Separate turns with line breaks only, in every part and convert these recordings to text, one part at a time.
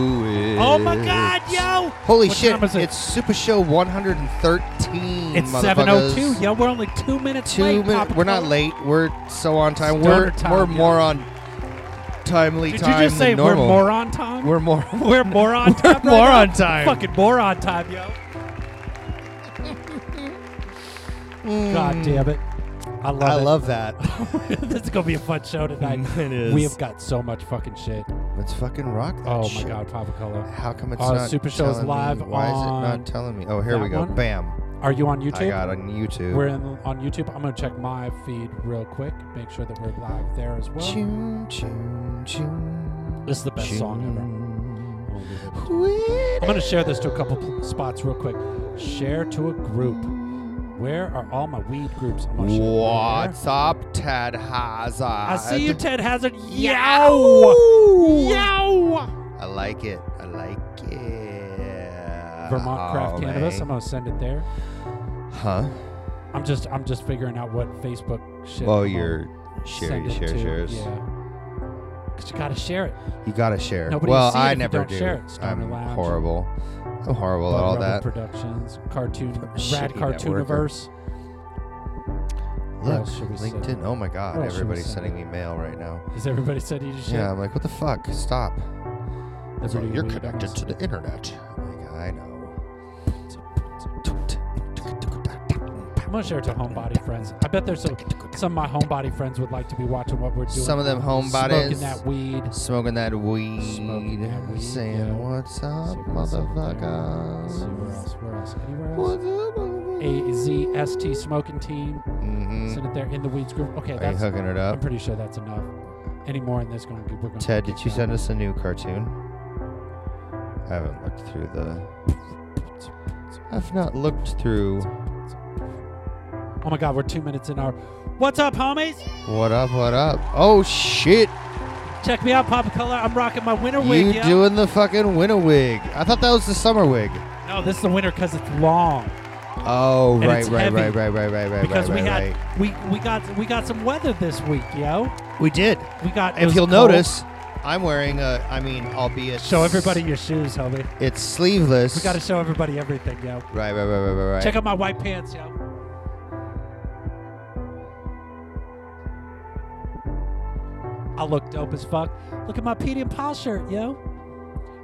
Oh my God, yo!
Holy
What
shit!
time is it?
It's Super Show 113.
It's
motherfuckers.
7:02. Yo, we're only two minutes
Two
late.
minutes.
Papa
We're not
Cola.
late. We're so on time.
Stoner
we're
time, yo.
we're more on timely
Did you
time
just say
than
we're
normal.
more on time?
We're more.
We're more on time.
We're
right
more
now?
on time.
Fucking more on time, yo. God damn it. I love
I
it.
love that.
this is gonna be a fun show tonight.
It is.
We have got so much fucking shit.
Let's fucking rock that
Oh my
shit.
god, Papa Cola.
How come it's
Uh,
not
Super Show is
telling me?
live
Why is it
on
not telling me? Oh, here
that
we go.
one?
Bam.
Are you on YouTube?
I got on YouTube.
We're in, on YouTube. I'm gonna check my feed real quick, make sure that we're live there as well.
Choo, choo, choo.
This is the best song
song
ever.
ever.
I'm gonna share this to a couple pl- spots real quick. Share to a group. Where are all my weed groups? I'm gonna share it
What's up, Ted Hazard?
I see you, Ted Hazard. Yow!
Yow!
Yow!
I like it. I like it.
Vermont Craft
Oh,
Cannabis. I'm
man.
gonna send it there.
Huh?
I'm just I'm just figuring out what Facebook shit.
Well,
I'm gonna
you're share,
send
you
it
share,
to.
shares.
Yeah. Cause you gotta share it.
You gotta share.
Nobody will
well,
see it
I
if you
never
don't
do.
share it. Stoner
I'm
Lounge.
horrible. I'm horrible at
Bud
all
Rubber
that.
Productions, cartoon, rad
Shitty
cartooniverse. What
Look,
else should we send?
LinkedIn. Oh my God!
What else should we
Everybody's
send?
sending me mail right now.
Is everybody said you just
Yeah,
share?
I'm like, what the fuck? Stop.
That's
So
what
you're
we don't
connected
want.
to the internet. I'm like, I know.
I'm gonna share it to homebody friends. I bet there's some, some of my homebody friends would like to be watching what we're doing.
Some of them
smoking
homebodies
that weed.
smoking that weed,
Smoking that weed,
saying
yeah.
what's
See
up,
what's up there. Let's see where
motherfuckers.
else? Where else? Anywhere else?
What's up,
A
motherfuckers?
Z S T smoking team.
Mhm.
Send it there in the weeds group. Okay,
Are you
that's.
hooking it
I'm
up?
pretty sure that's enough. Any more in this going to we're gonna
Ted,
keep
did you
going.
send us a new cartoon? I haven't looked through the. I've not looked through.
Oh my God, we're two minutes in our. What's up, homies?
What up? What up? Oh shit!
Check me out, Papa Color. I'm rocking my winter
You
wig. yo.
doing the fucking winter wig? I thought that was the summer wig.
No, this is the winter because it's long.
Oh
And
right,
it's
right,
heavy
right, right, right, right, right,
because
right,
we
right,
had we we got we got some weather this week, yo.
right. We did.
We got. it
If
was
you'll
cold.
notice, I'm wearing a. I mean, albeit.
show everybody your shoes, homie.
It's sleeveless.
We got to show everybody everything, yo.
Right, right, right, right, right, right.
Check out my white pants, yo. I look dope as fuck. Look at my Petey and Paul shirt, yo.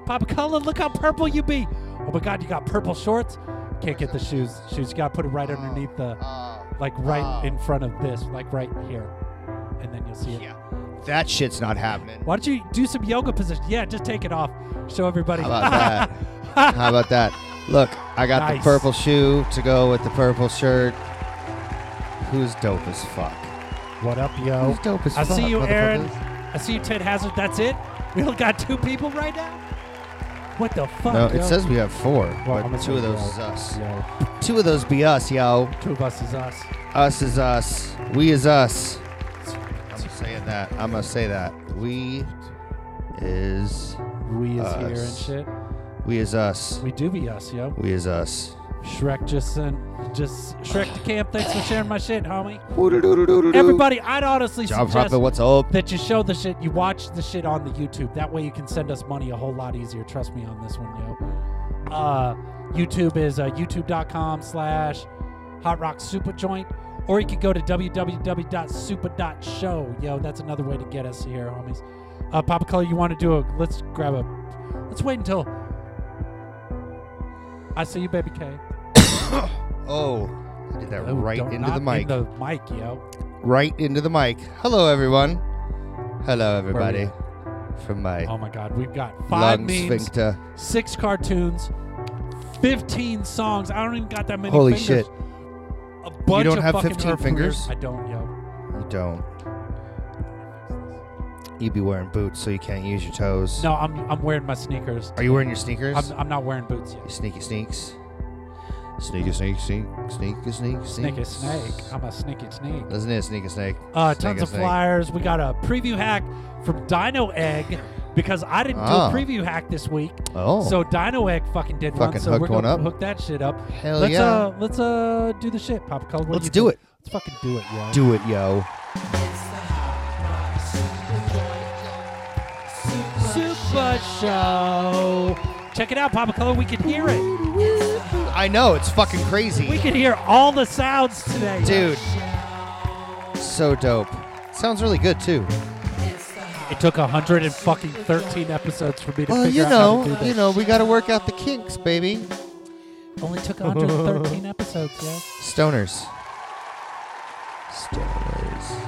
Papa Cullen, look how purple you be. Oh my god, you got purple shorts. Can't get the shoes. Shoes, you gotta put it right underneath the,
Uh,
like right
Oh.
in front of this, like right here, and then you'll see it.
yeah, that shit's not happening.
Why don't you do some yoga position? Yeah, just take it off. Show everybody.
How about that? How about that? Look, I got
Nice.
the purple shoe to go with the purple shirt. Who's dope as fuck?
what up, yo?
Who's dope as
I
fuck?
see you, Aaron.
motherfuckers?
I see you, Ted Hazard. That's it. We only got two people right now. What the fuck?
No,
yo?
it says we have four,
Well, I'm
but
gonna
two
say
of those
yo.
is us.
Yo,
Two of those be us, yo.
two of us is us.
Us is us. We is us. I'm saying that. I'm gonna say that. We is
We is
Us.
here and shit.
we is us.
We do be us, yo.
We is us.
Shrek just uh, sent, just Shrek to camp. Thanks for sharing my shit, homie.
Everybody,
Everybody, I'd honestly
John
suggest
Prophet, what's up?
that you show the shit, you watch the shit on the YouTube. That way you can send us money a whole lot easier. Trust me on this one, yo. Uh, YouTube is uh, youtube.com slash Hot Rock Super Joint. Or you could go to www.super.show. Yo, that's another way to get us here, homies. Uh, Papa Color, you want to do a, let's grab a, let's wait until, I see you, Baby K.
Oh, I did that
Oh,
right
don't-
into the
not
mic.
In the mic, yo.
right into the mic. Hello, everyone. Hello,
Where we
everybody.
at?
From my
Oh my God, we've got five
lung
memes.
sphincter.
six cartoons, 15 songs. I don't even got that many
Holy
fingers.
shit.
A bunch
don't
of
have
fucking
15
Earth
fingers?
Creators. I don't, yo.
You don't. You be wearing boots, so you can't use your toes.
No, I'm, I'm wearing my sneakers.
Are you wearing your sneakers?
I'm, I'm not wearing boots
You
yet.
sneaky sneaks. Sneaky sneak sneak sneaky sneak sneak.
Sneaky snake. I'm a sneaky snake.
Isn't it sneaky snake?
Uh,
Sneaky
tons of
snake.
flyers. We got a preview hack from Dino Egg because I didn't
Ah.
do a preview hack this week.
Oh.
So Dino Egg fucking did one.
Fucking
So we're
hooked one
gonna
up.
hook that shit up.
Hell
let's
yeah.
uh let's uh do the shit, Pop Color. What
Let's
do, you
do
think?
it.
Let's fucking do it, yo.
Do it, yo.
Super Show. Oh, Check it out, Papa Color. We can hear it.
I know it's fucking crazy,
We can hear all the sounds today.
dude. So dope. Sounds really good too.
It took a hundred and fucking thirteen episodes for me to
Well,
figure out
you
how to do
know,
this.
you know, we got to work out the kinks, baby.
Only took 113 episodes, yeah.
Stoners. Stoners.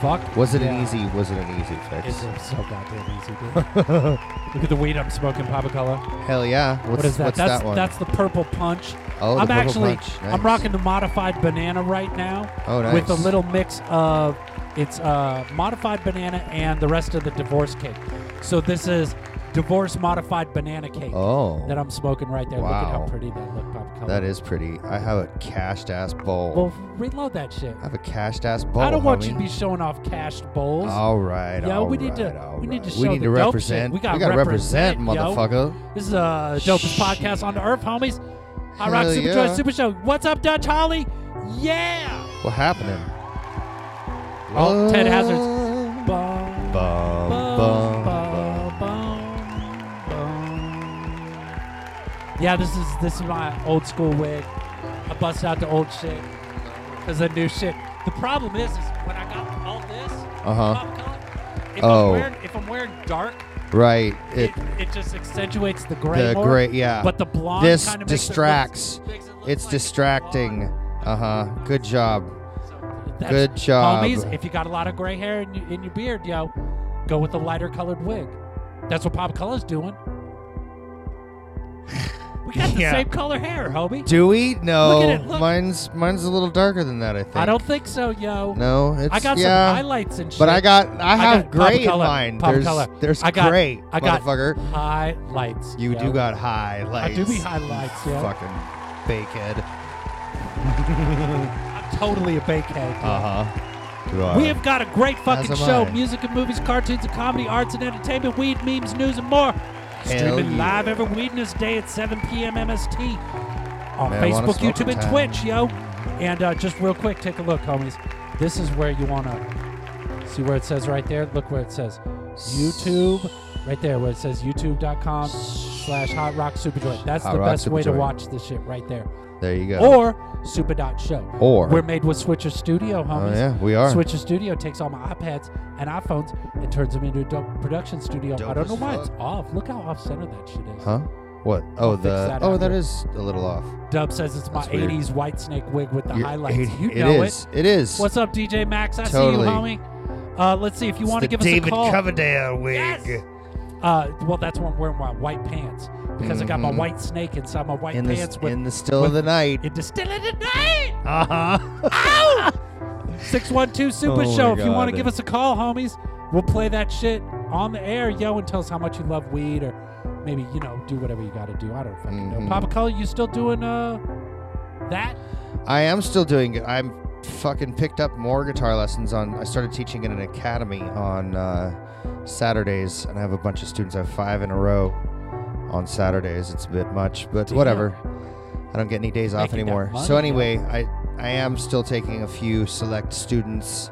Fuck.
Was it
yeah.
an easy? Was it an easy
It was
fix?
so goddamn easy, dude. Look at the weed I'm smoking, Papa Color.
Hell yeah. What's,
What is that?
What's
that's
that one?
that's the purple punch.
oh, the
I'm
Purple
actually
Punch.
I'm
Nice.
rocking the modified banana right now
Oh, nice.
with a little mix of it's uh, modified banana and the rest of the divorce cake. So this is divorce modified banana cake
Oh,
that I'm smoking right there. Look at
Wow.
how pretty that look, Papa Color.
that is pretty. I have a cashed ass bowl.
Well, reload that shit.
I have a cashed ass bowl.
I don't want you
homie.
to be showing off cashed bowls.
All right.
Yeah,
all
we need to-
right, all
we need to
right.
show
We need
the
to
dope shit.
represent.
We gotta
gotta
represent,
represent,
yo.
motherfucker.
This is uh, the dopest
Shit.
podcast on the earth, homies. I rock
Hell
Super
yeah.
Joy Super Show. What's up, Dutch Holly? Yeah.
What happening?
Oh, Ted Hazard's-
Bum,
Bum,
bum,
bum, bum,
bum.
bum. Yeah, this is this is my old school wig. I bust out the old shit because the new shit. The problem is, is when I got all this,
Uh-huh.
pop color, if,
Oh.
I'm wearing, if I'm wearing dark,
Right.
it,
It,
it, just accentuates the gray
the
more.
great. Yeah.
But the blonde
This
kinda makes it look-
distracts.
makes it look
it's
like
distracting.
blonde.
Uh huh. Good job.
So that's- eh?
Good job.
Homies, if you got a lot of gray hair in, you, in your beard, yo, go with a lighter colored wig. That's what Pop Color's doing. We got the
Yeah.
same color hair, homie.
Do we? No.
Look at it, look.
Mine's mine's a little darker than that. I think.
I don't think so, yo.
No. It's,
I got
yeah.
some highlights and shit.
But I got I have
got pop
gray in
color,
mine.
pop
there's
color.
there's
I got-
gray,
I got-
motherfucker.
highlights.
You
yo.
do got highlights.
I do be highlights, yo.
Fucking bakehead.
I'm totally a bakehead. dude.
Uh huh.
We have got a great fucking
As am
show.
I.
Music and movies, cartoons and comedy, arts and entertainment, weed, memes, news, and more. Streaming
yeah.
live every Wednesday at 7 p.m. MST on
Marijuana
Facebook,
smoking
YouTube, and
time.
Twitch, yo. And uh, just real quick, take a look, homies. This is where you want to see where it says right there. Look where it says YouTube, right there, where it says youtube.com slash hot rock superjoint. That's
Hot
the
Rock
best way to
Superjoint.
watch this shit right there.
There you go.
Or super dot show.
Or-
We're made with Switcher Studio, homies.
oh yeah, we are.
Switcher Studio takes all my iPads and iPhones and turns them into a dope production studio.
Dope
I don't
as
know why
fuck.
it's off. Look how off center that shit is.
Huh? What? Oh
fix
the
that
oh
after.
that is a little off.
Dub says it's my
That's weird.
80s white snake wig with the
You're-
highlights.
it-
you
it
know
is. It is.
it. What's up, DJ Max? I
Totally.
see you, homie. Uh, let's see if you want to give us a call.
Coverdale wig.
Yes! Uh, well, that's when I'm wearing my white pants because I got my
Mhm.
white snake inside my white
In the
pants
s-
with
in the still
with-
of the night.
it distilled night.
Uh huh.
Ow! 612 Super
Oh my
Show. If you
God.
want to give us a call, homies, we'll play that shit on the air, yo, and tell us how much you love weed or maybe, you know, do whatever you got to do. I don't fucking know.
Mhm.
Papa Color, you still doing uh that?
I am still doing it. I'm fucking picked up more guitar lessons on. I started teaching in an academy on uh, Saturdays, and I have a bunch of students. I have five in a row on Saturdays. It's a bit much, but
Damn.
whatever. I don't get any days off
Making that
anymore.
money,
so
yeah.
anyway, I I am still taking a few select students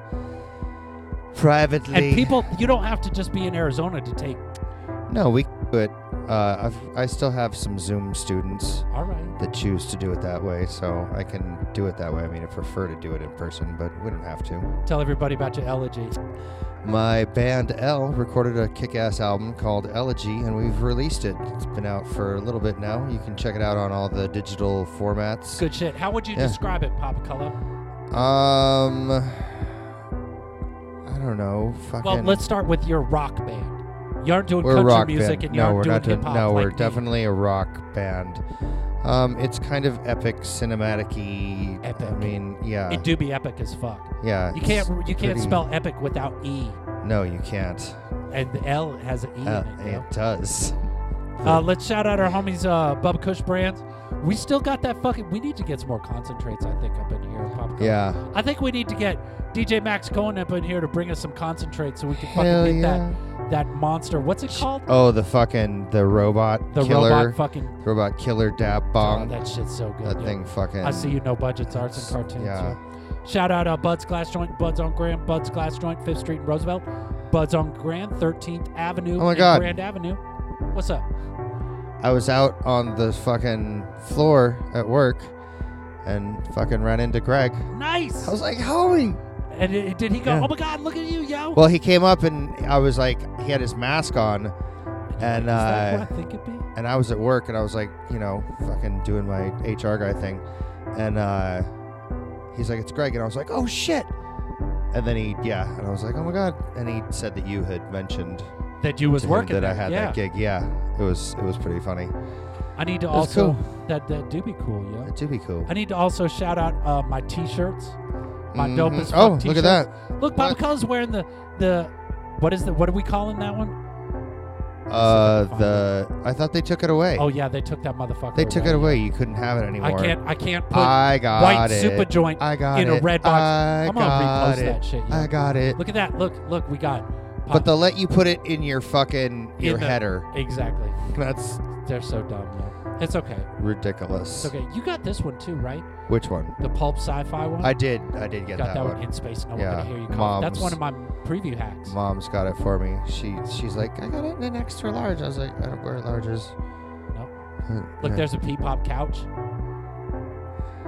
privately.
And people, you don't have to just be in Arizona to take.
No, we but uh, I've, I still have some Zoom students
All right.
that choose to do it that way, so I can do it that way. I mean, I prefer to do it in person, but we don't have to.
Tell everybody about your elegy.
My band L recorded a kick ass album called Elegy, and we've released it. It's been out for a little bit now. You can check it out on all the digital formats.
Good shit. How would you
Yeah.
describe it, Papa Color?
Um, I don't know. Fucking.
Well, let's start with your rock band. You aren't doing
we're a
country
rock
music
band.
and you
no,
aren't
we're
doing
not doing.
hip hop.
No,
like
we're
me.
definitely a rock band. Um, it's kind of epic, cinematic-y. I
Epic.
mean, yeah,
It do be epic as fuck.
yeah.
You
it's
can't you can't
pretty-
spell epic without e,
No, you can't.
and the L has an e
Uh,
in it. you know?
it does.
Uh, let's shout out our homies, uh, Bubba Kush Brands. We still got that fucking. We need to get some more concentrates. I think up in here, Pop. Culture.
Yeah.
I think we need to get DJ Max Cohen up in here to bring us some concentrates so we can
Hell
fucking beat
yeah.
that that monster. What's it called?
Oh, the fucking the robot
The
killer.
robot fucking.
Robot killer dab
Oh,
bomb.
that shit's so good.
that
yo.
thing fucking.
I see you know budgets, arts, and cartoons.
Yeah.
yo. Shout out uh, Bud's Glass Joint, Bud's on Grand, Bud's Glass Joint, Fifth Street and Roosevelt, Bud's on Grand, 13th Avenue,
Oh my
and
God.
Grand Avenue. What's up?
I was out on the fucking floor at work and fucking ran into Greg.
Nice.
I was like, homie.
and it, did he go?
Yeah.
Oh my God! Look at you, yo.
Well, he came up and I was like, he had his mask on and,
Is that
uh,
what I think it'd be?
and I was at work and I was like, you know, fucking doing my HR guy thing. And uh, he's like, it's Greg. And I was like, oh shit. And then he, yeah. And I was like, oh my God. And he said that you had mentioned
That you was
to him
working
that I
there,
had
yeah.
that gig. Yeah. It was, it was pretty funny.
I need to
That's
also
cool.
that that Oh, do be cool, yo.
It do be cool.
I need to also shout out uh, my T-shirts. My
Mhm.
dope as fuck
Oh, look
t-shirts.
at that.
Look, Papa
What?
Cullen's wearing the the what is the what are we calling that one?
Uh,
Fine.
the I thought they took it away.
Oh yeah, they took that motherfucker.
they took it away. You couldn't have it
I
anymore.
can't I can't put
I got
white
it.
super joint.
I got
in a
it.
red box.
I
I'm gonna
got
repost
it.
that shit. yo.
I got it.
Look at that. Look, look, we got
But they'll let you put it in your fucking
In
your
the-
header.
exactly.
That's
They're so dumb, yo. It's okay.
ridiculous.
It's okay. You got this one too, right?
Which one?
The pulp sci-fi one.
I did. I did get
got
that,
that
one.
in space. No
Yeah,
one can hear you. cough. That's one
mom's-
of my preview hacks.
Mom's got it for me. She she's like, I got it in an extra large. I was like, I don't wear larges.
Nope.
Uh,
Look,
uh,
there's a P pop couch.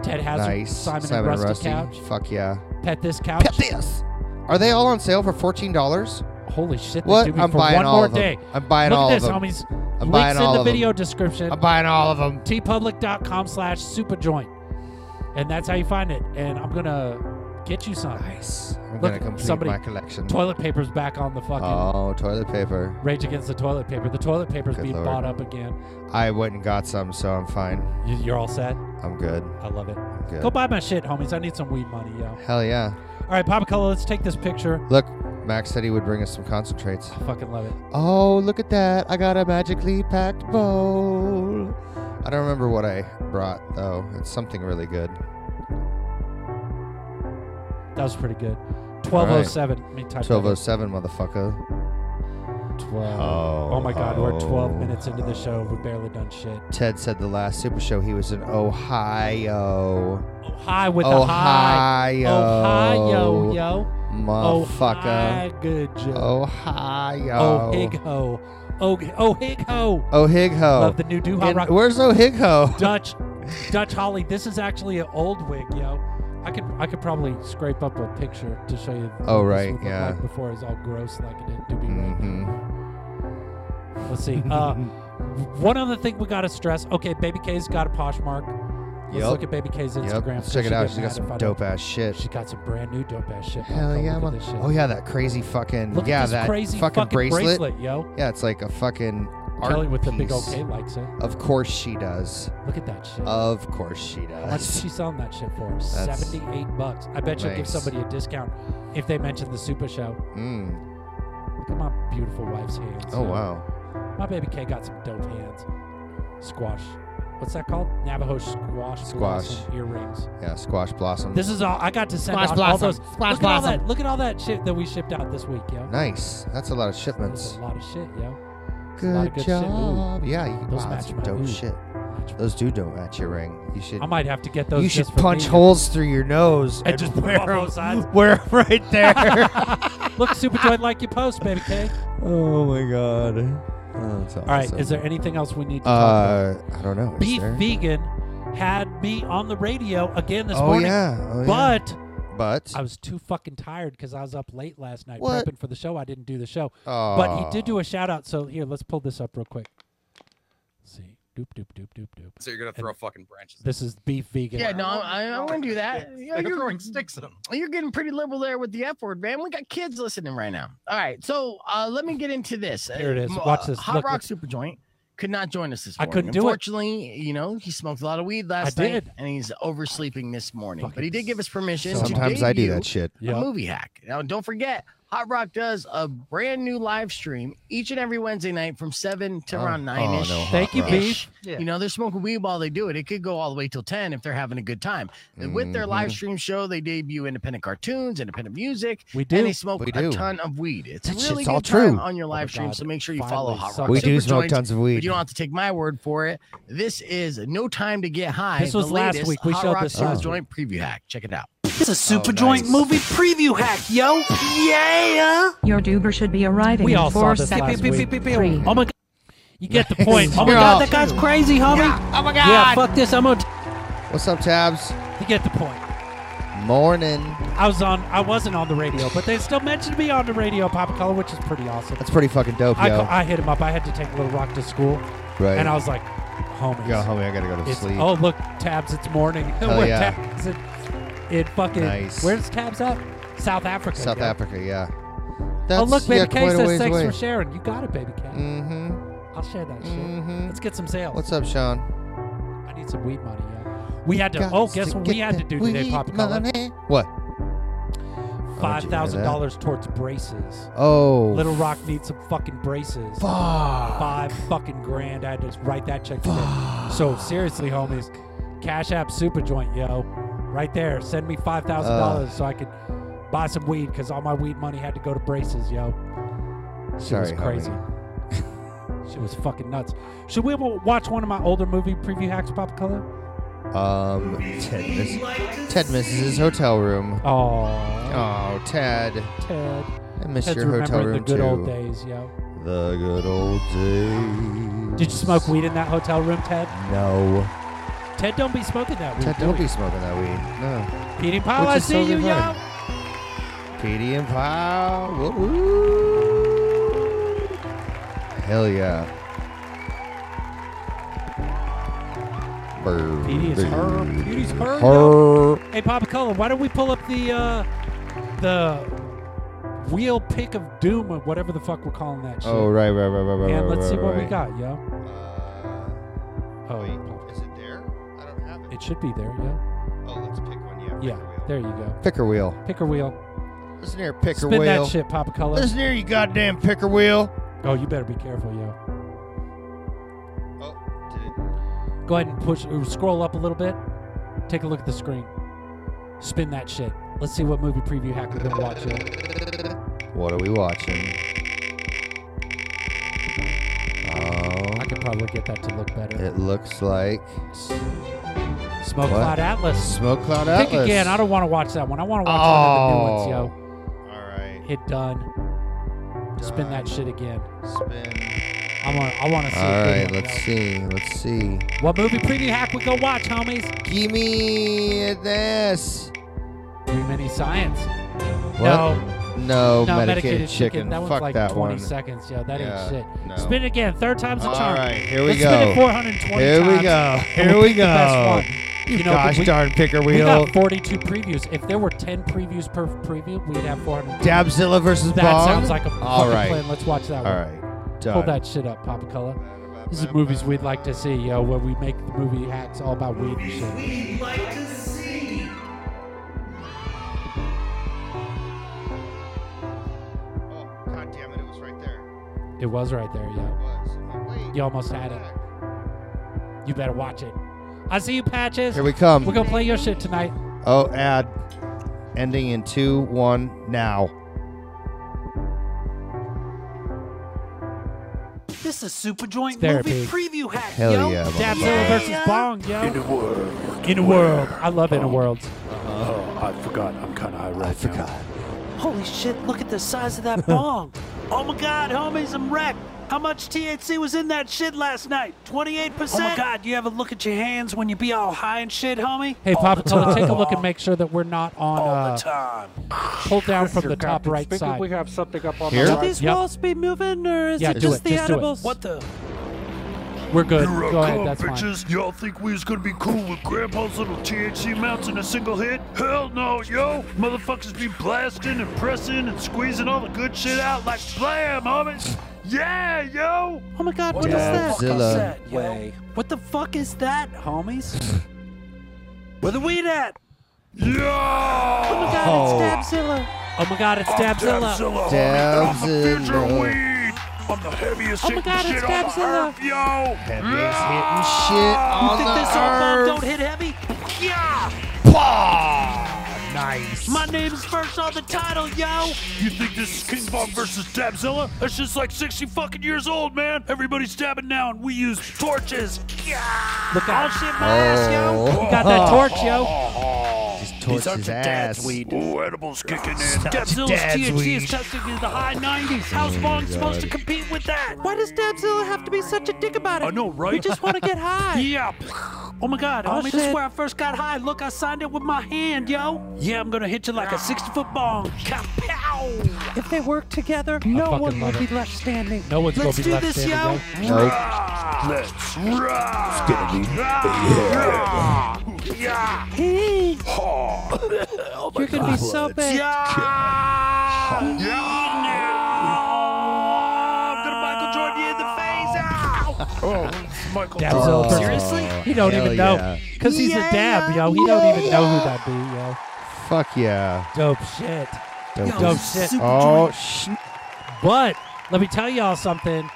Ted has
nice.
Simon, and
and
Rusty, couch.
Fuck yeah.
Pet this couch.
Pet this. Are they all on sale for fourteen dollars?
Holy shit! they do
What?
me
I'm
for
buying
one
all
more
of them.
day.
I'm buying
Look
all
at this,
of them.
homies.
I'm buying
Links in
all
the
of them.
video description.
I'm buying all of them.
tpublic.com slash superjoint. And that's how you find it. And I'm going to get you some.
Nice. I'm
Look,
gonna complete
somebody-
my collection.
Toilet paper's back on the fucking
oh, toilet paper.
Rage Against the Toilet Paper. The toilet paper's
Good
being
lord.
bought up again.
I went and got some, so I'm fine.
You, you're all set.
I'm good.
I love it.
I'm good.
Go buy my shit, homies. I need some weed money, yo.
Hell yeah.
All right, Papa Cola, let's take this picture.
Look, Max said he would bring us some concentrates.
I fucking love it.
Oh, look at that. I got a magically packed bowl. I don't remember what I brought, though. It's something really good.
That was pretty good. 1207. Let me type that in.
1207, motherfucker.
12. Oh, my God, we're 12 minutes into the show. We've barely done shit.
Ted said the last Super Show he was in Ohio.
Oh, hi with the high.
Ohio.
Ohio, yo.
Oh, Motherfucker.
Oh, hi, good job.
Ohio.
Oh, hig ho. Oh, g- oh, hig ho.
Ohigho.
Love the new do
And
rock.
Where's Ohigho?
Dutch, Dutch Holly. This is actually an old wig, yo. I could, I could probably scrape up a picture to show you.
Oh,
what this
right,
would look
yeah.
like before it's all gross like it do be right now.
Mm-hmm.
Let's see. Uh, one other thing we gotta stress. Okay, Baby K's got a Poshmark. Let's
Yep.
look at Baby K's Instagram.
Yep.
'cause
Let's check
she
it out.
get
She's
mad
got
if I
some
don't-
dope ass shit.
She got some brand new dope ass shit.
Hell
Come
yeah,
look at
man.
this shit.
Oh yeah, that crazy fucking
Look
yeah,
at this
that
crazy
fucking, bracelet.
yo.
Yeah, it's like a fucking art
Kelly with the big old
piece.
K likes it.
Of course she does.
Look at that shit.
Of course she
How much is
does.
she selling that shit for?
That's-
Seventy-eight bucks. I bet she'll give
Nice.
somebody a discount if they mention the Super Show.
Mm.
Look at my beautiful wife's hands.
Oh wow.
My baby K got some dope hands. Squash. What's that called? Navajo squash.
Squash.
blossom Earrings.
Yeah, squash blossom.
This is all I got to send
Squash
out. All
blossom.
those.
Squash
look at all
blossom.
that. Look at all that shit that we shipped out this week, yo.
nice. That's a lot of
That's
shipments.
a lot of shit, yo. a lot
Good,
of good shit. Ooh.
job. Oh, Yeah, you,
Those
wow,
match
that's
my-
dope
ooh.
shit. Those do don't match your ring. You should
I might have to get those.
you should
just for
punch
me.
holes through your nose
And just put 'em on both sides.
wear 'em right there.
Look, Superjoy, like your post, baby K.
oh my god. Oh, that's awesome.
All right, is there anything else we need to talk about?
Uh, I don't know. Is
Beef
there?
Vegan had me on the radio again this
oh,
morning.
Yeah. Oh, yeah.
But
But.
I was too fucking tired because I was up late last night
What?
prepping for the show. I didn't do the show.
Aw.
But he did do a shout out. So here, let's pull this up real quick. Let's see. Doop, doop, doop, doop, doop.
So you're gonna throw fucking branches.
This is Beef Vegan.
Yeah, no, I, I'm gonna do that.
Sticks.
Yeah,
They're
you're,
throwing sticks at him.
you're getting pretty liberal there with the F word, man. We got kids listening right now. All right, so uh, let me get into this.
Here it is.
Uh,
Watch this.
Hot
Look,
Rock
look.
Superjoint could not join us this
I
morning.
couldn't do it.
Unfortunately, you know, he smoked a lot of weed last night,
did.
and he's oversleeping this morning.
Fucking
but he did give us permission.
Sometimes
to
I do
debut
that shit.
a
Yeah.
movie hack. Now, don't forget, Hot Rock does a brand new live stream each and every Wednesday night from seven to
Oh.
around
Oh,
nine ish.
no, Hot
Thank you,
Rock.
Beef.
Yeah.
You know, they're smoking weed while they do it. It could go all the way till 10 if they're having a good time. And With their live
Mhm.
stream show, they debut independent cartoons, independent music,
We
and they
do.
smoke
We
a
do.
ton of weed. It's a
That
really
shit's all
good time
true.
on your
Oh my
live stream,
God.
so make sure you
Finally,
follow Hot Rock.
something.
We do
Superjoints,
smoke tons of
But
weed.
you don't have to take my word for it. This is No Time to Get High.
This
the
was last
latest
week. We
Hot
showed
Rock
this last
Superjoint preview hack. Check it out.
It's a super joint
nice.
movie preview hack, yo! Yeah!
Your Duber should be arriving
We all
in
saw
four
this
seconds.
last week.
Three.
Oh my
You get the point.
Nice.
Oh
Oh my
my
You're
god,
all-
that guy's crazy, homie.
Oh my
Yeah, fuck this. I'm gonna.
What's up, Tabs?
god, you get the point.
Morning.
I was on. I wasn't on the radio, but they still mentioned me on the radio, Pop Color, which is pretty awesome.
That's pretty fucking dope,
I,
yo.
ca- I hit him up. I had to take Little Rock to school,
right.
and I was like, homies.
Yo, homie, I gotta go to
it's,
sleep.
oh, look, Tabs, it's morning.
Hell
We're
yeah.
Tabs in, in fucking.
Nice.
Where's Tabs at? South Africa.
South
yo.
Africa, yeah.
Oh, look,
yeah,
Baby K
quite a
says
ways
thanks
away.
for sharing. You got it, Baby K.
Mm-hmm.
will share that shit.
Mm-hmm.
Let's get some sales.
What's up, Sean?
I need some weed money, yo. We had to.
Got
oh, guess what
get
we had to
that
do today,
weed
Papa Color?
money. What?
Five
How'd you hear
thousand
that?
dollars towards braces.
Oh.
Little Rock needs some fucking braces.
Fuck.
Five fucking grand. I had to write that check today. So seriously, homies, Cash App Super Joint, yo, right there. Send me five thousand
Uh.
dollars so I could buy some weed because all my weed money had to go to braces, yo. She
Sorry,
was crazy.
homie.
she was fucking nuts. Should we ever watch one of my older movie preview hacks, Pop Color?
Um, Ted, miss- Ted misses his hotel room.
Oh,
Oh, Ted.
Ted.
I miss
Ted's
your hotel
remembering
room
the good
too.
old days, yo.
The good old days.
Did you smoke weed in that hotel room, Ted?
No.
Ted, don't be smoking that weed.
Ted, don't be smoking that weed. No.
Petey Powell, I
is
see you,
totally
yo.
fine. Petey and Pow. Woo-woo. Hell yeah. Brr,
Petey is
brr.
her. Petey's her. yo.
Her.
Hey, Papa Cullen, why don't we pull up the uh, the wheel pick of doom or whatever the fuck we're calling that shit?
Oh, right, right, right, right, right.
and
right,
let's see
right,
what we
right.
got, yo.
Uh,
Oh,
wait, is it there? I don't have it.
it should be there, yo.
Oh, let's pick one. Yeah,
Yeah, there you go.
Picker wheel.
Picker wheel.
Listen here, picker
Spin
wheel.
that shit, Papa Cullen.
Listen here, you goddamn picker wheel.
Oh, you better be careful, yo.
Oh, did it?
Go ahead and push, or scroll up a little bit. Take a look at the screen. Spin that shit. Let's see what movie preview hack we're gonna watch, yo.
What are we watching? Oh,
I could probably get that to look better.
it looks like
Smoke
What?
Cloud Atlas.
Smoke Cloud
Pick
Atlas.
again. I don't want to watch that one. I want to watch one of the new ones, yo.
Oh. All right.
hit done. Spin
Done.
that shit again.
Spin.
I want. I want to see.
All
a good
right.
one,
Let's
yo.
see. Let's see.
What movie preview hack we go watch, homies?
Gimme this.
Too many science.
What?
No, no,
No, medicated,
medicated
chicken.
That one's
Fuck
like
that
20
one.
seconds. Yo, that
Yeah,
ain't shit.
no.
Spin it again. Third time's a
All
charm.
right. Here we
Let's spin
go.
it 420
Here
times.
we go.
and
Here
we'll
we
pick the
go.
best one.
You,
You know,
gosh
we-
darn picker
We
wheel.
got 42 previews. If there were 10 previews per preview, we'd have 400.
Dabzilla versus
That
Bong.
sounds like a
All
fucking
right.
plan. Let's watch that
All
one.
right. Done.
Pull that shit up, Papa Color. This is movies we'd like to see, yo, where we make the movie hacks all about weed and shit.
Oh, God damn it! It was right there.
It was right there, yo. You almost had it. You better watch it. I see you, Patches.
Here we come.
We're gonna play your shit tonight.
Oh, ad ending in two, one, now.
This is Super Joint
Therapy.
movie preview hack,
Hell
yo.
yeah, motherfucker.
Dabzilla versus Bong, yo. In a world. In a world. I love In a World.
Oh. I forgot. I'm kind of high right I forgot.
Holy shit! Look at the size of that bong. oh my god, homies, I'm wrecked. How much THC was in that shit last night? 28%? Oh my god, you ever look at your hands when you be all high and shit, homie?
Hey,
All
Papa
the
Cola,
time.
take a look and make sure that we're not on.
All
Uh,
the time.
pull down from the top
Captain
right
speaking.
side.
We have something up on
Here?
the
Should
right.
these Yep. walls
be moving, or is
Yeah, it do just it. the Just do it. animals?
What the?
We're good.
You're a
Go
cool,
ahead. That's fine.
bitches. Y'all think we was gonna be cool with Grandpa's little THC mounts in a single hit? Hell no, yo! Motherfuckers be blasting and pressing and squeezing all the good shit out like blam, homies! Yeah, yo!
Oh my god, what is
Yeah,
that?
Zilla.
that? Way. What the fuck is that, homies? Where the weed at?
Yeah!
Oh my god, it's Dabzilla.
Oh my God, it's Dabzilla.
Dabzilla, homie. I'm the future
Dabzilla.
of weed! I'm the heaviest
Oh my
hitting
God,
shit
it's
on the
Dabzilla.
earth, yo!
Heaviest
Yeah!
hitting shit
You
on
think
the
this old bomb
earth.
don't hit heavy? Yeah!
Bah! Nice.
My name's first on the title, yo!
You think this is King Kong versus Dabzilla? That's just like 60 fucking years old, man. Everybody's dabbing now, and we use torches. Yeah. Oh,
Look
I'll
out.
Oh.
shit my ass, yo!
You got that torch, yo.
He's torch his ass.
Ooh, edibles kicking in.
Debzilla's
Dad's
THC
weed.
is testing in the high 90s.
Oh,
How's Bong supposed to compete with that?
Why does Dabzilla have to be such a dick about it?
I know, right?
We just want to get high.
Yeah. Oh my God,
Oh,
homie, this is
shit.
where I first got high. Look, I signed it with my hand, yo. Ah. Yeah, I'm gonna hit you like a 60 foot bong. Kapow!
If they work together, no
fucking
one will
love
be
it.
left standing.
No one's gonna
Let's
be
do
left
this,
standing.
yo.
right?
Nope.
Let's rock.
Ah.
Hey. You're going to be so bad.
Yeah! Now! I'm gonna Michael Jordan you in the face. ah. Ow!
Oh, Michael
Dabzilla
Jordan.
person.
Oh.
Seriously?
He don't
Hell
even know.
yeah.
Because he's a dab, yo. He don't even know who that be, yo.
Fuck yeah.
Dope shit.
Dope.
Dope shit.
Oh, sh- Oh.
But let me tell y'all something.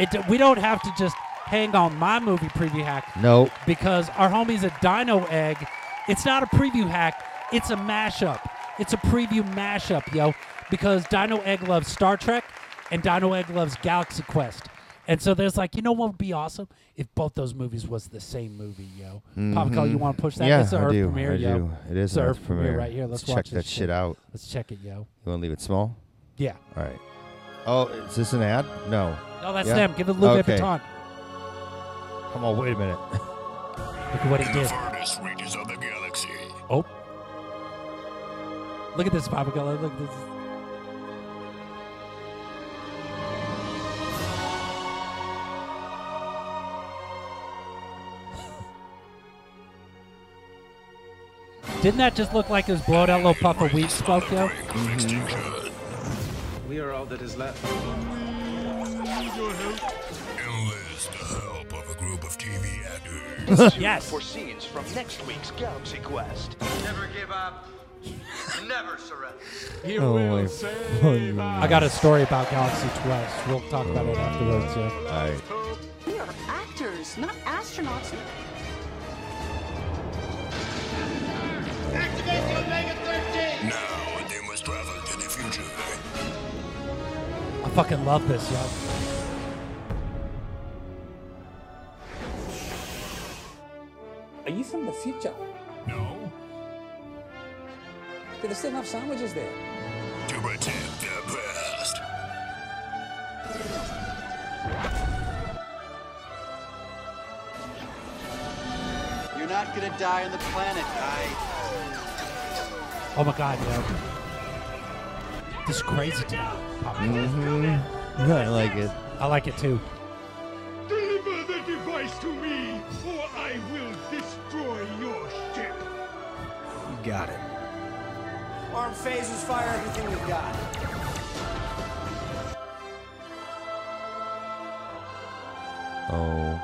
It, we don't have to just hang on my movie preview hack
nope.
because our homie's a dino egg. It's not a preview hack, it's a mashup. It's a preview mashup, yo. Because Dino Egg loves Star Trek and Dino Egg loves Galaxy Quest. And so there's like, you know what would be awesome? If both those movies was the same movie, yo. Pavico, you want to push that?
Mm-hmm. Yeah,
It's the
I
Earth
do.
premiere,
I
yo.
do. It is
It's the
an
Earth premiere right here. Let's
check
watch
that
this shit.
shit out.
Let's check it, yo.
You want to leave it small?
Yeah.
All right. Oh, is this an ad? No.
No, that's
Yeah.
them. Give it Lou
Okay.
Vuitton.
Come on, wait a minute.
Look at what he
The
did.
furnace reaches of the galaxy.
Oh. Look at this, Papa Gullah. Look at this. Didn't that just look like it was blowing out a little puff of weed smoke, yo?
Mm-hmm.
We are all that is left.
Enlist the help of a group of TV actors.
Yes.
scenes from next week's Galaxy Quest.
Never give up. Never surrender.
oh my
I got a story about Galaxy Quest. We'll talk about it afterwards, yeah.
All right.
We are actors, not astronauts.
now they must travel to the future.
I fucking love this, yo.
Are you from the future?
No,
Do they still have sandwiches there?
to protect the past.
You're not gonna die on the planet, guy.
Oh my god, yo. This is crazy, dude. Papa Gullah.
Mm-hmm. I like it.
I like it too.
Deliver the device to me, or I will destroy your ship.
Got it.
Arm phases fire everything we've got.
Oh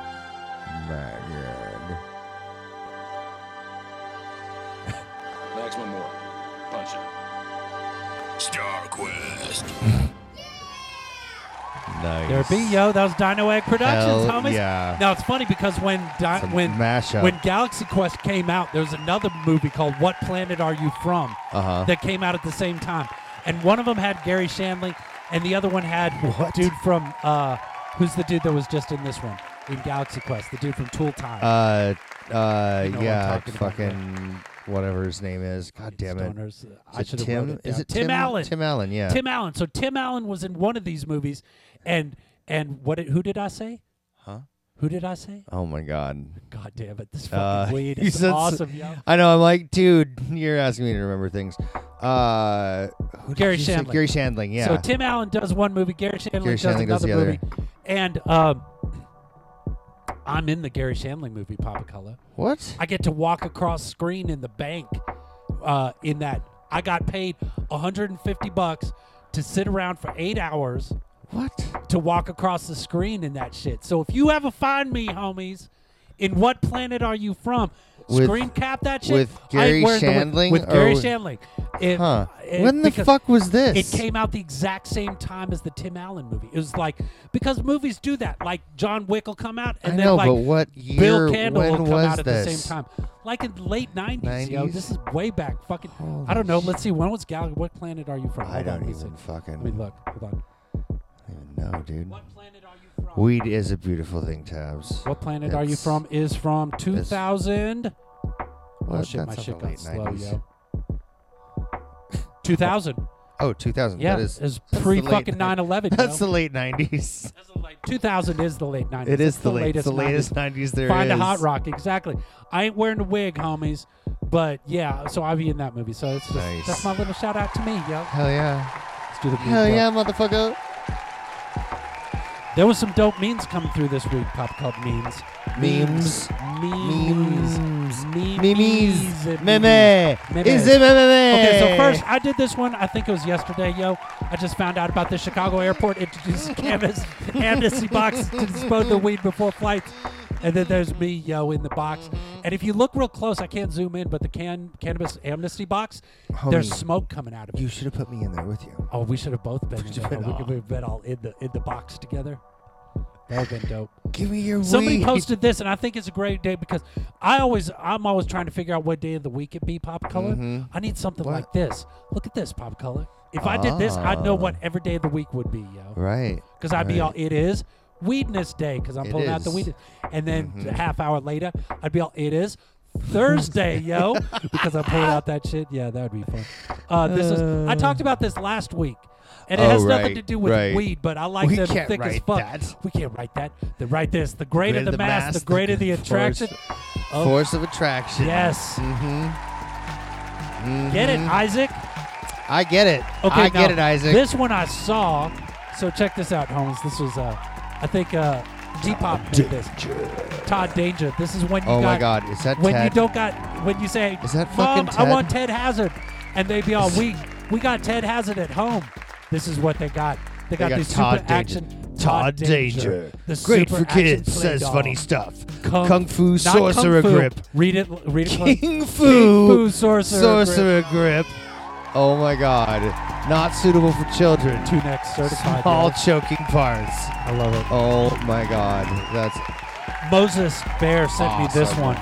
my god.
Next one more. Punch it.
Star Quest.
Nice.
There it be yo. That was Dino Egg Productions,
Hell
homies.
yeah.
Now it's funny because when Di-
It's a
when
mashup.
when Galaxy Quest came out, there was another movie called What Planet Are You From
Uh-huh.
that came out at the same time, and one of them had Gary Shandling, and the other one had dude from uh, who's the dude that was just in this one in Galaxy Quest, the dude from Tool Time. You
Uh, uh,
know what I'm
yeah,
talking about,
fucking whatever his name is. God damn it. Is
Stoners. I
it
should have
Tim?
wrote it
Is
down.
it
Tim, Allen?
Tim Allen, yeah.
Tim Allen. So Tim Allen was in one of these movies, and and what? Did, who did I say?
Huh?
Who did I say?
Oh my god.
God damn it! This
Uh,
fucking weed
he
is
said s-
awesome, yo.
I know. I'm like, dude, you're asking me to remember things. Uh, who did
Gary
you say?
Shandling.
Gary Shandling, yeah.
So Tim Allen does one movie, Gary Shandling
Gary
does
Shandling does
another
the other.
movie, and um, I'm in the Gary Shandling movie, Papa Color.
what?
I get to walk across screen in the bank. Uh, in that, I got paid 150 bucks to sit around for eight hours
What?
to walk across the screen in that shit. So if you ever find me, homies, in what planet are you from?
With-
screen cap that shit
with
I ain't
Gary
wearing the-
Shandling
With,
or
Gary
with-
Shandling, It-
Huh?
it-
when the
because-
fuck was this?
it came out the exact same time as the Tim Allen movie. It was like because movies do that. Like John Wick will come out, and
I
then
know,
like
but what year?
Bill Candle
when
will come
was
out at
this?
the same time, like in the late nineties. Yo,
90s?
this is way back. Fucking, I
Holy
don't know. Let's see. When was Gal? What planet are you from? Hold
I
on,
don't
let me
even
see.
fucking
Let me look. Hold on.
even know, dude.
What planet are you from?
Weed is a beautiful thing, Tabs.
what planet are you
It's-
from? Is from two thousand. Oh
What?
shit,
That's
my
not
Oh, shit
the
got
late
slow,
90s.
yo. 2000.
Oh, 2000.
Yeah,
that
it's
is, that's the
pre
late
fucking
nin-
9/11, yo.
That's the late 90s.
2000 is the late 90s.
It is
It's
the late- it's the latest 90s there
Find a hot
is.
rock, exactly. I ain't wearing a wig, homies, but yeah. So I'll be in that movie. So it's just,
Nice.
that's my little shout out to me, yo.
Hell yeah.
Let's do the memes,
Hell
yo.
yeah, motherfucker.
There was some dope memes coming through this week. Pop called memes.
Memes.
Memes. Memes.
Memes.
Memes.
Meme.
Memes.
Is it meme?
Okay, so first, I did this one. I think it was yesterday, yo. I just found out about the Chicago airport introduced cannabis amnesty box to dispose of weed before flights. And then there's me, yo, in the box. And if you look real close, I can't zoom in, but the can cannabis amnesty box, there's
Homie.
smoke coming out of it.
You should have put me in there with you.
Oh, we should have both been. In
Should've
there.
been
We
all-
could have been all in the in the box together. That would have been dope.
Give me your
Somebody
weed.
posted this, and I think it's a great day because I always, I'm always trying to figure out what day of the week it be. Pop color.
Mhm.
I need something
What?
like this. Look at this, pop color. If I did this, I'd
Ah.
know what every day of the week would be, yo.
Right.
Because I'd be all,
right.
it is Weedness Day, because I'm
It
pulling out the
is. Mm-hmm.
weed. And then a half hour later, I'd be all, it is Thursday, yo, because I'm pulling out that shit. Yeah, that would be fun. Uh, this is, I talked about this last week. And it
Oh,
has nothing
right,
to do with
right.
weed, but I like
We
them
can't
thick as
write
fuck.
that.
We can't write that. The write this. The greater the, mass, the greater the
force-
attraction. Oh,
Force of attraction.
Yes.
Mm-hmm.
Get it, Isaac?
I get it.
Okay,
I get
now,
it, Isaac.
This one I saw. So check this out, homies. This was, uh, I think, uh, Depop made this. Todd Danger. This is when you
oh
got.
my God, is that
When you
Ted?
don't got, when you say,
Is that
"Mom,
fucking
I want
Ted?"
Ted Hazard," and they be all, "We, we got Ted Hazard at home." This is what they got. They got,
got
these
Todd
super
Danger.
action.
Todd Danger.
The
Great
super
for kids.
action play
Says
doll.
funny stuff.
Kung,
Kung Fu
not
Sorcerer
Kung Fu.
Grip.
Read it. Read it. close.
King Fu,
Fu Sorcerer
Sorcerer grip. Oh my God! Not suitable for children.
Two necks certified.
Small
yo.
choking parts.
I love it.
Oh my God! That's
Moses Bear sent me this
Awesome.
one,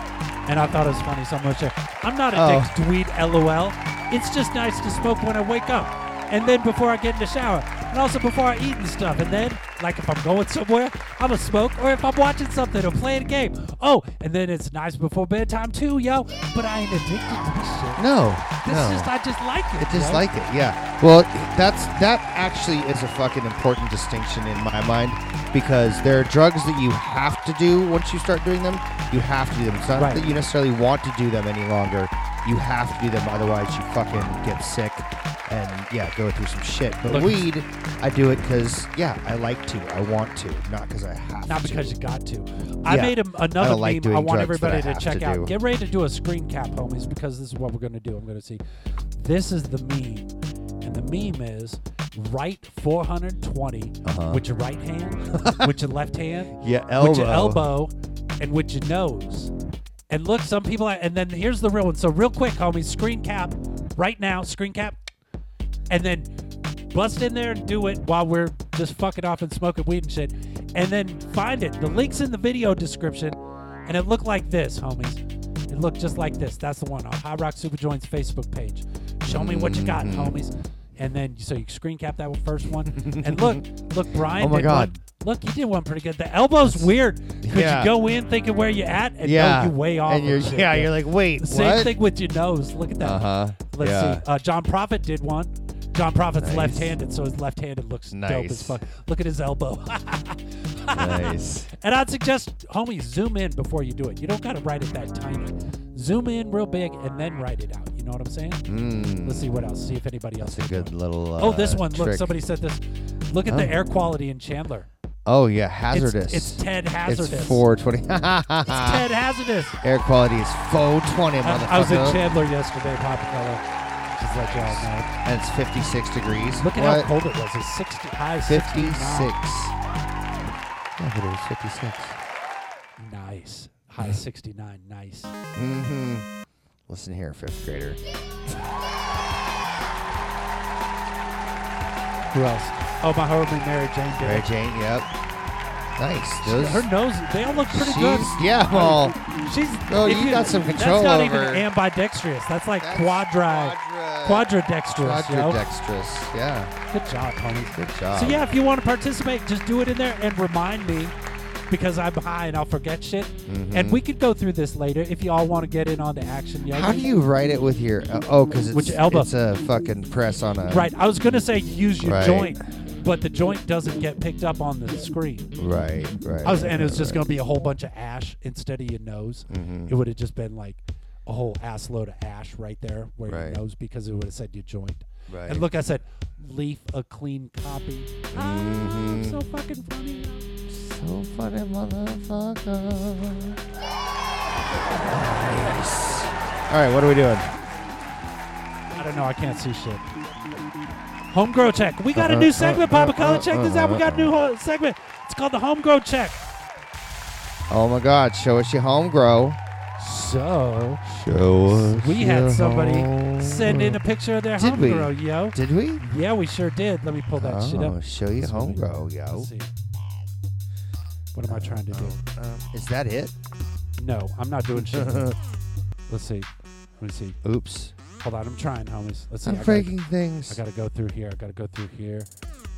and I thought it was funny, so I'm going to share. I'm not
Oh.
addicted to weed, lol. It's just nice to smoke when I wake up, and then before I get in the shower, and also before I eat and stuff. And then, like if I'm going somewhere, I'm going to smoke, or if I'm watching something or playing a game. Oh, and then it's nice before bedtime too, yo. But I ain't addicted to this shit.
no.
This
no.
is just, I just like it.
I just
yo.
like it, yeah. Well, that's that actually is a fucking important distinction in my mind because there are drugs that you have to do once you start doing them. You have to do them. It's not
Right.
that you necessarily want to do them any longer. You have to do them, otherwise you fucking get sick and yeah, go through some shit. But
Look-
weed, I do it because yeah, I like to, I want to, not because I have
Not
to.
because you got to. I
Yeah.
made a,
I
another
don't like
meme. I
doing
want
drugs, but
everybody
I
to
have
check
to
out.
do.
Get ready to do a screen cap, homies, because this is what we're going to do. I'm going to see. This is the meme, and the meme is write 420
Uh-huh.
with your right hand, with your left hand,
Your
with your elbow,
elbow.
and with your nose. And look, some people. Are, and then here's the real one. So real quick, homies, screen cap right now. Screen cap, and then bust in there and do it while we're just fucking off and smoking weed and shit. And then find it. The link's in the video description. And it looked like this, homies. It looked just like this. That's the one on High Rock Super Joint's Facebook page. Show me what you got,
Mm-hmm.
homies. And then so you screen cap that first one. and look, look, Brian.
Oh my
did one-
God.
Look, you did one pretty good. The elbow's weird. Cause
Yeah.
you go in thinking where you're at and
yeah,
know you way off.
And you're,
shit.
yeah, you're like, wait,
The same
what?
thing with your nose. Look at that.
Uh-huh.
Let's
Yeah.
see. Uh, John Prophet did one. John Prophet's
Nice.
left-handed, so his left-handed looks dope as
Nice.
fuck. Look at his elbow.
nice.
and I'd suggest, homies, zoom in before you do it. You don't gotta write it that tiny. Zoom in real big and then write it out. You know what I'm saying?
Mm,
Let's see what else. See if anybody else.
that's a
did one.
good little. Uh,
oh, this one. Look,
trick.
somebody said this. Look at the air quality in Chandler.
Oh yeah,
It's,
hazardous.
it's Ted
It's
Hazardous.
420.
It's Ted Hazardous.
Air quality is 420,
I, I was in
motherfucker.
Chandler yesterday, Papa Color. Just let y'all know.
and it's 56 degrees.
Look at
what?
how cold it was. It's 60 high.
56.
69.
Yeah, but it was 56.
Nice. High 69. Nice.
hmm Listen here, fifth grader.
Who else? Oh, my homie Mary Jane did.
Mary
it.
Jane, yep. Nice. Those,
Her nose, they all look pretty
she's,
good.
Yeah, well,
She's.
Oh,
if
you got some control
That's not
over-
even ambidextrous. That's like
That's
quadri,
quadra-
quadridextrous. Yo.
quadridextrous. Yeah,
Good job, homie.
good job.
So yeah, if you want to participate, just do it in there and remind me because I'm high and I'll forget shit.
Mhm.
And we could go through this later if you all want to get in on the action. Yo,
How do you write it with your? Oh, because it's
With your elbow.
it's a fucking press on a
Right. I was gonna say use your
Right.
joint, but the joint doesn't get picked up on the screen.
Right, right.
I was, and
right,
it was just
right.
gonna be a whole bunch of ash instead of your nose.
Mhm.
It would have just been like a whole ass load of ash right there where
Right.
your nose because it would have said your joint.
Right.
And look, I said, leaf a clean copy. I'm so fucking funny.
So funny, motherfucker. All right, what are we doing?
I don't know. I can't see shit. Homegrown check. We got a
Uh-uh,
new segment,
uh-uh,
Papa Color. Check this out. We got a new
Uh-huh.
ho- segment. It's called the Homegrown Check.
Oh my God, show us your home grow.
So
Show us.
we
your
had somebody
home
send in a
grow.
picture of their
Did we?
homegrown, yo.
Did we?
Yeah, we sure did. Let me pull that shit
Oh,
up.
show your
Let's
home
see.
grow, yo.
Let's see. What am I trying to do?
Uh, is that it?
No, I'm not doing shit. Let's see. Let me see.
Oops.
Hold on, I'm trying, homies. Let's see.
I'm
I gotta-
breaking
I
things.
gotta go through here. I gotta go through here,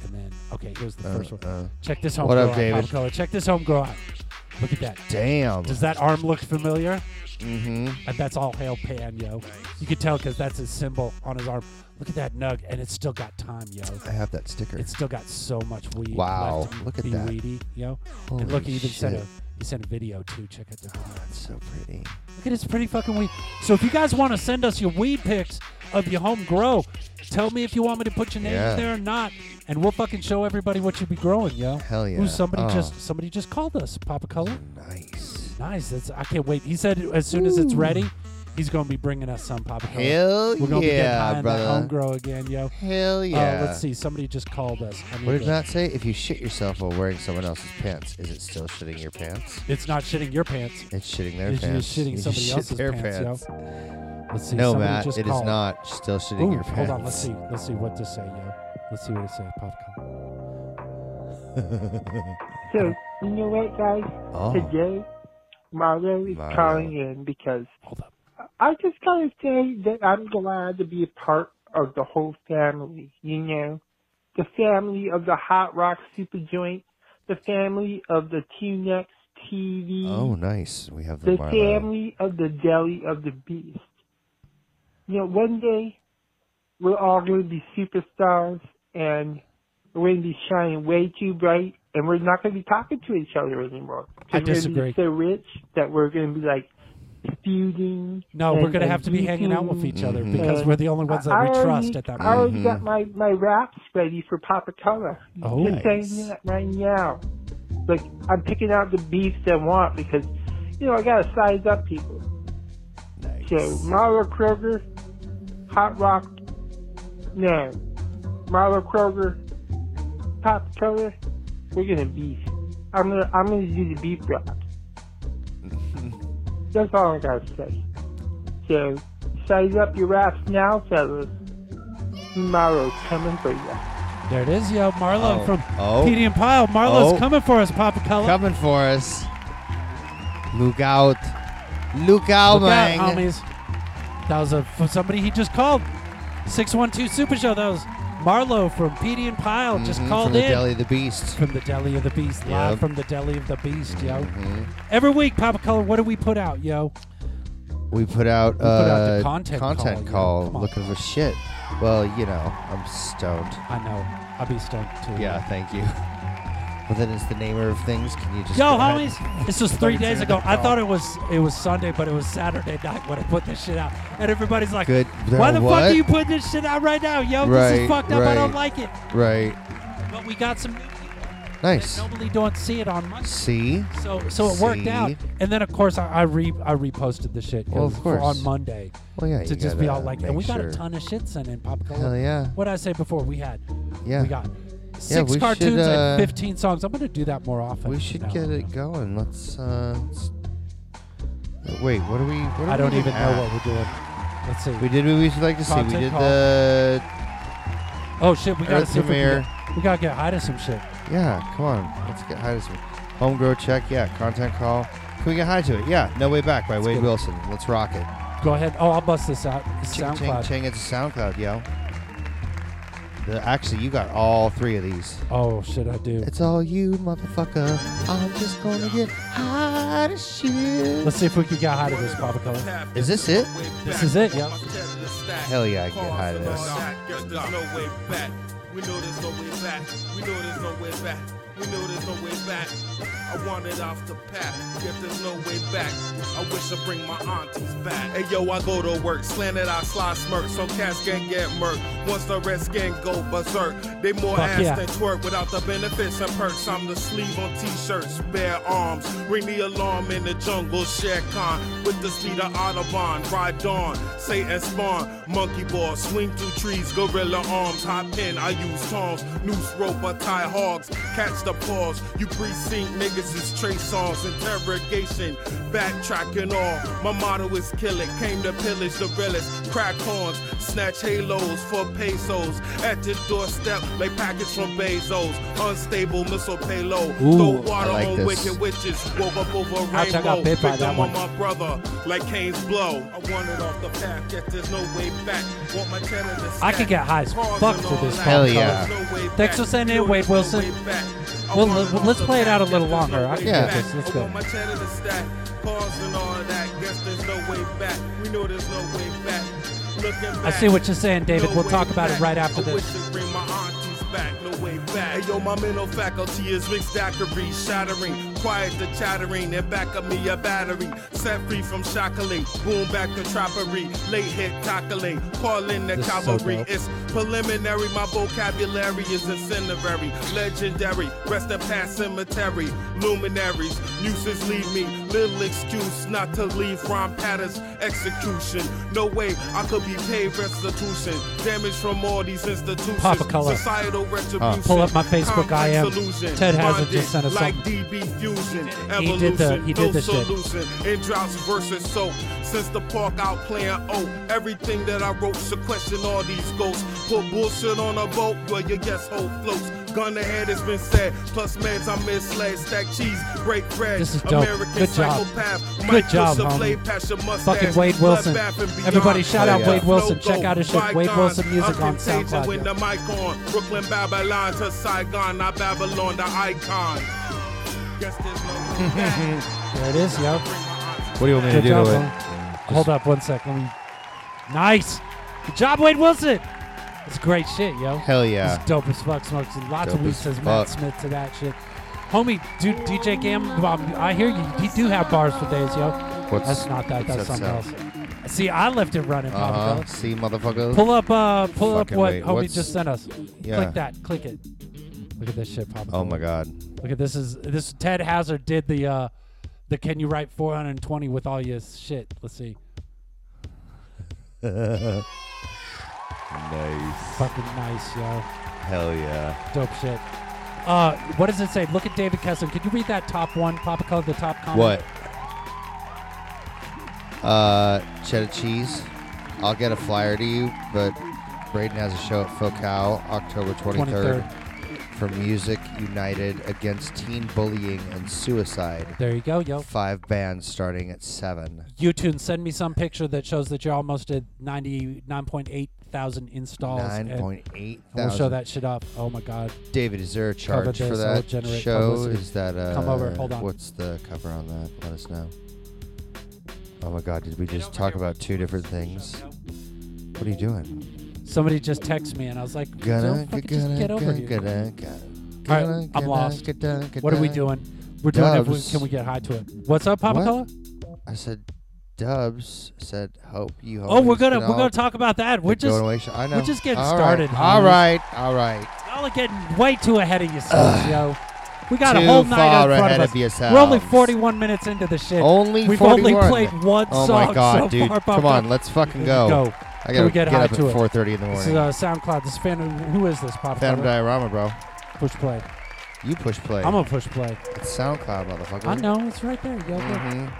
and then okay. Here's the
Uh,
first one.
uh,
Check this home.
What
grow
up,
out,
David?
Pop Color. Check this home grow out. Look at that.
Damn.
Does that arm look familiar?
Mm-hmm.
And that's all hail Pan, yo. You can tell because that's his symbol on his arm. Look at that nug, and it's still got time, yo.
I have that sticker.
It's still got so much weed.
Wow,
left to
look at
be
that.
weedy, yo.
Holy
and look, he even sent a
shit.
he sent a video too. Check out the video.
That's so pretty.
Look at this pretty fucking weed. So if you guys want to send us your weed pics of your home grow, tell me if you want me to put your name
Yeah.
in there or not, and we'll fucking show everybody what you be growing, yo.
Hell yeah.
Ooh, somebody
Oh.
just somebody just called us, Papa Color.
Nice.
Nice. That's I can't wait. He said as soon as it's ready, he's gonna be bringing us some Papa Color.
Hell
We're gonna be getting high
yeah,
on that home
brother.
grow again, yo.
Hell yeah.
Uh, let's see. Somebody just called us. I need
What did
to-
that say? If you shit yourself while wearing someone else's pants, is it still shitting your pants?
It's not shitting your pants.
It's shitting their
It's just
pants.
shitting
You
somebody
shit
else's
their
pants, yo. Let's see.
No,
somebody
Matt,
just
it is
called.
not still shitting
Ooh,
your pants.
hold on. Let's see. Let's see what to say, yo. Let's see what it says. Popcorn.
So, you know what, guys?
Oh.
Today, Mario is
Mario.
calling in because
Hold up.
I just gotta say that I'm glad to be a part of the whole family, you know? The family of the Hot Rock Super Joint, the family of the T-Nex TV,
Oh, nice. We have the,
the
Marlowe.
family of the Deli of the Beast. You know, one day, we're all gonna be superstars and we're gonna be shining way too bright and we're not gonna be talking to each other anymore. 'Cause we're
I
gonna be
disagree.
so rich that we're gonna be like feuding.
No,
and-
we're gonna
and
have to be hanging out with each other
Mhm.
because
And
we're the only ones that
I
we
already-
trust at that
I
moment.
already got my my raps ready for Papa Color.
Oh.
Just saying that right now. Like I'm picking out the beefs I want because you know I gotta size up people.
Nice.
So Marlo Kroger, Hot Rock, no, Marlo Kroger, Pop Color. We're gonna beef. I'm gonna I'm gonna do the beef rap. That's all I gotta say. So size up your raps now, fellas. Marlo's coming for you.
There it is, yo. Marlo
Oh.
from
Oh.
Petey and Pyle. Marlo's
Oh.
coming for us, Papa Color.
Coming for us. Look out. Look out,
Look out,
man.
homies. That was a, from somebody he just called. 612 Super Show. That was Marlo from Petey and Pyle just
Mhm,
called
from the
in.
Deli of the Beast.
From the Deli of the Beast. Live
Yep. Mm-hmm.
from the Deli of the Beast, yo. Every week, Papa Color, what do we put out, yo?
We put out,
put out the
uh,
content call,
content
yeah.
call,
Come on.
looking for shit. Well, you know, I'm stoned.
I know. I'll be stoked too.
Yeah, thank you. Well, then it's the namer of things. Can you just
Yo,
go ahead?
homies, this was three days ago. I thought it was it was Sunday, but it was Saturday night when I put this shit out. And everybody's like,
Good-
why the fuck
what?
are you putting this shit out right now, yo? this
Right,
is fucked up. I don't
right.
like it.
Right.
But we got some new people
Nice.
that normally don't see it on Monday.
See?
So so it worked
See?
out. And then, of course, I, I, re, I reposted the shit
Well, of
'cause for-
course.
on Monday
Well, yeah.
to
you
just be all
gotta
like, and
make
we got
sure.
a ton of shit sent in, Pop Cola.
Hell yeah.
What did I say before? We had,
Yeah.
we got six
we should,
cartoons
uh,
and 15 songs. I'm going to do that more often.
We
from
should
now
get
on,
it
yo.
going. Let's. uh let's- Wait, what are we? What are
I don't
we
even
at?
know what we're doing. Let's see.
We did what we should like to see. We
Content
did
call.
the.
oh shit, we gotta
Earth
see if we, can
premiere.
get- we gotta get high to some shit.
Yeah, come on. Let's get high to some. Home grow check. Yeah, content call. Can we get high to it? Yeah, No Way Back by Wade
get it.
Wilson. Let's rock it.
Go ahead. Oh, I'll bust this out. It's
Ching,
SoundCloud.
Ching, ching. It's a SoundCloud, yo. The, actually, you got all three of these.
Oh shit, I do.
It's all you, motherfucker. I'm just gonna get hot as shit.
Let's see if we can get high to this, Papa Color.
Is this it?
This is it. Yep.
Hell yeah, I can get high to this.
Cause there's no way back. We know there's no way back. We know there's no way back. We know there's no way back. I want it off the path. Yet there's no way back. I wish I bring my aunties back. Hey yo, I go to work, slanted, I slide smirk, so cats can get murk. Once the red skin go berserk, they more
Fuck
ass
yeah.
than twerk without the benefits and perks. I'm the sleeve on t-shirts, bare arms. Ring the alarm in the jungle, Shere Khan. With the speed of Audubon, ride dawn, Satan spawn, monkey ball, swing through trees, gorilla arms, hot pin. I use tongs, noose rope, I tie hogs, catch the paws. You precinct niggas is trace songs, interrogation, backtracking all. My motto is kill it, came to pillage the relics, crack horns, snatch halos for pesos. At your doorstep, like package from Bezos, unstable missile payload.
Ooh,
Throw water
I like
on
this.
wicked witches, woke up over a
Ouch, I got
rainbow.
bit by
Picked
that
up
one.
on my brother, like Kane's blow. I wanted off the path, yet there's no way back. Want my cheddar to
I could get high as fuck to this.
Hell
Papa Color.
yeah.
Thanks for sending in, Wade Wilson. Well, let- let's play it out a little longer. I can
Yeah.
get this. Let's go.
my cheddar to stack. Pause and all that. Guess there's no way back. We know there's no way back. Looking back.
I see what you're saying, David.
No
We'll
way
talk about it
back.
right after
I
this.
wish to bring my aunties back. No way back. Hey, yo, my mental faculty is mixed daiquiri, shattering. Quiet the chattering. In back of me, a battery. Set free from shackling. Boom back to trappery. Late hit tackling. Call in the
This is so
cavalry.
dope.
it's preliminary. My vocabulary is incendiary. Legendary. Rest in past cemetery. Luminaries. Nuisance leave me. Little excuse not to leave Ron Patter's execution. No way I could be paid restitution. Damage from all these institutions.
Papa Color.
Societal retribution.
Uh, pull up my Facebook, I am
complex illusion.
Ted Hazard.
Bonded
Just sent us
like
something.
DB fusion.
He did the-
Evolution.
he did
no
the shit.
solution. In droughts versus soap. Since the park out playing oak. Everything that I wrote should question all these ghosts. Put bullshit on a boat where your guess hope floats. Gun ahead has been said. Plus meds I misled. Stack cheese, break bread.
This is dope.
American
Good job.
psychopath.
Good
Mike
job,
Pusha,
homie.
blade past your mustache.
Fucking Wade Wilson.
Bloodbath and beyond.
Everybody, shout
Hell
out
yeah.
Wade Wilson.
No
Check out his
gold,
shit, Wade
bygones,
Wilson Music on
uncontagious
SoundCloud,
When
yeah.
the mic on, Brooklyn, Babylon to Saigon, not Babylon, the icon. Guess there's no way back.
There it is, yo. What
do you want me to do to it?
Hold up one sec. Let me. Nice. Good job, Wade Wilson. It's great shit, yo.
Hell yeah.
It's dope as fuck. Smokes lots
Dope
of weed.
as
Says Matt
fuck.
Smith to that shit. Homie, dude, DJ Gam, um, I hear you. You do have bars for days, yo.
What's-
that's not that.
what's
That's
that
something
sound?
else. See, I left it running, Papa
Uh huh.
Bella.
See, motherfucker.
Pull up, uh, pull up
Fucking
what
wait,
homie
what's-
just sent us.
Yeah.
Click that. Click it. Look at this shit, Papa.
Oh my god.
Look at this is this Ted Hazard did the uh the can you write 420 with all your shit. Let's see.
nice.
Fucking nice, yo.
Hell yeah.
Dope shit. Uh what does it say? Look at David Kesson. Could you read that top one, Papa Color, the top comment?
What? Uh, cheddar cheese. I'll get a flyer to you, but Braden has a show at Focal October 23rd,
23rd.
for Music United Against Teen Bullying and Suicide.
There you go, yo.
Five bands starting at 7.
You tune send me some picture that shows that you're almost at 99.8 thousand installs. and
9.8
We'll show
thousand.
that shit up. Oh my god.
David, is there a
Cover
charge for
this, I'll
that
generate
show?
publicity.
Is that uh,
Come over, hold on.
What's the cover on that? Let us know. Oh my God! Did we just talk about two different things? What are you doing?
Somebody just texted me and I was like,
Gonna-
"Joe, fucking just get over
gonna-
here.
gonna-
All
gonna-
right,
gonna-
I'm
gonna-
lost.
gonna-
What are we
gonna-
doing? We're doing it.
Dubs.
Can we get high to it? What's up, Papa
What?
Color?
I said, Dubs said, hope you.
Oh, we're
homies
gonna
can
we're
all
gonna talk about that. We're
get going
just
away sh- I know.
we're just getting
All right,
started.
All
homies.
right, all right.
y'all are getting way too ahead of yourselves, yo. We got a
Too
whole night
far
in front
ahead
of us.
of
we're only
yourselves.
41 minutes into the shit.
Only
we've
41.
only played one
oh
song
my God,
so
dude!
far. Papa
Come on,
Color.
let's fucking
Let's
go.
go.
I
Can
gotta
we get, high
up at
to it?
4:30 in the morning.
This is uh, SoundCloud. This fan. Who is this, Papa
Phantom
Color?
Diorama, bro.
Push play.
You push play.
I'm gonna push play.
It's SoundCloud, motherfucker.
I know it's right there. Yo,
Mhm.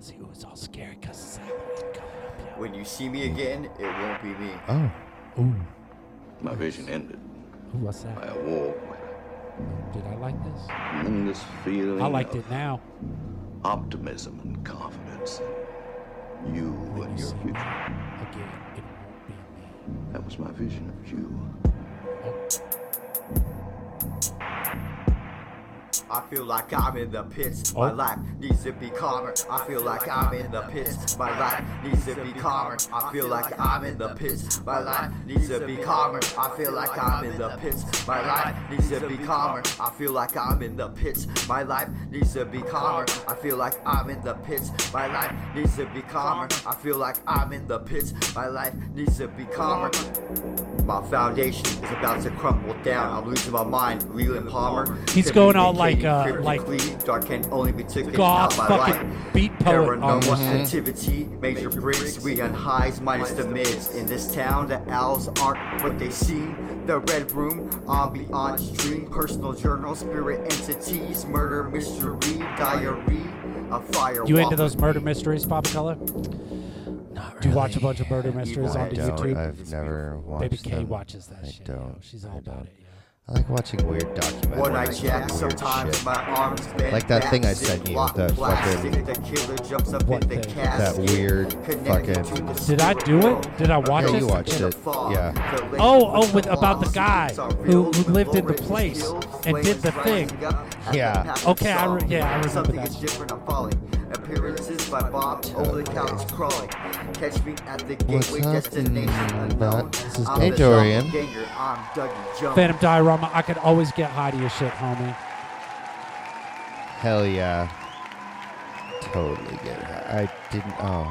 See, it was all scary because it's Halloween coming up. yo.
When you see me again, it won't be me.
Oh. Ooh.
My vision ended.
Ooh, what's that?
I awoke
Did I like this?
in this feeling
I liked
of
it now.
optimism and confidence. You and your future.
Again, it won't be me.
That was my vision of you.
I feel like I'm in the pits. My
Oh.
life needs to be calmer. I feel like I'm in the pits. My life needs to be calmer. I feel like I'm in the pits. My life needs to be calmer. I feel like I'm in the pits. My life needs to be calmer. I feel like I'm in the pits. My life needs to be calmer. I feel like I'm in the pits. My life needs to be calmer. I feel like I'm in the pits. My life needs to be calmer. My foundation is about to crumble down. I'm losing my mind. Leland Palmer.
He's
Tiffany
going all
McKinney,
like, uh,
Kristen
like-
Lee, Dark can only be taken
goth
out by
fucking
light.
beat poet
Paranormal
almost.
sensitivity, major breaks. We on highs minus the mids. In this town, the owls aren't what they seem. The red room, ambiance dream, personal journal, spirit entities, murder mystery, diary, a fire.
You into
walk
those murder mysteries, Papa Color? Do you watch a bunch of murder mysteries
I
onto
don't.
YouTube?
I've never watched
Baby K
them.
watches that
I
shit. yo.
don't.
She's all about it.
I like watching weird documentaries.
One night
about
jack,
weird
sometimes
shit.
my arms bend
Like that
back,
thing I
zip
sent you,
lock
the
plastic,
fucking-
The killer jumps up
What
in the
thing?
casket.
That weird
connected
fucking-
to the
Did I do it? Did I watch
yeah,
it?
you watched it. Yeah.
Oh, oh, with about the guy who, who lived in the place and did the thing.
Yeah.
Okay, I re- yeah, I remember
Something is
that.
different. I'm falling. Appearances by Bob over the couch crawling. Catch me at the
What's
gateway destination
happening,
unknown.
Matt? This is
I'm
Hey,
the
Dorian.
doppelganger, I'm Dougie Jones.
Phantom Diorama. I could always get high to your shit, homie.
Hell yeah. Totally get high. I didn't. Oh,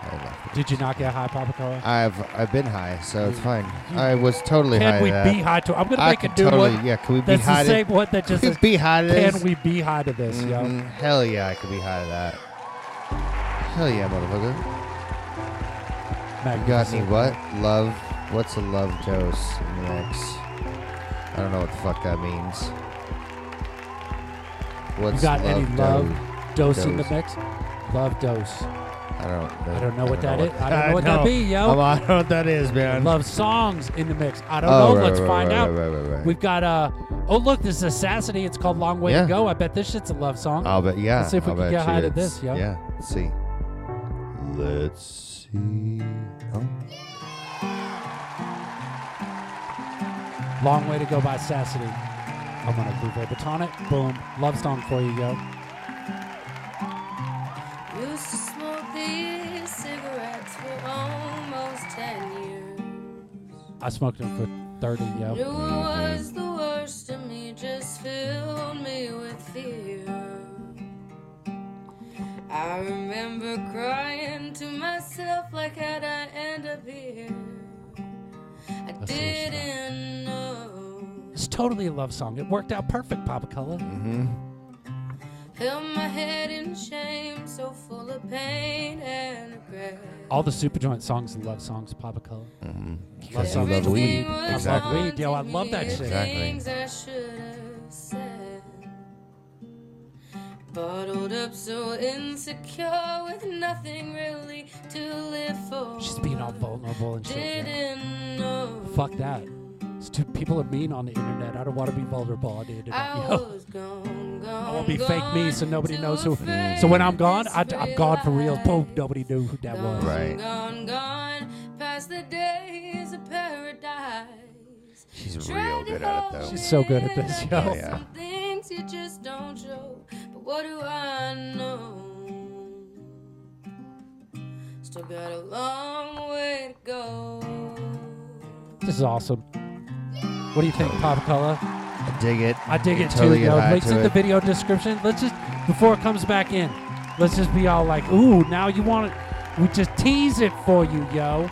I left it.
Did you not get high, Papa Color?
I've I've been high, so it's fine. I was totally
Can
high.
we
to
be
that.
high to? I'm gonna
I
make a
could
new
totally,
one.
Yeah, can we be
That's
high?
the same
to,
one that just
can
says,
we be high to
Can
this?
we be high to this, yo?
Mhm, Hell yeah, I could be high to that. Hell yeah, motherfucker. You got me
Magnificent.
what? Love. What's a love dose in the mix? I don't know what the fuck that means. What's
you got any love
do-
dose, in the
dose?
mix? Love dose.
I don't know.
I don't know what that
that
is.
is.
I don't know what that be, yo.
I'm- I don't know what that is, man.
Love songs in the mix. I don't
Oh,
know.
right,
Let's
right,
find
right,
out.
right, right, right, right.
We've got uh oh look, this is Assassinate. It's called Long Way
Yeah.
to Go. I bet this shit's a love song.
I'll bet. Yeah.
Let's see if we
I'll
can
bet
get
you
high to
it's-
this, yo.
Yeah. Let's see. Let's see. Oh.
Long Way to Go by Assassinate. I'm gonna Bouvet Baton it. Boom. Love song for you, yo.
Used to smoke these cigarettes for almost 10 years.
I smoked them for 30, yo.
Knew it was the worst of me, just filled me with fear. I remember crying to myself, like, how'd I end up here? I didn't know.
It's totally a love song. It worked out perfect, Papa Color. Mm-hmm.
Held my head in shame, so full of pain and regret.
All the Superjoint songs are love songs, Papa Color. Mm-hmm.
Because you love weed.
I
Exactly.
love weed, yo. I love that shit.
Exactly.
Things I should have said. Bottled up so insecure with nothing really to live for.
She's being all vulnerable and shit. yo.
Didn't know
Fuck that. It's too, people are mean on the internet. I don't want to be vulnerable on the internet.
I
Yo.
was gone,
I
gone,
want to be fake me so nobody knows who.
afraid
So when I'm gone, I, am gone for real. Boom, nobody knew who that was.
Right.
gone, gone. Past the days of paradise.
She's real good at it though.
She's so good at this, yo.
Oh, yeah.
Things you just don't show. But what do I know? Still got a long way to go.
This is awesome. What do you think, Pop Color?
I dig it.
I dig
You
it
totally
too,
get
yo.
high
Links
to
in the
it.
video description. Let's just before it comes back in, let's just be all like, "Ooh, now you want it." We just tease it for you, yo.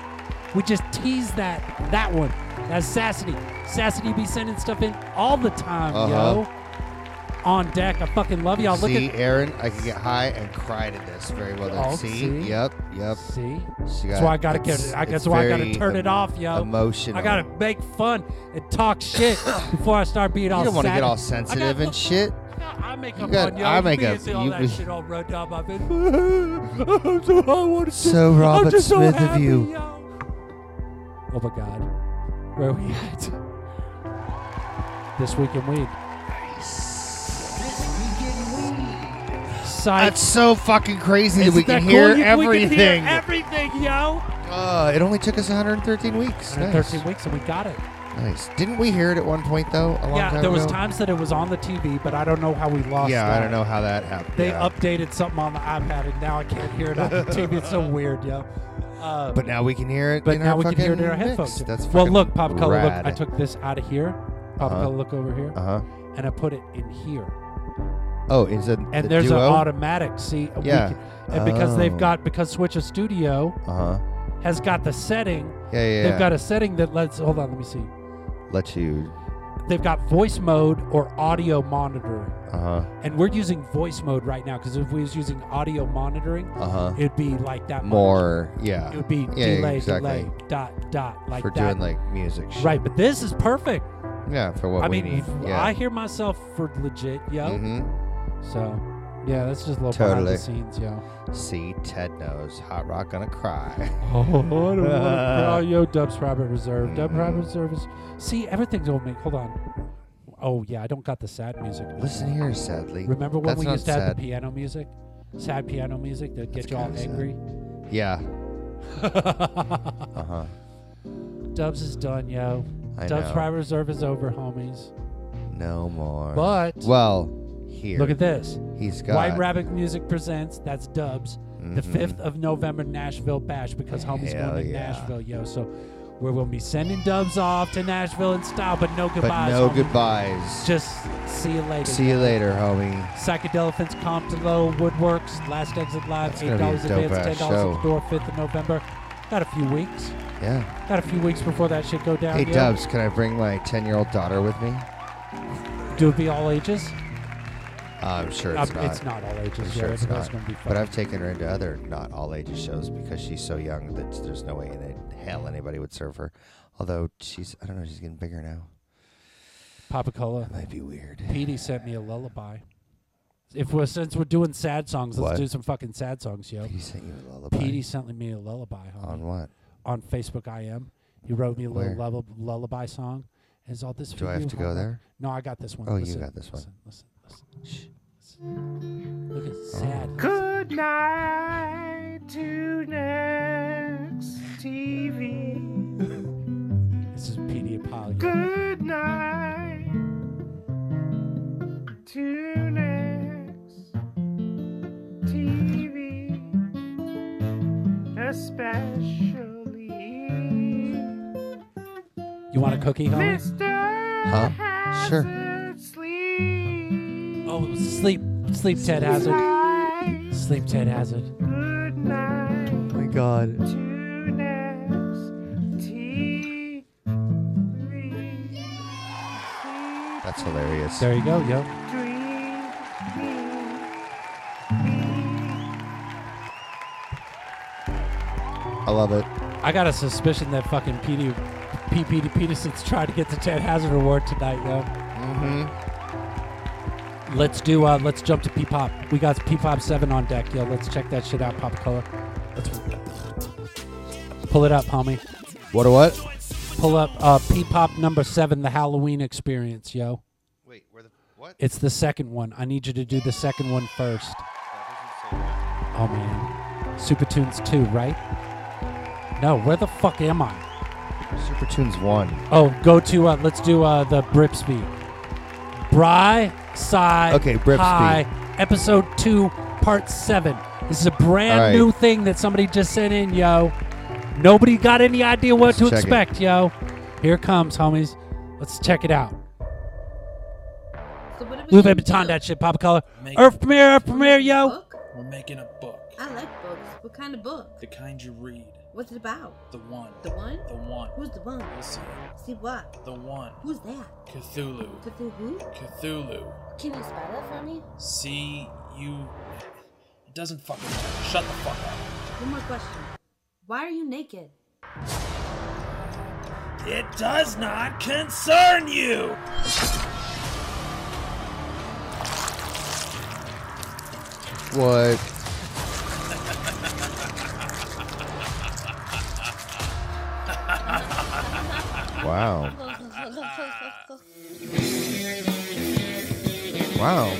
We just tease that that one. That's Sassity. Sassity be sending stuff in all the time, yo. On deck. I fucking love y'all. Look
Uh-huh. See,
at
Aaron, I can get high and cry to this. Very well done.
Oh,
see?
see?
Yep. Yep.
See?
She
That's
got-
why I gotta
it's-
get. I guess
it's
why I gotta
very
turn it
em-
off, yo.
Emotional.
I gotta make fun and talk shit before I start being all.
You don't want to
sad.
get all
I gotta
sensitive and shit.
I make
You
up
got-
on you.
I
You
make
be
up-
into all
you
that
be-
shit all run down my face. I'm so, I want to
So Robert
just so
Smith of
happy,
you.
yo. Oh my God, where are we at? This week in weed. Psych.
That's so fucking crazy that
Isn't
we can
that
hear
cool? You-
everything.
We can hear everything, yo.
Uh, it only took us 113 weeks.
113 weeks, and we got it.
Nice. Nice. Didn't we hear it at one point though? A long
yeah,
time
there was
ago?
times that it was on the TV, but I don't know how we lost.
Yeah,
that.
I don't know how that happened.
They
yeah.
updated something on the iPad, and now I can't hear it on the TV. It's so weird, yeah. Uh,
But now we can hear it.
but
in
now
our
we can hear it in
fucking
our
mix.
headphones.
That's
well,
fucking
look, pop color. Look,
rad.
I took this out of here. Pop
Uh-huh.
color, look over here,
Uh-huh.
and I put it in here.
Oh, is it?
And
the
there's
duo?
an automatic. See, we
Yeah.
can- and because they've
Oh.
got because Switch Studio
Uh huh.
has got the setting.
Yeah, yeah,
They've
yeah.
got a setting that lets. Hold on, let me see.
Let you.
They've got voice mode or audio monitoring.
Uh huh.
And we're using voice mode right now because if we was using audio monitoring,
Uh-huh.
it'd be like that. much.
More, yeah.
It would be
Yeah,
delay,
exactly.
delay, dot, dot, like
for
that.
doing like music. Shit.
right, but this is perfect.
Yeah, for
I
what we
mean,
need.
f-
Yeah. Mm-hmm.
I hear myself for legit, yo. So, yeah, that's just a little behind
totally.
the scenes, yo.
See, Ted knows Hot Rock gonna cry.
Oh, I don't wanna cry, Oh, yo, Dub's Private Reserve. Dub
Mm-hmm.
Private Reserve is. See, everything's old make. Hold on. Oh yeah, I don't got the sad music.
Listen here, sadly.
Remember when
That's
we
not
used to have
sad.
the piano music, sad piano music that get you all
kinda sad.
angry?
Yeah. uh huh.
Dubs is done, yo.
I
Dubs
know.
Private Reserve is over, homies.
No more.
But-
well, here.
Look at this.
He's got
White Rabbit Music presents. That's Dubs. The
Mhm.
fifth of November, Nashville Bash because homies
Hell
going to
yeah.
Nashville, yo. So we're gonna be sending Dubs off to Nashville in style, but no
But
goodbyes.
no
homie.
goodbyes.
Just see you later.
See you later, homie.
Psychedeliphants, Comptolo, Woodworks, Last Exit Live,
That's
eight
gonna be a
dollars advance, ten
dope-ass
dollars at
show.
the door, fifth of November. Got a few weeks.
Yeah.
Got a few weeks before that shit go down.
Hey
yo.
Dubs, can I bring my ten-year-old daughter with me?
Do it be all ages?
I'm sure
Um,
it's not.
it's not all ages,
I'm
yeah,
sure it's
everybody's
not.
gonna be
But
fine.
I've taken her into other not all ages shows because she's so young that there's no way in hell anybody would serve her. Although she's, I don't know, she's getting bigger now.
Papa Cola. That
might be weird.
Petey sent me a lullaby. If we're since we're doing sad songs, let's
What?
do some fucking sad songs, yo.
Petey sent you a lullaby?
Petey sent me a lullaby. Homie.
On what?
On Facebook, I am. He wrote me a little
Where?
lullab- lullaby song. Is all this?
Do
for
I have
you,
to go
homie?
there?
No, I got this one.
Oh, you
listen,
got this one.
Listen, listen, listen. listen. Look, it's sad.
Oh.
Good night to next TV.
This is Petey Apollo.
Good night to next TV. Especially
You want a cookie, homie?
Mr.
Huh? Sure.
Hazard Sleep.
Oh, sleep, sleep, Ted Hazard.
Hazard.
Sleep, Ted Hazard.
Good night.
Oh my God. That's hilarious.
There you go, yo.
I love it.
I got a suspicion that fucking Petey, P. Petey Peterson's trying to get the Ted Hazard Award tonight, yo. Mm-hmm. Let's do. Uh, let's jump to P Pop. We got P Pop Seven on deck, yo. Let's check that shit out, Pop Color. Let's pull it up, homie.
What a what?
Pull up uh, P Pop number seven, the Halloween Experience, yo.
Wait, where the what?
It's the second one. I need you to do the second one first. Oh man, Super Tunes two, right? No, where the fuck am I?
Super Tunes one.
Oh, go to uh, let's do uh, the Bripsby. Bry Psy
Okay, Bripsby.
Hi, episode two, part seven. This is a brand
All right.
new thing that somebody just sent in, yo. Nobody got any idea what
Let's
to
check it.
expect, yo. Here it comes, homies. Let's check it out. Louis Vuitton, that shit, pop color.
Make-
Earth premiere, Earth premiere, yo.
We're making a book.
I like books. What kind of book?
The kind you read.
What's it about?
The one.
The one?
The one.
Who's the one?
You'll see.
See what?
The one.
Who's that?
Cthulhu.
Cthulhu?
Cthulhu.
Can you spell that for me?
See you. It doesn't fucking matter. Shut the fuck up.
One more question. Why are you naked?
It does not concern you.
What? Wow. Wow.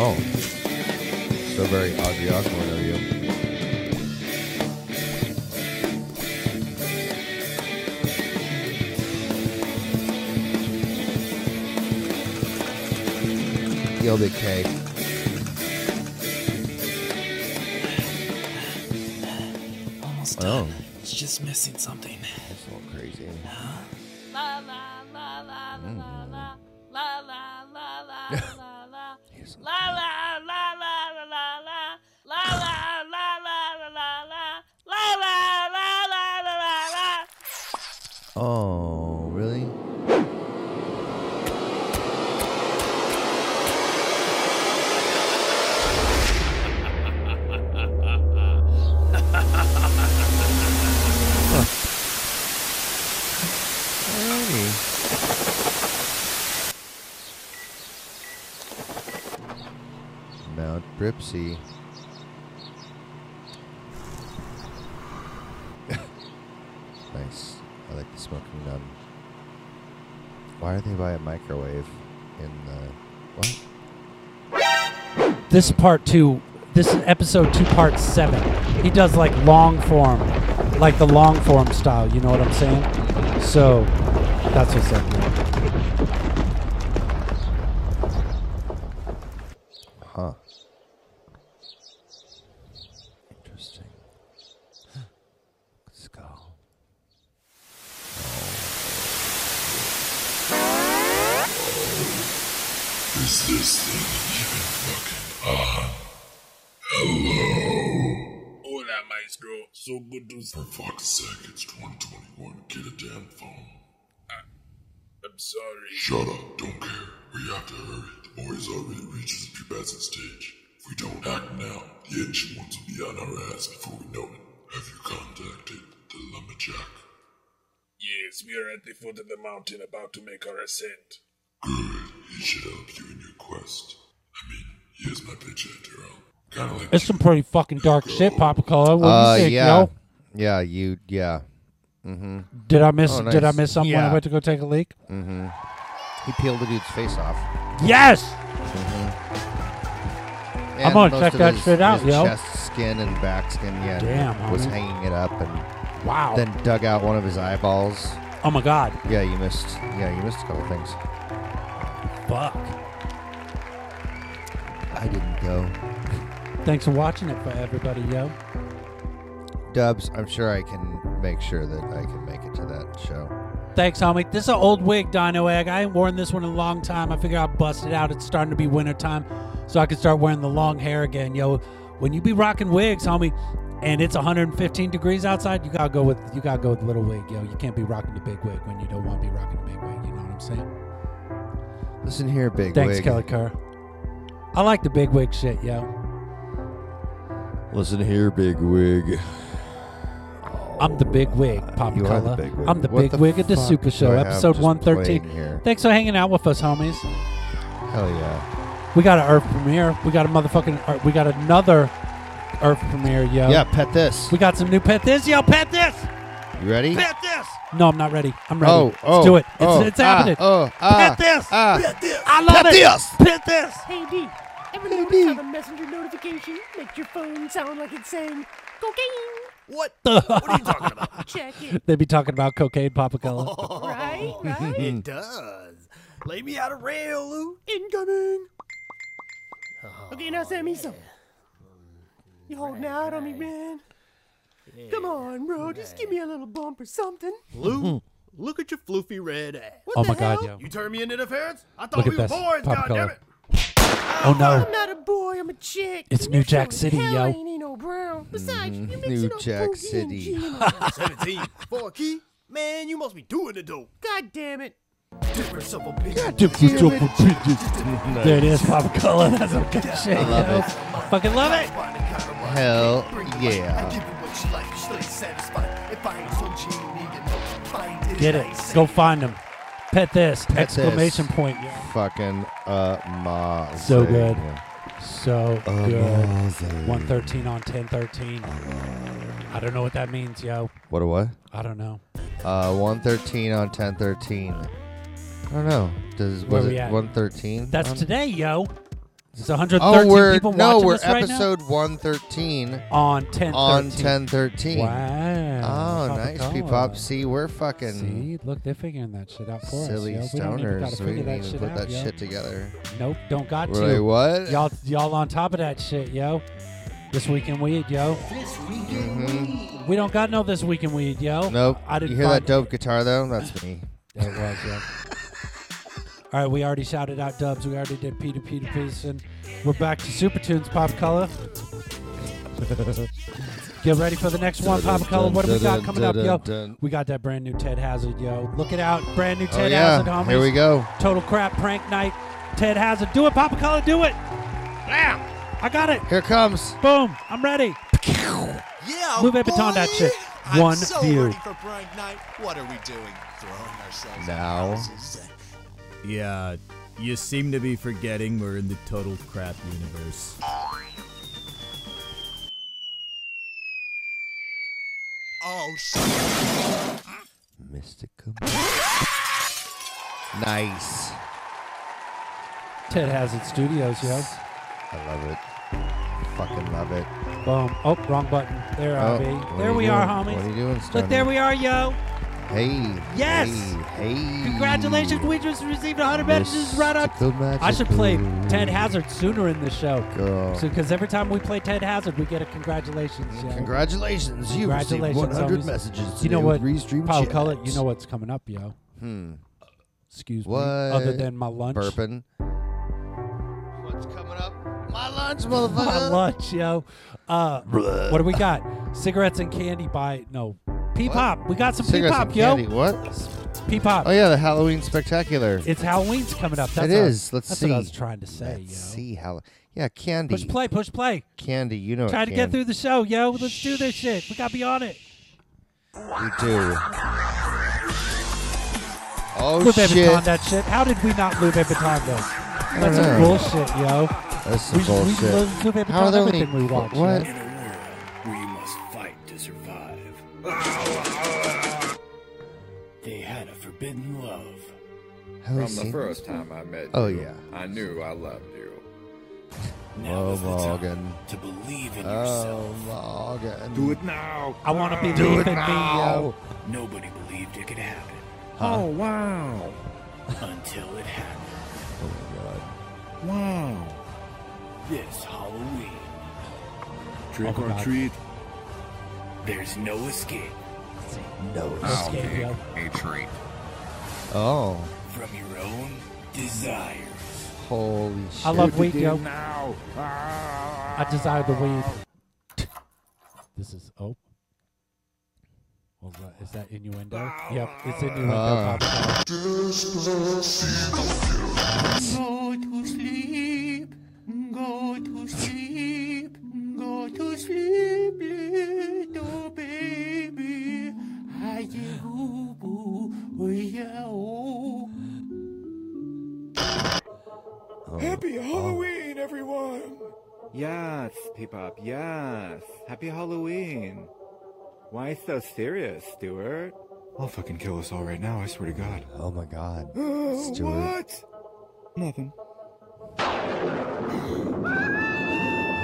Oh. So very Ozzy Osbourne of you. Yo, Big K.
Almost
Oh.
done. It's just missing something.
That's a little crazy. Mm.
La la la la la la la la la la la la la. La la la la la la la. La la la la la la la. La la la la la la la.
Oh, really? Alrighty. Mount Bripsy. nice. I like the smoking gun. Why are they by a microwave in the what?
This part two, this is episode two, part seven. He does like long form, like the long form style. You know what I'm saying? So that's what's up. man.
Huh. Interesting. Let's go.
Is this thing even fucking on? Hello? Hola, maestro. So good to For fuck's sake, it's 2021. Get a damn phone.
Ah,
I, I'm sorry. Shut up. Don't care. We have to hurry. The boy's already reached his pubescent stage. If we don't act now, the ancient ones will be on our ass before we know it. Have you contacted the lumberjack?
Yes, we are at the foot of the mountain about to make our ascent.
He should help you in your quest. I mean, here's my picture, Darrell. Kinda like
It's some pretty fucking dark shit, Papa Cola. What do
uh,
you think,
yeah.
yo?
Yeah, you, yeah. Mm-hmm.
Did I miss- did I miss something when I went to go take a leak?
Mm-hmm. He peeled the dude's face off.
Yes!
Mm-hmm.
I'm gonna check that
his,
shit out,
his
yo.
chest skin and back skin, yeah.
Damn,
Was
homie.
hanging it up and
Wow.
then dug out one of his eyeballs.
Oh my god.
Yeah, you missed. Yeah, you missed a couple things.
Fuck.
I didn't go.
Thanks for watching it for everybody, yo.
Dubs, I'm sure I can make sure that I can make it to that show.
Thanks, homie. This is an old wig, Dino Egg. I ain't worn this one in a long time. I figure I'll bust it out. It's starting to be wintertime, so I can start wearing the long hair again. Yo, when you be rocking wigs, homie, and it's 115 degrees outside, you gotta go with you gotta go with the little wig, yo. You can't be rocking the big wig when you don't want to be rocking the big wig. You know what I'm saying?
Listen here, big
Thanks,
wig.
Kelly Kerr. I like the big wig shit, yo.
Listen here, big wig.
I'm the big wig, Pop
You are the
Color.
big wig.
I'm the
What
big
the
wig of the
fuck
Super
do
Show,
I have
episode
just
113.
playing here?
Thanks for hanging out with us, homies.
Hell yeah.
We got an Earth premiere. We got a motherfucking. uh, We got another Earth premiere, yo.
Yeah, pet this.
We got some new pet this, yo. Pet this.
You ready?
Pet this. No, I'm not ready. I'm ready.
Oh, oh,
Let's do it. It's,
oh,
it's
ah,
happening.
oh, ah,
pet this.
ah.
pet this. I love
Pet
it.
this.
Pet this.
Hey D, ever notice how the messenger notification makes your phone sound like it's saying cocaine? What?
What
are you talking about? Check it.
they be talking about cocaine, Papa Cola.
Oh,
Right, right.
Mhm.
it does. Lay me out a rail, Lou. Incoming. okay, now send me some. You holding out on me, man? Come on, bro. Just give me a little bump or something.
Lou, look at your floofy red ass.
Mm-hmm. Oh my God, yo.
You turned me into the ferrets? I thought
Look
we
at
were boys,
this,
goddammit.
Pop Cola. Oh
I'm
no.
not a boy. I'm a chick.
It's
And
New
you sure
Jack
as
City,
hell
yo.
ain't Eno Brown. Besides, you mixing
Mm-hmm. New
up
Jack
cocaine
City.
gin and all.
17 for a key? Man, you must be doing the dope.
God damn it.
Difference of opinion.
There it is, Papa Cola. That's some good shit.
I love
yo.
it.
Fucking love it.
Hell yeah.
Get it. Go find him. Pet this. exclamation
This
point. yo.
Fucking amazing.
So good. So
Amazing.
good. 113 on 1013. I don't know what that means, yo.
What a what?
I don't know.
Uh, 113 on 1013. I don't know. Does
Where
was
we
it
at?
113?
That's
on-
today, yo. There's 113
Oh, we're
people
no,
watching
we're
this right now?
episode 113
On 1013.
on 1013.
Wow.
Oh,
Papa
nice,
Cola.
Peepop. See, we're fucking
See, look, they're figuring that shit out for
silly
us. yo. We don't even gotta
stoners. We
figure
didn't
that
even
shit
put
out,
that
yo.
shit together.
Nope, don't got
We're
to.
like, what?
Y'all, y'all on top of that shit, yo. This weekend weed, yo.
This
We don't got no this weekend weed, yo.
Mm-hmm. Nope.
I didn't
you hear
find
that dope guitar though? That's me.
It was, yeah. All right, we already shouted out dubs. We already did Peter Peter Peterson. We're back to Super Tunes, Pop Color. Get ready for the next one, Pop Color. What do we got coming up, yo? We got that brand new Ted Hazard, yo. Look it out, brand new
Oh,
Ted
yeah.
Hazard, homies.
Here we go.
Total crap prank night. Ted Hazard, do it, Papa Color, do it. Yeah, I got it.
Here comes.
Boom, I'm ready.
Yeah,
Move it, baton that shit.
I'm
One
so
view.
ready for prank night. What are we doing? Throwing ourselves
Now.
in houses.
Yeah, you seem to be forgetting we're in the total crap universe.
Oh shit!
Mystical. nice.
Ted Hazard Studios, yo.
I love it. Fucking love it.
Boom. Oh, wrong button. There
Oh,
I
what
be.
are
There
you
we are,
doing?
homies.
What are you doing,
Look,
Stoney?
there we are, yo.
Hey.
Yes.
Hey. hey.
Congratulations, we just received 100 messages right up.
Mystical,
I should play
magical.
Ted Hazard sooner in this show.
Girl.
Because every time we play Ted Hazard, we get a congratulations. yo.
Congratulations, you received
Congratulations,
100
homies.
messages
You
today
know what?
with Restream
Paul
Chat.
Cullet, you know what's coming up, yo.
Hmm.
Excuse
What?
me. Other than my lunch.
Burping.
What's coming up? My lunch,
motherfucker.
My lunch, yo. Uh,
Bruh.
what do we got? Cigarettes and candy by no. Pee pop. We got some pee
Cigarettes
pop,
and
yo.
candy. What?
Pee pop.
Oh yeah, the Halloween spectacular.
It's Halloween's coming up. That's
it
what I-
is. Let's
that's
see.
what I was trying to say,
Let's see how. Yeah, candy.
Push play, push play.
Candy, you know.
Trying
it
to get
can.
through the show, yo. Let's do this shit. We gotta be on it.
You do. Oh
Lube
shit.
Vuitton that shit. How did we not Lube Vuitton
I
this?
don't
That's some
know.
bullshit, yo.
That's some
we,
bullshit.
We love Lube
How are
Vuitton
there
everything
only-
we watch.
what?
yo.
We must fight to survive. They had a forbidden love.
Have
From
I
the
seen
first
this
time I met you,
Oh, yeah.
I knew I loved you.
Oh Morgan.
To believe
oh Morgan.
Do it now.
I want to
Do
believe
it
in me, yo.
now.
Nobody believed it could happen.
Huh? Oh,
wow. Until it happened.
Oh my god.
Wow. This Halloween.
Trick
Oh,
or
God.
treat.
There's no escape.
No
I'll
escape.
pick a treat.
Oh,
From your own desire.
holy shit.
I love weed,
What you
yo.
did now.
I desire the weed. This is oh. Hold on, Is that innuendo? Yep, it's innuendo.
Ah.
Papa
Go to sleep. Go to sleep. Go to sleep, little baby. Hiya, boo, boo, hiya, oh.
Oh,
Happy Halloween, everyone!
Yes, Peepop, yes. Happy Halloween. Why so serious, Stuart?
I'll fucking kill us all right now, I swear to God.
Oh my god.
Stuart.
what?
Nothing.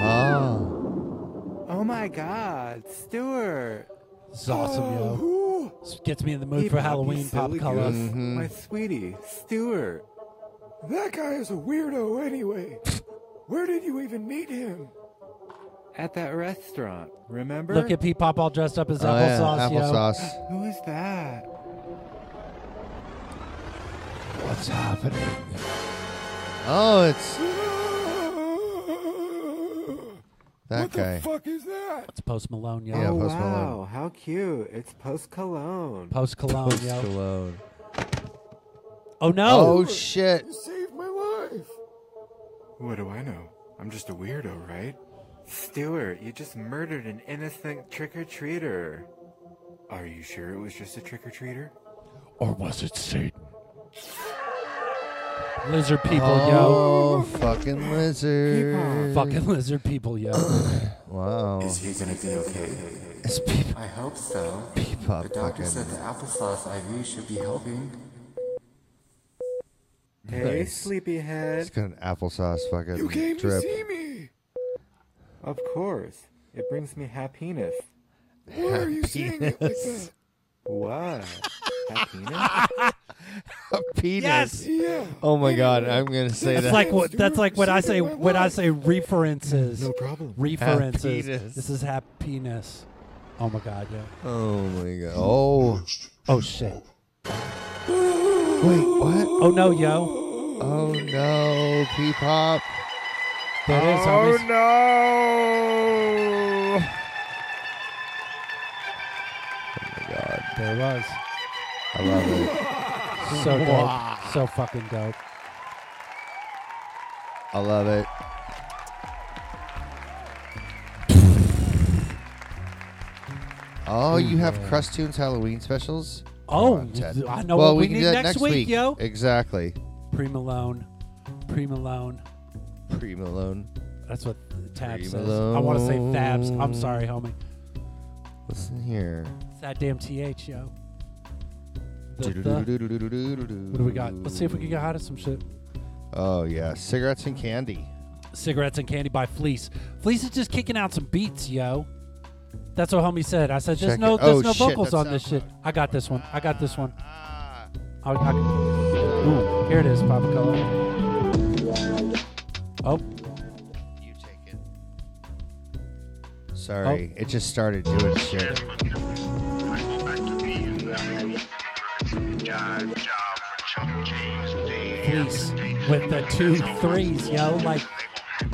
Oh.
Oh my God, Stuart. Oh,
This is awesome, yo. This gets me in the mood
Hey,
for
Pop, you
Halloween pop
silly
color.
goose.
Mm-hmm.
My sweetie, Stuart.
That guy is a weirdo anyway. Where did you even meet him?
At that restaurant, remember?
Look at Pete Pop all dressed up as
Oh, yeah,
applesauce, yo.
applesauce.
Who is that?
What's happening? Oh, it's that
What the
guy.
fuck is that?
It's Post Malone, yo.
Yeah,
oh,
Post
wow.
Malone.
How cute. It's Post Cologne.
Post Cologne,
Post
yo.
Cologne.
Oh no!
Oh shit.
saved my life. What do I know? I'm just a weirdo, right? Stuart, you just murdered an innocent trick or treater. Are you sure it was just a trick or treater?
Or was it Satan?
Lizard people, yo.
oh, fucking lizard.
Fucking lizard people, yo.
Wow.
Is he gonna be okay?
It's people.
I hope so.
Peepop
the doctor
fucking-
said the applesauce IV should be helping. Hey,
Nice.
sleepyhead.
It's got an applesauce fucking
You came to
drip.
see me. Of course. It brings me happiness.
Why are you saying it like that?
What? happiness?
A penis.
Yes. Yeah.
Oh my god, I'm gonna say
That's
that.
like what. That's like when I say when I say references. No
problem.
References.
Happiness.
This is happiness. Oh my god, yeah.
Oh my god. Oh.
Oh shit.
Wait, what?
Oh no, yo.
Oh no, peep hop.
That is,
Oh,
homies.
no! Oh my god.
There was.
I love it.
So
Wah.
dope. So fucking dope.
I love it. Oh, you have Crust Tunes Halloween specials?
Oh,
Come on, Ted.
I know
well,
what we
can
need
do that
next
next
week, yo.
Exactly.
Pre Malone. Pre Malone.
Pre Malone.
That's what Tab
Pre
says. I want to say Thabs. I'm
Malone.
sorry, homie.
Listen here.
It's that damn TH, yo. The- the- What
What
do we got? Let's see if we can get out of some shit.
Oh yeah, cigarettes and candy.
Cigarettes and Candy by Fleece. Fleece is just kicking out some beats, yo. That's what homie said. I said, there's
Check
no,
it-
there's
oh,
no
shit,
vocals
that's
on this shit. I got this one. I got this one.
Ah.
I, I, ooh, here it is, Papa Color. Oh, Oh.
Sorry, it just started doing shit.
Fleece with the two threes, yo. Like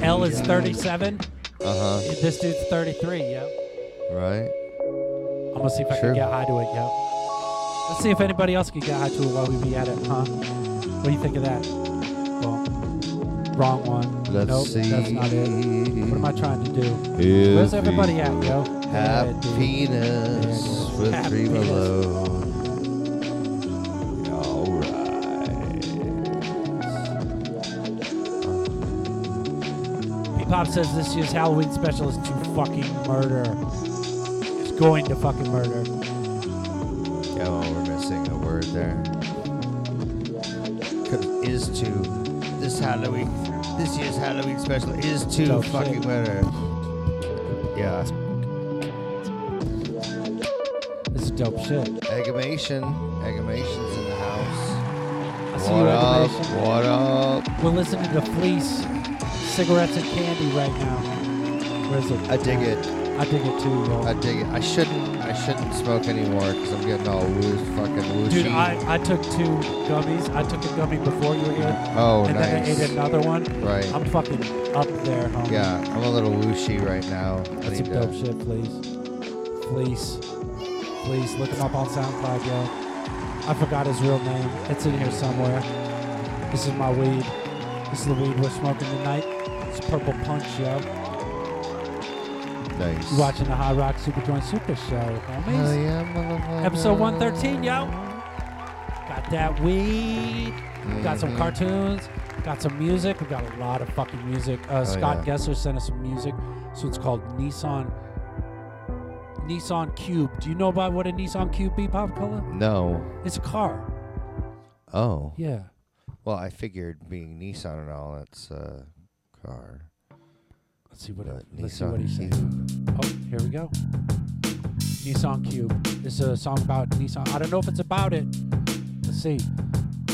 L is 37.
Uh huh.
This dude's 33, yo.
Right.
I'm gonna see if I
Sure.
can get high to it, yo. Let's see if anybody else can get high to it while we be at it, huh? What do you think of that? Well, wrong one.
Let's
nope,
see.
that's not it. What am I trying to do?
If
Where's everybody
we
at, yo?
Have
Yeah, dude.
penis
Yeah,
with
have
three
penis.
Malone. All right.
Pop says this year's Halloween special is to fucking murder. It's going to fucking murder.
Yeah, well, we're missing a word there. 'Cause Is to this Halloween, this year's Halloween special is to
Dope
fucking
shit.
better. Yeah.
This is dope shit.
Eggamation. Eggamation's in the house.
I see
What
you,
up?
Aggravation.
What up?
We're listening to Fleece, Cigarettes and Candy right now. Where is it?
I dig it.
I dig it too, yo.
I dig it. I shouldn't. I shouldn't smoke anymore because I'm getting all woo, fucking wooshy.
Dude, I, I took two gummies. I took a gummy before you were here.
Oh,
and then I
nice.
ate another one.
Right.
I'm fucking up there, homie.
yeah, I'm a little wooshy right now. I
That's some
need to-
dope shit, please. Please. Please, look him up on SoundCloud, yo. I forgot his real name. It's in here somewhere. This is my weed. This is the weed we're smoking tonight. It's Purple Punch, yo.
Nice.
You're watching the High Rock Super Joint Super Show,
Hell
homies.
yeah, motherfucker.
Episode 113, yo. Got that weed. Got some
Mhm.
cartoons. Got some music. We got a lot of fucking music. Uh,
Oh,
Scott
yeah.
Gessler sent us some music. So it's called Nissan Nissan Cube. Do you know about what a Nissan Cube be, Pop Color?
No.
It's a car.
Oh.
Yeah.
Well, I figured being Nissan and all, that's a car.
Let's see what
But
let's see
Nissan
what he says. Oh, here we go. Nissan Cube. It's a song about Nissan. I don't know if it's about it. Let's see.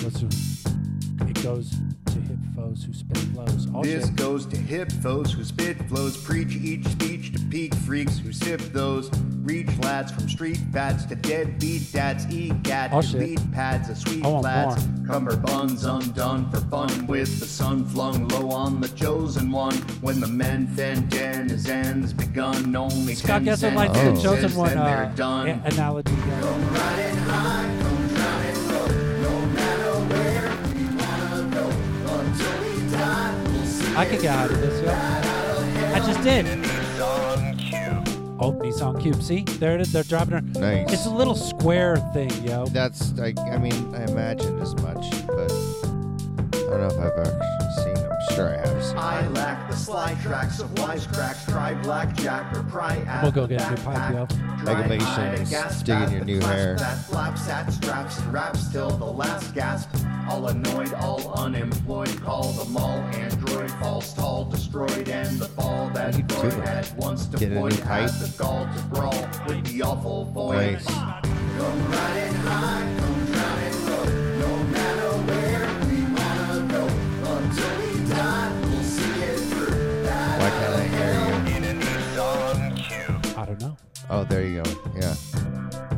Let's see. It goes to hip foes who spit flows. Oh,
This
shit.
goes to hip foes who spit flows, preach each speech to peak freaks who sip those. Reach lads from street fats to deadbeat dads, egat,
Oh, shit.
elite pads, a sweet
I want
flats.
more.
Cummerbunds undone for fun with the sun flung low on the chosen one. When the men fan den is ends begun, only
Scott
ten
Gessler
cents
likes the
exists,
chosen one
then
uh,
they're done.
a- analogy. there. I could get out of this, yo. I just did. Oh, Nissan Cube. See, there it is. They're driving her.
Nice.
It's a little square thing, yo.
That's, I, I mean, I imagined as much, but don't know if I've ever seen. I'm sure I have seen.
I lack the sly tracks of wisecracks. Try blackjack or pry at
We'll go
the
get a new pipe, yo.
Regulations,
gasp
dig
at
in your
the
new
clasp
hair.
That flaps at straps and raps till the last gasp. All annoyed, all unemployed, call the mall android, false tall, destroyed, and the ball that Freud
doing?
had once
Get a new
deployed
pipe?
has the gall to brawl with the awful voice.
Nice. Why can't I hear you?
I don't know.
Oh, there you go. Yeah.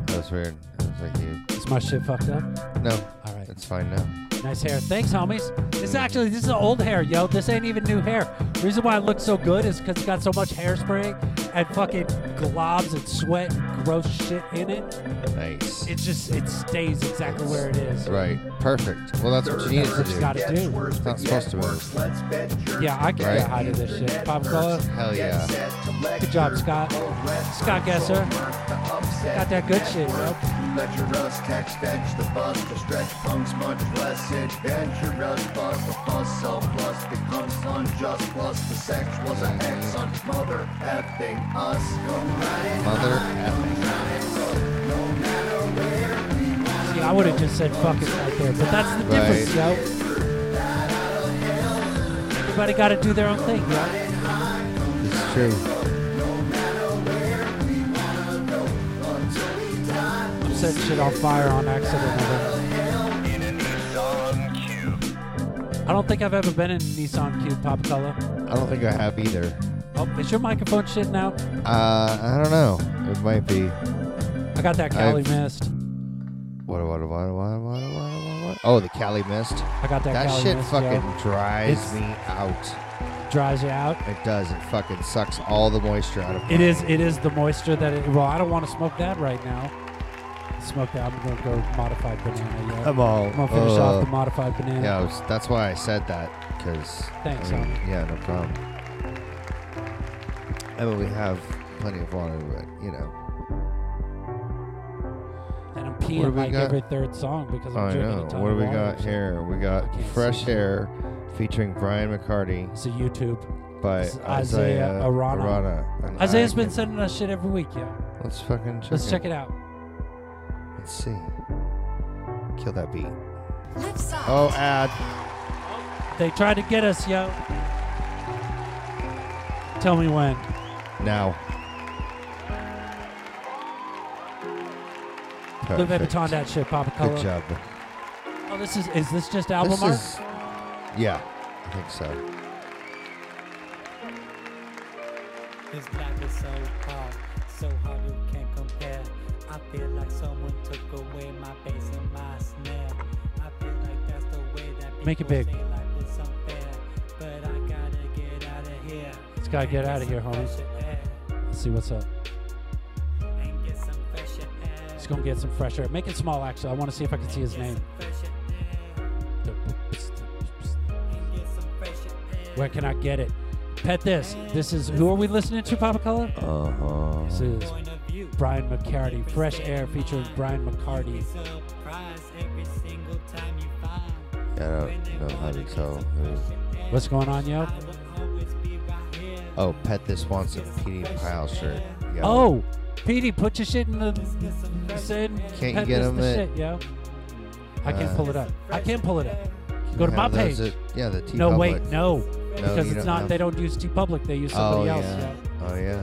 That was weird. That was like you.
Is my shit fucked up?
No.
All right.
It's fine now.
Nice hair. Thanks, homies. This actually this is old hair, yo. This ain't even new hair. Reason why it looks so good is because it's got so much hairspray and fucking globs and sweat and gross shit in it.
Nice.
It just it stays exactly where it is.
Right. Perfect. Well, that's what you needed to
It's gotta
do.
do.
It's not supposed to move.
Yeah, I can
Right.
get high to this shit. Pop color.
Hell yeah.
Good job, Scott. Scott Gesser. Got that good shit, bro.
Let your rust text bench the bus to stretch punks much less adventurous. But the fuss self plus becomes unjust. Plus the sex was a hex on mother effing us.
Mother effing.
See, I would have just said fuck it right there, but that's the difference, yo. Everybody got to do their own thing, yo.
It's true.
I'm setting shit on fire on accident. I think. I don't think I've ever been in a Nissan Cube Pop Color.
I don't think I have either.
Oh, is your microphone shitting out?
Uh, I don't know. It might be.
I got that Cali
I've-
Mist.
What, what, what, what, what, what, what, what? Oh, the Cali Mist.
I got that
That
Cali
shit
Mist,
fucking
yo.
dries
It's-
me out.
Dries you out.
It does. It fucking sucks all the moisture out of
It is. It is the moisture that. It, well, I don't want to smoke that right now. Smoke that. I'm gonna go modified banana. Yo.
I'm all.
I'm gonna finish off
uh,
the modified banana.
Yeah, I was- that's why I said that because.
Thanks,
I mean,
homie.
yeah, no problem. I mean, we have plenty of water, but you know.
And I'm
What do
peeing
we
like
got?
every third song because I'm
I
drinking
know.
a ton
What do
of
we
water.
got here? We
I
got
can't
Fresh
see.
Air featuring Brian McCarty.
It's a YouTube.
by
It's
Isaiah,
Isaiah Arana.
Arana. And
Isaiah's
I
been
can-
sending us shit every week, yeah.
Let's fucking check
Let's
it.
check it out.
Let's see. Kill that beat.
Left side.
Oh, ad.
They tried to get us, yo. Tell me when.
Now.
Louis
Perfect.
Vuitton that shit, Papa Color.
Good job.
Oh, this is is this just album
This
art?
is- Yeah, I think so.
His black is so hard, so hard you can't compare. I feel like someone took away my bass and my snare. I feel like that's the way that
Make it
people
big.
say life is unfair. But I gotta get out of here.
It's gotta
and
get out of
some
here, homies.
fresher air,
Let's see what's up.
And get some fresher air.
Just gonna get some fresh air. Make it small, actually. I want to see if I can see his name.
Fresher air. And get some fresher air.
Where can I get it? Pet this. This is who are we listening to, Papa Color?
Uh huh.
This is Brian McCarty. Fresh Air featuring Brian McCarty.
Surprise every single time you find.
Yeah, I don't know how to tell. who-
What's going on, yo?
Oh, Pet This Wants a PD Pile shirt. Yo.
Oh, Petey, put your shit in the. Said,
Can't you
pet
get
this
them
the
at-
shit, yo. I can't
Uh,
pull it up. I can't pull it up.
You
Go to my
have those
page.
at- yeah, the T
No, wait,
Public.
no,
No,
because
you
it's
don't
not.
have-
They don't use T Public. They use somebody
oh,
else.
Yeah.
yo.
Oh yeah.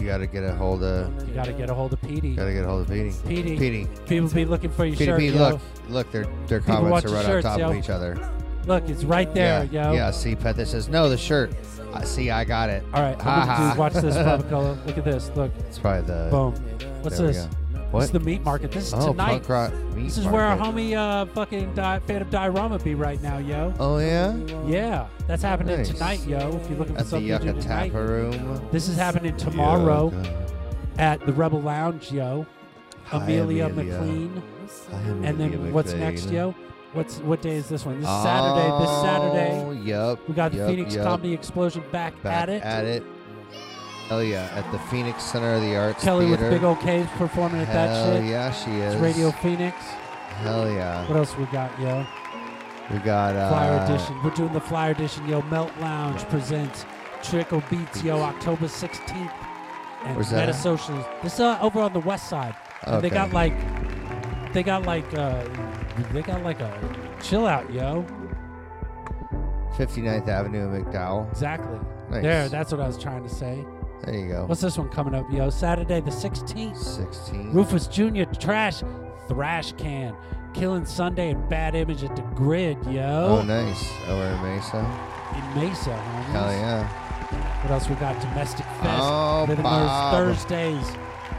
You gotta get a hold of.
You gotta get a hold of Petey.
Gotta get a hold of Petey.
Petey.
Petey.
People be looking for your
Petey,
shirt.
Petey,
yo.
look, look, their their
People
comments
want
are
your
right
shirts,
on top of
yo.
each other.
Look, it's right there,
yeah,
yo.
Yeah, see, Pet this says, no, the shirt. I see, I got it.
All right, I'm
Ha
gonna
ha.
do, watch this, Papa Color. Look at this. Look.
It's probably the.
Boom. What's
There we
this?
go.
This
What?
is the meat market. This is
Oh,
tonight.
punk rock meat
this is where our
market.
homie uh, fucking di- Phantom Diorama be right now, yo.
Oh yeah.
Yeah, that's happening
Nice.
tonight, yo. If you're looking for
At the
something to do
Yucca
tonight,
Tapa Room.
this is happening tomorrow
Yucca.
at the Rebel Lounge, yo.
Hi,
Amelia,
Amelia.
McLean.
Hi,
and then
Amelia
what's
McLean.
next, yo? What's what day is this one? This is Saturday. This
Oh,
Saturday,
Yep.
we got the
yep,
Phoenix
yep.
Comedy Explosion back,
Back
at it.
At it. Hell yeah! At the Phoenix Center of the Arts.
Kelly
Theater.
with big old caves performing at that
Hell
shit.
yeah, she
It's
is.
Radio Phoenix.
Hell yeah.
What else we got, yo?
We got uh,
Flyer edition. We're doing the flyer edition. Yo, Melt Lounge presents Trickle Beats. Yo, October 16th. And
Where's that at?
Meta Socials. This is uh, over on the west side. And They
Okay.
got like, they got like, uh, they got like a chill out, yo.
59th Avenue and McDowell.
Exactly.
Nice.
There, that's what I was trying to say.
There you go.
What's this one coming up, yo? Saturday the 16th.
16th.
Rufus Jr. Trash Thrash Can. Killing Sunday and Bad Image at the Grid, yo.
Oh, nice. Over in Mesa.
In Mesa, homies.
Hell yeah.
What else we got? Domestic Fest.
Oh,
Living
Bob.
Those Thursdays.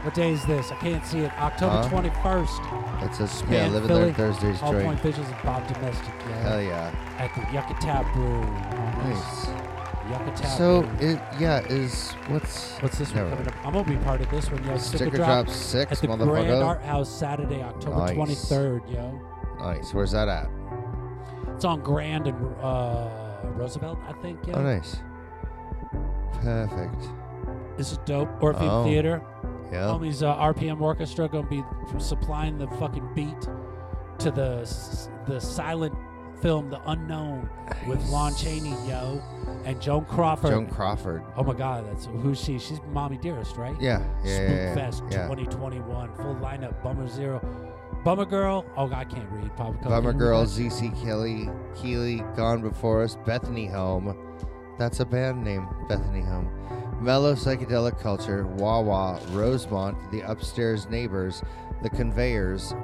What day is this? I can't see it. October
Huh?
21st.
That's us. Yeah,
Man,
living
Philly,
there Thursdays,
All
joint.
Point Visions and Bob Domestic, yo.
Hell yeah.
At the Yucca Tap Brew. homies.
Nice.
Yucca Tap
So
Brew.
it yeah is what's
What's this one
never
coming
mind.
up? I'm gonna be part of this one, yo. Sticker,
Sticker
drop,
drop six,
at the Grand
motherfucker.
Art House Saturday, October
Nice.
23rd, yo.
Nice. Where's that at?
It's on Grand and uh, Roosevelt, I think. Yeah.
Oh, nice. Perfect.
This is dope. Orpheum
Oh,
Theater.
yeah.
Homies, uh, RPM Orchestra gonna be supplying the fucking beat to the s- the silent film The Unknown with Lon Chaney, yo, and Joan Crawford.
Joan Crawford.
Oh my God, that's who's she? She's Mommy Dearest, right?
Yeah, yeah, yeah, yeah,
Spookfest
yeah.
2021, full lineup. Bummer Zero, Bummer Girl. Oh, God, I can't read. Papa Coke.
Bummer
Who
Girl,
does-
ZC Kelly, Keely, Gone Before Us, Bethany Home. That's a band name, Bethany Home. Mellow Psychedelic Culture, Wawa, Rosemont, The Upstairs Neighbors, The Conveyors,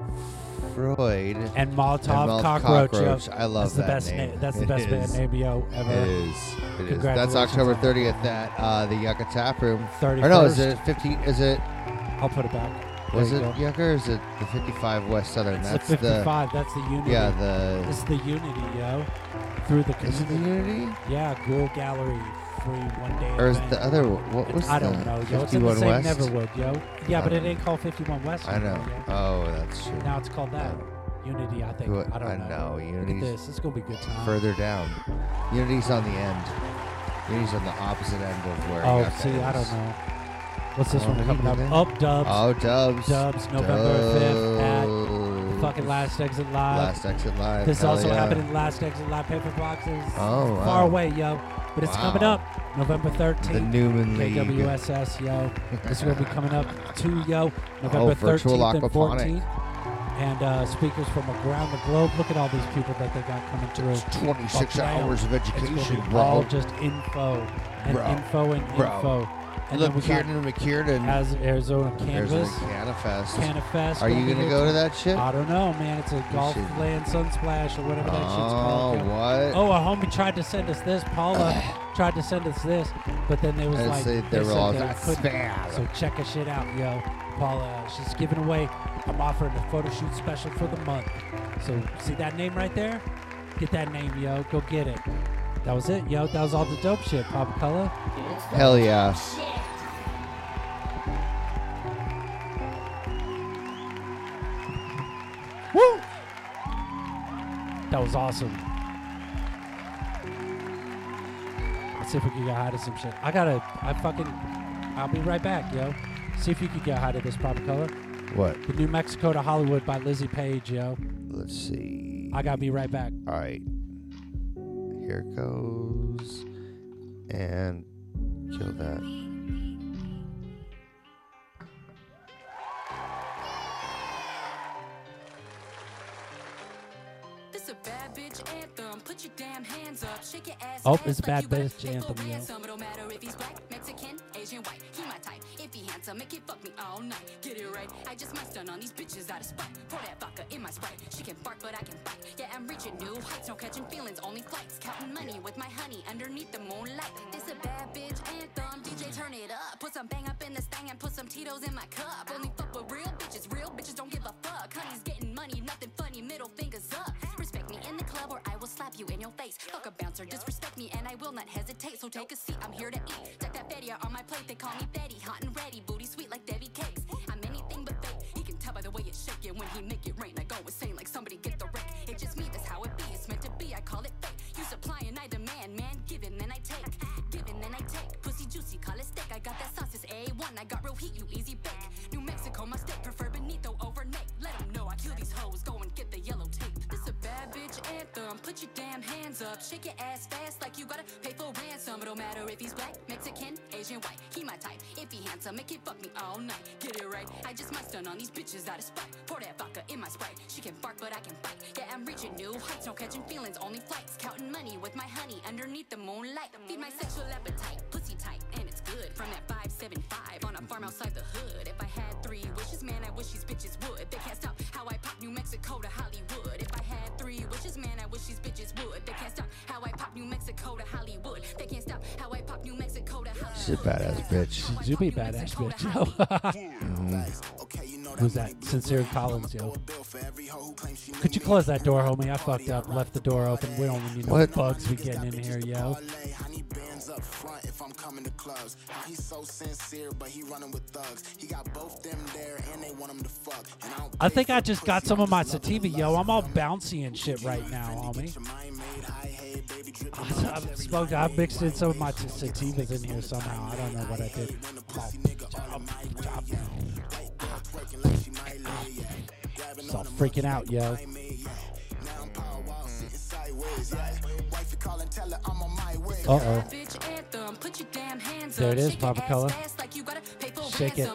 Freud,
and Molotov
Malt
Cockroach. yo.
I
that's
love that
the best
name.
That's the
It
best
is.
band name yo ever.
It is. It is. That's
Congratulations
October
on that.
30th at uh, the Yucca Tap Room.
31st.
Or no, is it 15? Is it?
I'll put it back.
Was
There
it
you go.
Yucca or is it the 55 West Southern?
It's
that's
the 55. that's the unity.
Yeah, the.
It's the unity, yo. Through the
Is it the
community.
Unity?
Yeah, Ghoul Gallery free one day.
Or is
event.
the other one- what
It's-
was
I don't
the
know, yo. It's in the
51
same
West?
Neverwood, yo. Yeah,
I
but it
don't
ain't called 51 West.
I know.
anymore, yo.
Oh, that's true.
Now it's called that. Unity, I think.
Who-
I don't know. Look at
Unity's
this. It's gonna be a good time.
Further down. Unity's on the end. Unity's on the opposite end of where.
Oh,
Yucca
see, I don't
is.
know. What's this
Oh,
one
what
coming
do
up?
you
Up Dubs.
Oh, Dubs.
Dubs, November 5th at the fucking
Dubs.
Last Exit Live.
Last Exit Live,
This is
hell
also
yeah.
happening Last Exit Live Paper Boxes.
Oh, wow.
Far away, yo. But it's coming
Wow.
up November 13th.
The Newman League.
KWSS, yo. This is going to be coming up too, yo. November
Oh, virtual
13th and
aquaponic.
14th. And uh, speakers from around the globe. Look at all these people that they got coming through.
It's 26
Fuck, damn.
hours of
It's gonna be
education, bro.
All just info and
Bro.
info and
Bro.
info. And
Look,
then we got
Kieran McKiernan.
As Arizona
There's
Canvas.
the Canifest.
Canifest.
Are you
be
gonna
good
go to
too.
that shit?
I don't know, man. It's a golf
should.
land sunsplash or whatever that shit's
Oh,
called. yo.
what?
Oh, a homie tried to send us this. Paula tried to send us this, but then they was
And
like,
they-
they,
they were
said
all,
they
"That's
couldn't."
bad.
So check her shit out, yo. Paula, she's giving away. I'm offering a photo shoot special for the month. So see that name right there? Get that name, yo. Go get it. That was it, yo. That was all the dope shit, Pop Color.
Hell yeah.
Woo! That was awesome. Let's see if we can get high to some shit. I gotta, I fucking, I'll be right back, yo. See if you can get high to this proper color.
What?
The New Mexico to Hollywood by Lizzie Page, yo.
Let's see.
I gotta be right back.
All right. Here it goes. And kill that.
This a bad bitch anthem. Put your damn hands up. Shake your ass.
Oh,
fast
it's
like
bad
you wanna
bitch
pay for
anthem, yo.
ransom. It don't matter if he's black, Mexican, Asian, white. He my type. If he handsome, make it fuck me all night. Get it right. I just must stun on these bitches out of spite. Pour that vodka in my sprite. She can bark, but I can bite. Yeah, I'm reaching new heights. No catching feelings, only flights. Counting money with my honey underneath the moonlight. This a bad bitch anthem. DJ, turn it up. Put some bang up in this thing and put some Tito's in my cup. Only fuck with real bitches. Real bitches don't give a fuck. Honey's getting money, nothing funny. Middle fingers up. Respect me in the club or I will slap you in your face. Fuck a bouncer, disrespect me and I will not hesitate. So take a seat, I'm here to eat. Tuck that fatty on my plate. They call me fatty, hot and ready, booty sweet like Debbie Cakes. I'm anything but fake. You can tell by the way it's shaking when he make it rain. I go insane like somebody get the rake. It's just me, that's how it be. It's meant to be. I call it fate. You supply and I demand, man. Giving and I take, giving and I take. Pussy juicy, call it steak. I got that sauce, it's A1. I got real heat, you easy bake. New Mexico, my state. Prefer Benito over Nate. Let 'em know I kill these hoes. Go and get the yellow tape. This a bad bitch anthem. Put Put your damn hands up, shake your ass fast like you gotta pay for ransom. It don't matter if he's black, Mexican, Asian, white, he my type. If he handsome, make it fuck me all night. Get it right, I just must stun on these bitches out of spite. Pour that vodka in my sprite, she can bark but I can bite. Yeah, I'm reaching new heights, no catching feelings, only flights. Counting money with my honey underneath the moonlight. Feed my sexual appetite, pussy tight, and it's good. From that 575 on a farm outside the hood. If I had three wishes, man, I wish these bitches would. They can't stop how I pop New Mexico to Hollywood. If I had three wishes, man, I wish these bitches would. They can't stop how I pop New Mexico to Hollywood. They can't stop how I pop New Mexico to Hollywood.
She's a badass bitch.
You be badass bitch. yo. Who's that? Sincere Collins, yo. Could you close that door, homie? I fucked up. Left the door open. We don't need no
What?
bugs. We getting in here, yo.
bands up front if I'm coming to clubs. Now he's so sincere, but he running with thugs. He got both them there and they want him to fuck. And I don't
I think I just got some of my sativa, yo. I'm all bouncy and shit right now, homie. I've smoked. I've mixed in some of my t- sativas in here somehow. I don't know what I did. It's all freaking out, yo. Uh oh. There it is, Papa Color. Shake it.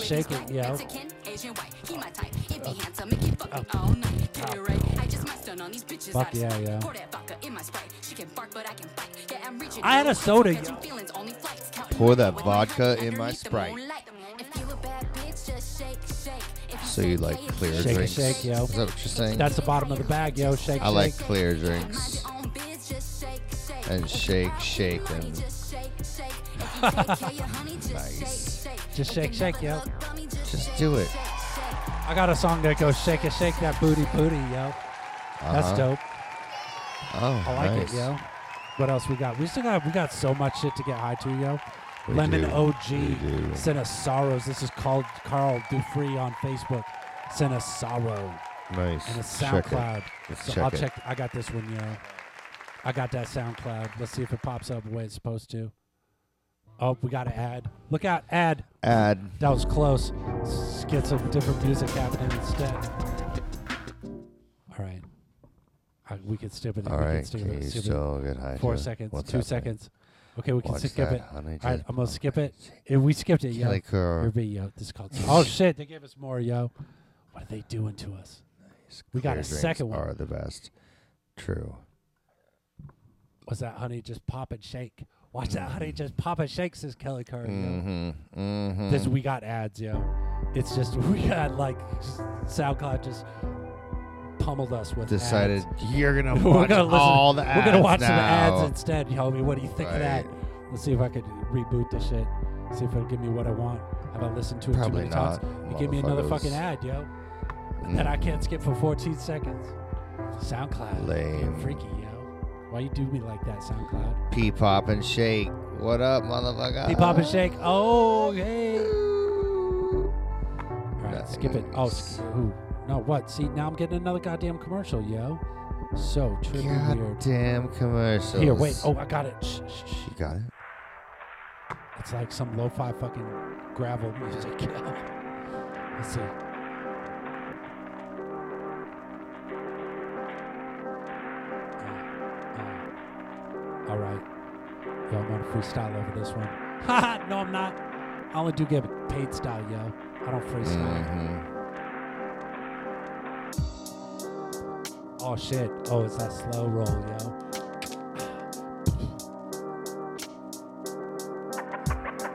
Shake it, yo.
Mexican, Asian, white, he my type. If he handsome, make it fuck me all night. Get it right, I just must stun on these bitches
Oh. Fuck
out of
yeah,
spite.
yeah.
Pour that vodka in my sprite. She can bark, but I can bite. Yeah, I'm reaching.
I had
new
a
heights,
soda,
catching
yo.
feelings, only flights, counting
Pour that
money with my
vodka
honey
in my
underneath the
Sprite.
moonlight. If you a bad bitch, just shake, shake. If you
So
say
you like
play it,
clear
Shake it,
drinks?
shake, yo.
Is that what you're saying?
That's the bottom of the bag, yo. Shake,
I like
shake.
clear drinks and shake, shake, and nice.
Just shake, shake, yo.
Just do it.
I got a song that goes shake it, shake that booty, booty, yo.
Uh-huh.
That's dope.
Oh,
I like
nice.
it, yo. What else we got? We still got we got so much shit to get high to, yo.
We
Lemon
do. We do.
OG sent us sorrows. This is called Carl Dufree on Facebook. Sent us sorrow.
Nice.
And it's
Check it.
SoundCloud.
Let's
so
check
I'll
it.
check. I got this one, yo. I got that SoundCloud. Let's see if it pops up the way it's supposed to. Oh, we got an ad. Look out, ad.
Ad.
That was close. Let's get some different music happening instead. All right. I, we can skip it.
All
we
right,
Can skip
can
it,
you
skip it.
still get high
Four
to
seconds.
what's
two
happening?
seconds. Okay, we can
Watch
skip
that,
it.
honey,
All right,
just
I'm gonna skip it. If we skipped it, yo.
Kelly Kerr.
Here be, yo. This is called. Oh shit! They gave us more, yo. What are they doing to us? We got
Clear
a
drinks
second one.
Are the best. True.
What's that, honey? Just pop and shake. Watch that, honey. Just pop and shake, says Kelly Curry.
Mm-hmm. Mm-hmm.
This we got ads, yo. It's just we got like s- SoundCloud just pummeled us with
decided
ads.
you're gonna
We're
watch
gonna listen-
all the ads.
We're gonna watch
now.
some ads instead, homie. What do you think of that?
Right.
Let's see if I could reboot this shit. See if it'll give me what I want. Have I listened to it
Probably
too many times?
not,
You give me another
motherfuckers. Mm-hmm.
fucking ad, yo. That I can't skip for 14 seconds. SoundCloud.
Lame.
Freaky, yo. Why you do me like that, SoundCloud?
Pee pop and shake. What up, motherfucker?
Pee pop and shake. Oh, hey. All right, skip it. Oh, sk- ooh. no, what? See, now I'm getting another goddamn commercial, yo. So trippy weird.
Damn commercials.
Here, wait. Oh, I got it. Shh, shh, shh.
you got it.
It's like some lo-fi fucking gravel music. yo. Let's see. Uh, uh. All right. Yo, I'm gonna freestyle over this one. Haha, no, I'm not. I only do get paid style, yo. I don't
Mm.
freestyle.
Mm-hmm.
Oh shit. Oh, it's that slow roll, yo.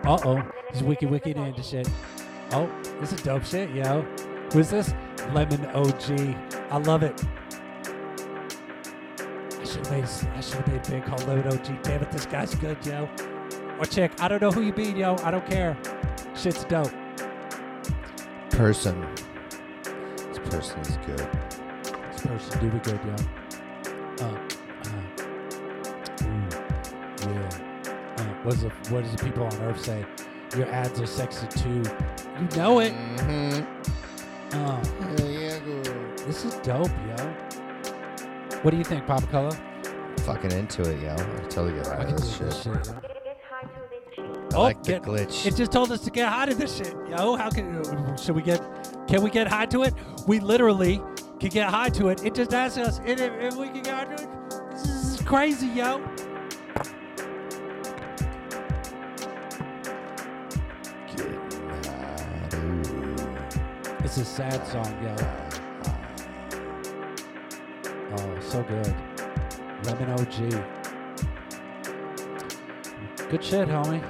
Uh oh. He's wiki wiki into shit. Oh, this is dope shit, yo. Who's this? Lemon OG. I love it. I should have made, I should have made a band called Lemon OG. Damn it, this guy's good, yo. Or chick, I don't know who you be, yo. I don't care. Shit's dope.
Person. This person is good.
This person do be good, yo. Uh, uh, ooh, yeah. Uh, what does the what does the people on Earth say? Your ads are sexy too. You know it. Uh, this is dope, yo. What do you think, Papa Color?
Fucking into it, yo. I totally get out
I can
of this
do this
shit.
shit, yo.
I
Oh,
like the
get-
glitch.
It just told us to get high to this shit, yo. How can should we get? Can we get high to it? We literally could get high to it. It just asked us if, if we could get high to it. crazy, yo. It's a sad song, yo. Oh, so good. Lemon OG. Good shit, homie.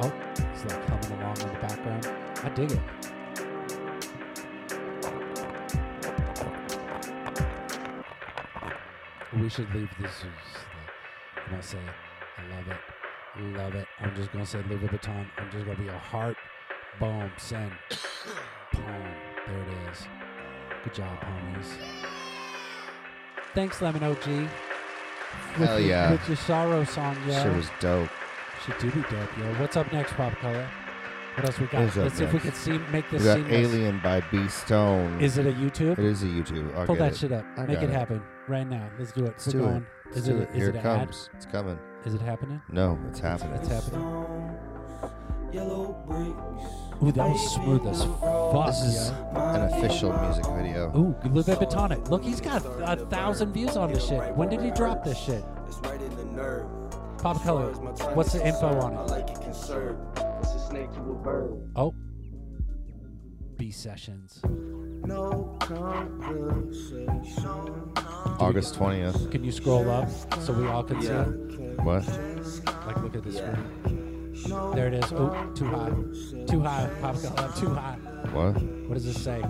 Oh, it's like humming along in the background. I dig it. We should leave this. is like- I'm gonna say, I love it, love it. I'm just gonna say Louis Vuitton. I'm just gonna be a heart, boom, send, boom. There it is. Good job, homies. Thanks, Lemon OG. With
Hell
your-
yeah.
With your sorrow song, yo.
Shit was dope.
She do be dope, yo. What's up next, Pop Color? What else we got?
What is
Let's
up
see if we
next?
can see, make this
We got
seamless.
Alien by B Stone.
Is it a YouTube?
It is a YouTube. I'll
Pull
get
that
it.
shit up.
I
Make
got
it, happen right now. Let's do it.
Let's
We're
do
going.
it.
Is
Let's do
it,
it.
is
Here
it
it
an ad?
comes. It's coming.
Is it happening?
No, it's happening.
It's happening.
Yellow bricks.
Ooh, that was smooth as fuck.
This is
yo.
an official music video.
Ooh, Louis Vuitton it. Look, he's got a thousand views on this shit. When did he drop this shit?
It's right in the nerve.
Pop Color, what's the info on
I
it?
like it conserved. It's a snake you a bird.
Oh. B Sessions.
No conversation.
August 20th.
Can you scroll up so we all can
Yeah.
see it?
What?
Like, look at this screen. There it is. Oh, too high. Too high, Pop Color. Too high.
What?
What does it say?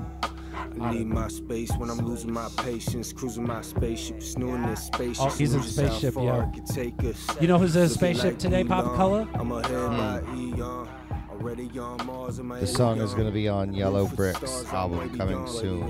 I need my space when I'm losing my patience, cruising my spaceship, snooing this spaceship.
Oh, he's in
Lose how
spaceship,
far
yo.
I could take us.
You know who's in a
Looking
spaceship
like
today, Pop
Elon.
Color?
I'm ahead
Hmm.
by Eon. Already on Mars in my
This song is going to be on Yellow Bricks album coming soon.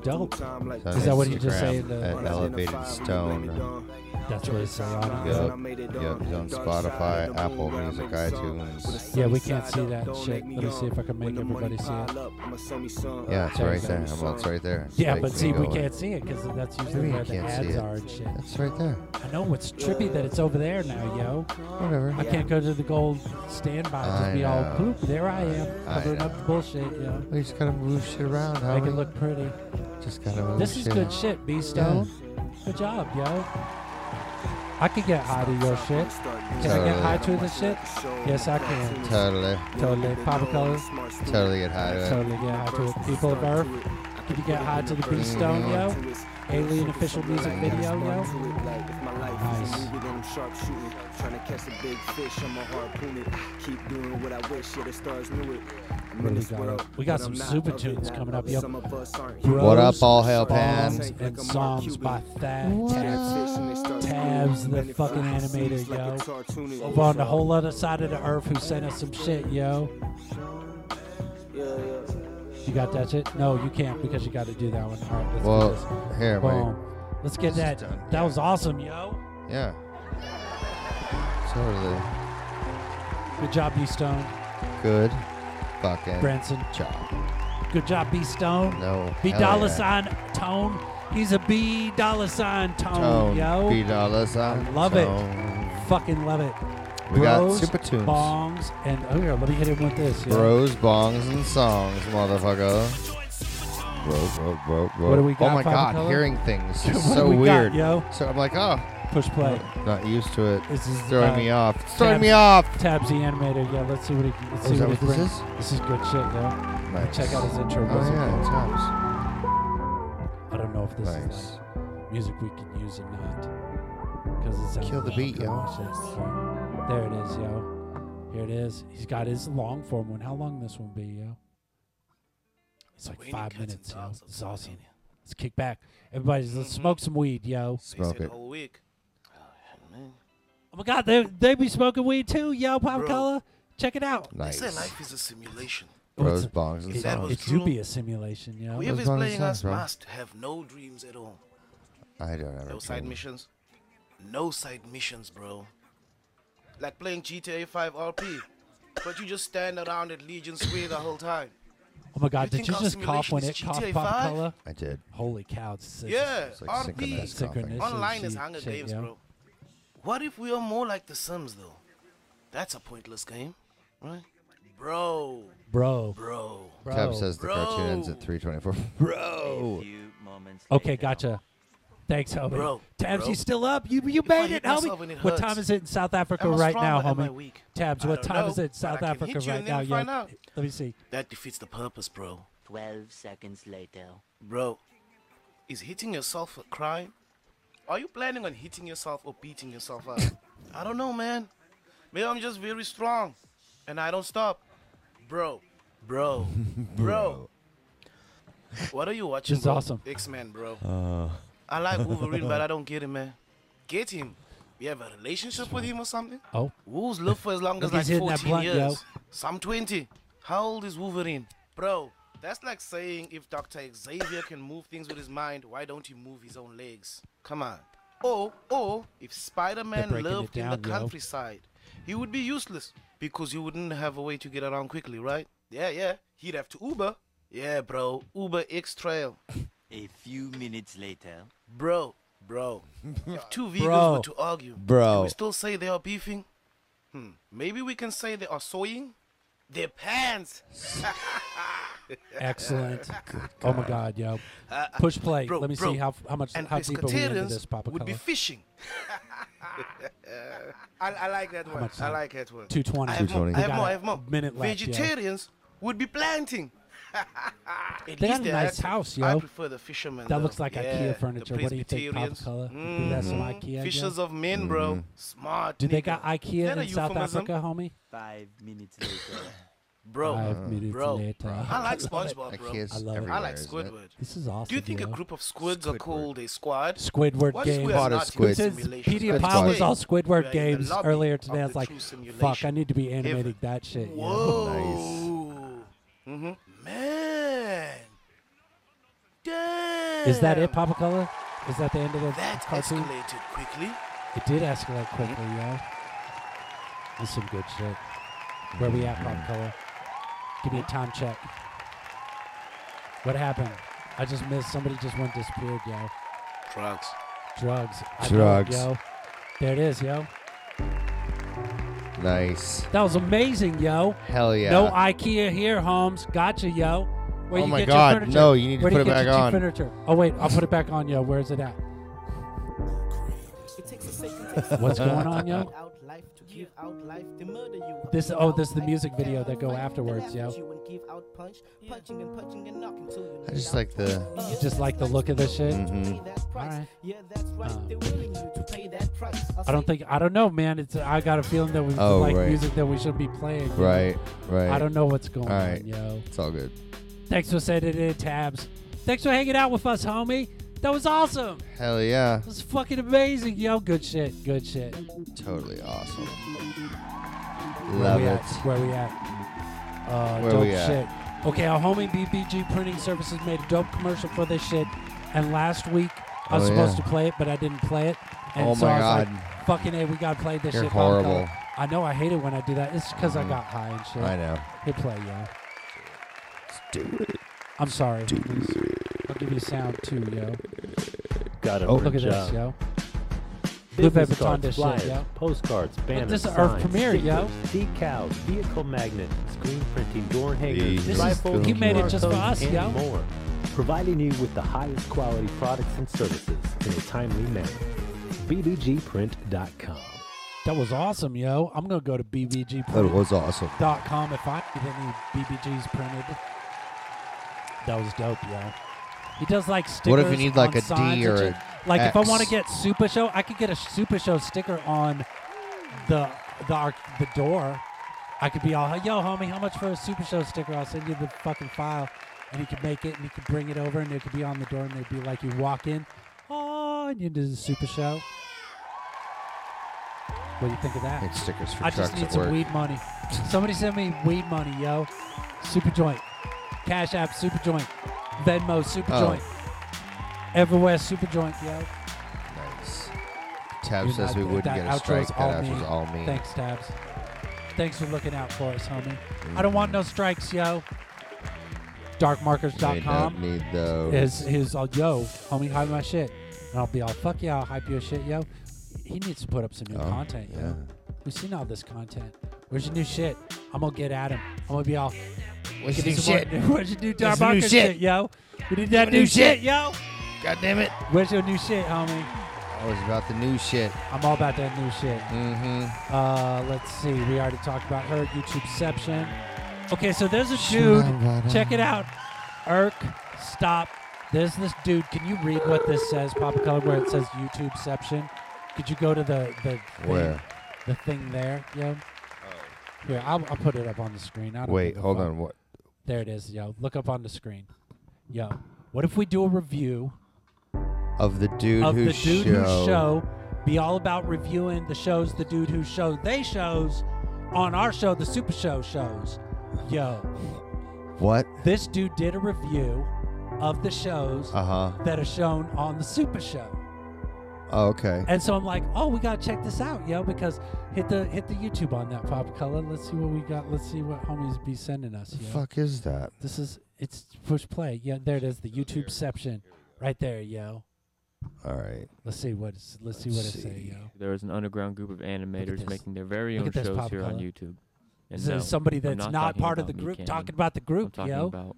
Dope.
So
Is that what you just
Instagram
say in the?
At Elevated Stone.
That's what it says on it.
Yep. Yep. He's on Spotify, Apple Music, iTunes.
Yeah, we can't see that shit. Let me see if I can make everybody see it.
Yeah, it's right there. Well, it's right there. It's
Yeah,
like
but see, we
going.
can't see it because that's
do you
usually
mean
where
you
the
can't see
ads
it?
are and shit.
That's right there.
I know it's trippy that it's over there now, yo.
Whatever.
I can't go to the gold standby and
I
just be all
know.
poop. There I am
I
covering
know.
up the bullshit, yo.
We just gotta move shit around,
uh, Make it
homie.
look pretty.
Mm. Just gotta move
This is
shit.
good shit, B Stone. Good job, yo. I could get high to your shit. Can I get
Totally.
high to this shit? Yes, I can.
Totally.
Totally. Papa Color.
Totally get high to it.
Totally get high to it. People of Earth, can you get high to the
Mm.
B Stone, yo? Alien official music video, yo. Nice. What do we got? We got some super tunes coming up, yo.
What up, all hail
Psalms
Pan?
and Psalms by Thad. Tabs, Tabs, the fucking animator, yo. Over on the whole other side of the earth who sent us some shit, yo. You got that shit? No, you can't because you got to do that one. All right, let's do
Well,
this.
here, wait.
Boom. Let's get that. That was awesome, yo.
Yeah. Totally.
Good job, B Stone.
Good fucking
Branson.
job.
Good job, B Stone.
No.
B
hell
dollar
yeah.
sign tone. He's a B dollar sign tone,
Tone.
yo.
B dollar sign.
I love
tone.
it. Fucking love it.
We got
Bros,
Super Tunes.
Bongs, and oh here, let me hit him with this. yo.
Bros, bongs, and songs, motherfucker. Bro, bro, bro, bro.
What do we got,
Oh my
Papa
god,
Color?
hearing things
What
is
do
so
we got,
weird.
yo?
So I'm like, oh,
Push play.
not used to it.
This is
throwing
uh,
me off. It's throwing
Tabs-
me off.
Tabs the animator. Yeah, let's see what he. Let's
Oh,
see
is that
what he
what this
brings.
is?
This is good shit, yo.
Nice.
Check out his intro.
Oh,
music,
yeah,
yo.
it's Tabs.
I don't know if this
Nice.
is like music we can use or not. Because it sounds
Kill the
like
beat, yo.
commercial, so- There it is, yo. Here it is. He's got his long form one. How long this one be, yo? It's like five minutes, yo. It's awesome. Let's kick back. Everybody's let's smoke some weed, yo.
Smoke it.
whole week.
Oh my god, they they be smoking weed too, yo, Pop
Bro.
Color. Check it out.
They say life is a simulation.
Bros, bongs, and
It,
songs.
it do be a simulation, yo.
Whoever is
wrong with
playing
that,
us
bro?
must have no dreams at all.
I don't ever.
No side missions. No side missions, bro. Like playing GTA 5 RP, but you just stand around at Legion Square the whole time.
Oh my god,
You
did
think
you
our
just cough when it
simulation is
coughed
GTA
Pop
5?
Color?
I did.
Holy cow, it's, it's-
yeah,
it's
RP.
synchronicity
Online is
shit,
Hunger
shit,
Games,
yo.
bro. What if we are more like The Sims, though? That's a pointless game, right? Bro.
Bro.
Bro.
Tab says the cartoon
Bro.
ends at 324. Bro.
If you
Okay, gotcha. Thanks, homie.
Bro,
Tabs,
bro.
you still up? You you
If I
made
hit
it, homie.
myself and it
what
hurts,
time is it in South Africa
am I
right
strong
now,
or am I
homie?
weak?
Tabs,
I
what
don't
time is
know,
it in
but
South
I can
Africa
hit you
right
and then
now?
we
yo?
find out.
Let me see.
That defeats the purpose, bro.
12 seconds later.
Bro, is hitting yourself a crime? Are you planning on hitting yourself or beating yourself up? I don't know, man. Maybe I'm just very strong and I don't stop. Bro, bro, bro. what are you watching?
This is awesome.
X Men, bro.
Uh,
I like Wolverine, but I don't get him, man. Get him. You have a relationship with him or something?
Oh.
Wolves live for as long as
Look,
like
he's hitting that
14
blunt, yo.
years. Some 20. How old is Wolverine? Bro, that's like saying if Dr. Xavier can move things with his mind, why don't he move his own legs? Come on. Or, or if Spider Man
breaking it
lived in
down,
the
yo.
countryside, he would be useless because he wouldn't have a way to get around quickly, right? Yeah, yeah. He'd have to Uber. Yeah, bro. Uber X Trail.
A few minutes later.
Bro, bro. if two vegans
Bro.
were to argue,
Bro.
can we still say they are beefing? Hmm. Maybe we can say they are soying their pants.
Excellent. oh my God, yo.
Uh, uh,
Push play.
bro,
Let me
bro.
see how how much
and
how deep are we into
pescatarians
this, Papa
would be
Color?
fishing. I, I like that one.
much
I
time?
like that one.
220.
I have more.
220.
I have
We got
more.
a
I have more.
minute left, yeah.
Vegetarians would be planting. At
They got
least
a
they're
nice
active.
house,
I
yo.
prefer the fishermen.
That
though.
looks like
yeah,
IKEA
the
furniture. What do you think, Papa
Presbyterians.
Color? Think that's some
Mhm.
IKEA, yo?
Fishers of men, bro. Smart.
Do they
nigga.
got
Is
IKEA
that a
in South
euphemism?
Africa, homie?
Five minutes later.
Bro,
Five
Uh-huh.
minutes
bro,
later.
I like SpongeBob,
I
bro.
can't- I love it.
I like
everywhere, isn't it?
Squidward.
This is awesome,
Do you think a
yo.
group of squids are called a squad?
Squidward
What if
game.
we are not in
Since
simulation?
Peter Pan was all
We are in
Squidward
the
games
lobby
earlier
of
today. I
the
was like,
true
fuck, I
simulation.
need to be animating that shit. yo.
Whoa. Mm-hmm. Man. Damn.
Is that it, Papa Color? Is that the end of the
That
cartoon?
escalated quickly.
It did escalate quickly, yo. That's some good shit. Where we
Mm-hmm.
at, Pop Color? Give me a time check. What happened? I just missed. Somebody just went disappeared, yo.
Drugs.
Drugs. I know it,
Drugs.
yo. There it is, yo.
Nice.
That was amazing, yo.
Hell yeah.
No IKEA here, Holmes. Gotcha, yo. Where
Oh
you
my
get
God,
Your furniture?
no, you need to
Where do
put
you
it
get your
back
cheap
on.
Furniture? Oh wait, I'll put it back on, yo. Where's it at? What's going on, yo? This oh, this is the music video that go afterwards, yo.
I just like the. Mm-hmm.
You just like the look of this shit. Alright. Um, I don't think I don't know, man. It's I got a feeling that we
Oh,
like
right.
music that we should be playing. yo.
Right, right.
I don't know what's going
All right.
on, yo.
It's all good.
Thanks for sending in tabs. Thanks for hanging out with us, homie. That was awesome.
Hell yeah.
That was fucking amazing, yo. Good shit. Good shit.
Totally awesome.
Where
Love
we
it.
At? Where we at? Uh,
Where
dope
we at?
shit. Okay, our homie BBG Printing Services made a dope commercial for this shit, and last week I was
Oh,
supposed
yeah.
to play it, but I didn't play it. And
Oh,
so
my
I was
God.
Like, Fucking a, we gotta play this
You're
shit. Mama Dog.
horrible.
I know. I hate it when I do that. It's because I
Mhm.
got high and shit.
I know.
Hit play, yo.
Do it.
I'm sorry. I'll give you sound too, yo.
Got it.
Oh, look at this, yo. Lupe
Business
Vuitton
cards,
this shit,
flyers,
yo.
postcards,
Look,
banners,
this is Earth
signs,
Premiere, yo.
stickers, decals, vehicle magnets, screen printing, door
This
hangers,
is-
rifles,
he made it
QR
just for
codes,
us,
and
yo.
more, providing you with the highest quality products and services in a timely manner. BBGprint.com.
That was awesome, yo. I'm gonna go to BBG.
That was awesome.
dot com if I need any BBGs printed. That was dope, yo. He does like stickers.
What if you need, like,
on
a D
signs and
or
shit.
an
like if I
X?
want to get Super Show, I could get a Super Show sticker on the the arc- the door. I could be all, yo, homie, how much for a Super Show sticker? I'll send you the fucking file, and he could make it, and he could bring it over, and it could be on the door, and they'd be like, you walk in, oh, and you do the Super Show. What do you think of that?
Make stickers for
I
trucks
just need
at
some
work.
weed money. Somebody send me weed money, yo. Super joint. Cash app, super joint. Venmo, super
Oh.
joint. Everywhere, super joint, yo.
Nice. Tab
You're
says
not-
we wouldn't
that
get
outro's
a strike. That
all
outro's
me.
all me.
Thanks, Tabs. Thanks for looking out for us, homie. I don't
Mm-hmm.
want no strikes, yo.
We don't
Darkmarkers.com
need those.
is his all yo, homie, hype my shit. And I'll be all fuck yeah, I'll hype your shit, yo. He needs to put up some new
Oh,
content,
yeah.
yo. We've seen all this content. Where's your new shit? I'm gonna get at him. I'm gonna be all
Where's
"Give me
your new
some more-
shit?
Where's your new
Where's your new
Darkmarkers shit?
shit?
yo? We need that
Give
new
me new
shit,
shit.
yo.
God damn it.
Where's your new shit, homie?
I was about the new shit.
I'm all about that new shit.
Mm-hmm.
Uh, let's see. We already talked about her YouTubeception. Okay, so there's a dude. Check it out. Irk, stop. There's this dude. Can you read what this says, Papa Color? Where it says YouTubeception? Could you go to the the thing,
Where?
the thing there? Yeah.
Oh.
Here, I'll, I'll put it up on the screen. I don't
Wait,
give a
hold
fuck.
on. What?
There it is, yo. Look up on the screen. Yo, what if we do a review
Of the dude
of
who
the dude
show.
who show be all about reviewing the shows the dude who show they shows on our show the super show shows yo
What?
this dude did a review of the shows
Uh-huh.
that are shown on the super show
Oh, okay.
and so i'm like oh we gotta check this out yo because hit the hit the youtube on that pop color let's see what we got let's see what homies be sending us yo.
fuck is that?
this is it's push play yeah there it is the youtubeception right there yo
All right.
let's see what it's, let's see what it say yo
There is an underground group of animators
this.
making their very
Look
own
at this,
shows
Pop
here on
Color.
YouTube. And
So
no,
somebody
I'm
that's
not,
not,
talking
part of the
about me,
group
Cannon.
talking about the group,
I'm talking
yo.
about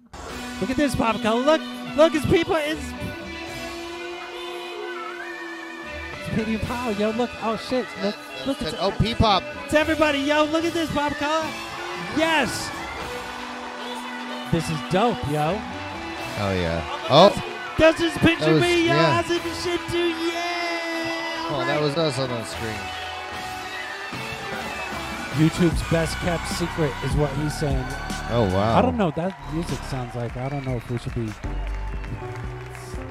Look at this, Papa Color. Look, look, it's people. It's, it's Petey and Powell, yo. Look, oh shit, look, look. It's,
oh, P-pop.
It's everybody, yo. Look at this, Papa Color. Yes. This is dope, yo.
Oh yeah. Oh.
That's his picture
That
of
was-
me, yo.
yeah.
I said this shit too, yeah.
Oh, that was us on the screen.
YouTube's best kept secret is what he's saying.
Oh wow.
I don't know. That music sounds like I don't know if we should be.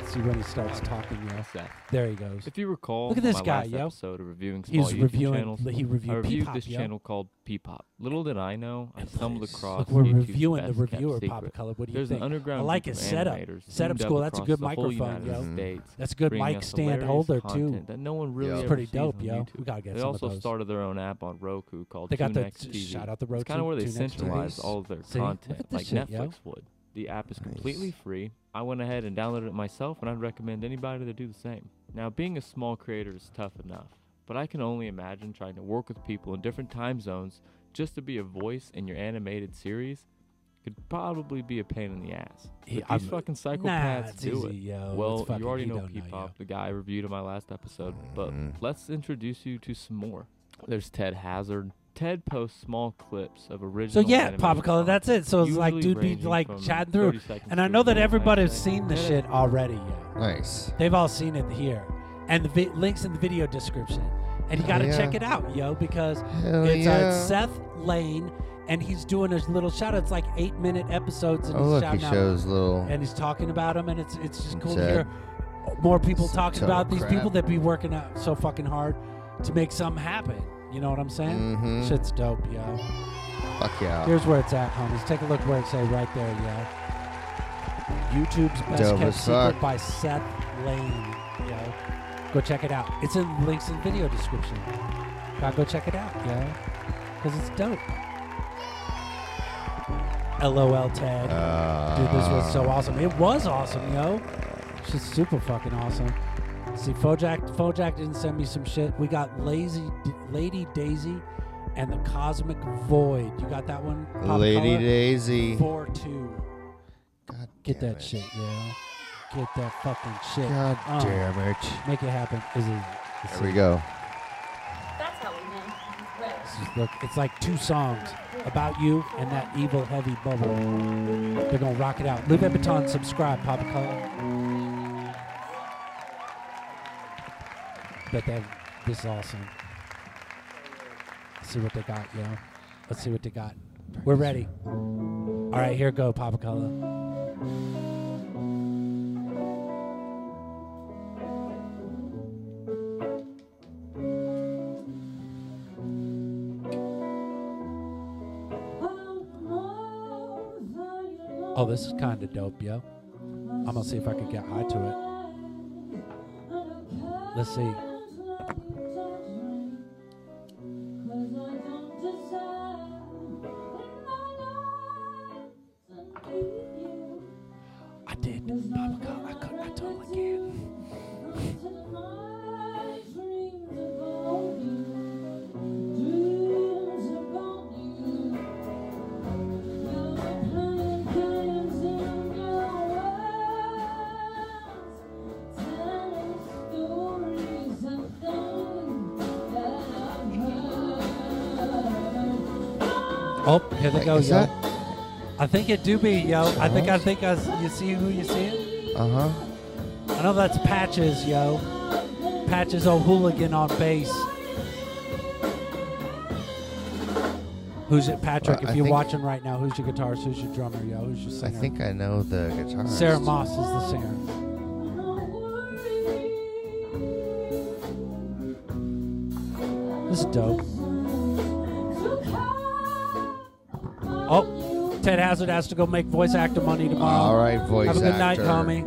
See when he starts talking, yo. There he goes.
If you recall,
look at this
my
guy,
last
yo.
episode of reviewing small
He's
YouTube
reviewing-
channels,
he reviewed
I reviewed
Peepop,
this
yo.
channel called Peepop. Little did I know, I stumbled across.
Look, we're
YouTube's
reviewing the
best kept
reviewer,
secret.
Papa Color. What do you
There's
think?
An underground
I like
group
his
of
setup.
animators zoomed
Setup's
up
cool. That's a
across
good
the whole
microphone,
United
yo.
States,
That's a good
bringing
mic
us
stand
hilarious
holder too.
content That no one really
It's
ever
pretty
sees
dope,
on
yo.
YouTube.
We gotta get
They
some of
also
those.
started their own app on Roku called
They got the-
2NX TV.
shout out the
It's kind
Roku,
of where they
2NX TV.
centralize all of their
See? Look
content,
at this
like
shit, yo.
Netflix would. The app is completely free. I went ahead and downloaded it myself, and I'd recommend anybody to do the same. Now, being a small creator is tough enough, but I can only imagine trying to work with people in different time zones just to be a voice in your animated series could probably be a pain in the ass. But
Yeah,
these
I'm-
fucking
nah,
psychopaths
it's
do
easy,
it.
yo.
Well,
It's fucking-
you already
you
know
don't know, Mm-hmm.
Peepop, the guy I reviewed in my last episode, but let's introduce you to some more. There's Ted Hazard. Ted posts small clips of
So
original.
yeah,
animated
Papa Color. That's it. So it's like,
usually
dude, be
ranging
like
from
chatting through,
30 seconds
and I
to
know
a
that
minute,
everybody's
90
seen the
seconds.
shit already. yo.
Nice.
They've all seen it here, and the vi- links in the video description. And you
Hell
gotta check
yeah.
it out, yo, because
Hell
it's, uh,
yeah.
it's Seth Lane, and he's doing his little shout out. It's like eight minute episodes, and
Oh,
he's
look, he
shouting out,
shows little-
and he's talking about them, and it's it's just cool to
Ted.
hear more people
It's
talking
total
about these
crap.
people that be working out so fucking hard to make something happen. You know what I'm saying?
Mhm.
Shit's dope, yo.
Fuck yeah.
Here's where it's at, homies. Take a look where it say right there, yo. YouTube's best
Dope
kept
as
secret
fuck.
by Seth Lane, yo. Go check it out. It's in links in video description. Gotta go check it out, yo, because it's dope. LOL Ted.
Uh,
Dude, this was
Ah.
so awesome. It was awesome, yo. Shit's super fucking awesome. See, Fojack, Fojack didn't send me some shit. We got Lazy D- Lady Daisy and the Cosmic Void. You got that one? Pop
Lady
Color?
Daisy.
Four two. God Get that shit, yo. Get that fucking shit. Uh,
God damn it.
Make it happen. Is it? is
There we
it-
go.
That's how we know.
this is- Look, it's like two songs about you and that evil heavy bubble. They're gonna rock it out. Live Epiton, subscribe, Papa Color. But then this is awesome. Let's see what they got, yo. Let's see what they got. We're ready. All right, here go, Papa Color. Oh, this is kind of dope, yo. I'm gonna see if I can get high to it. Let's see. I did. Papa God, I couldn't. I told again. Oh, here they
Wait,
go,
is
yo.
that-
I think it do be, yo. I think I think I s- you see who you see it.
Uh huh.
I know that's Patches, yo. Patches O'Hooligan on bass. Who's it, Patrick?
Well,
if
Uh, I
you're
think-
watching right now, who's your guitarist? Who's your drummer, yo? Who's your
I
singer?
think I know the guitar.
Sarah Moss is the singer. This is dope. Oh, Ted Hazard has to go make voice actor money tomorrow.
All right, voice
Have a good night,
actor.
Tommy.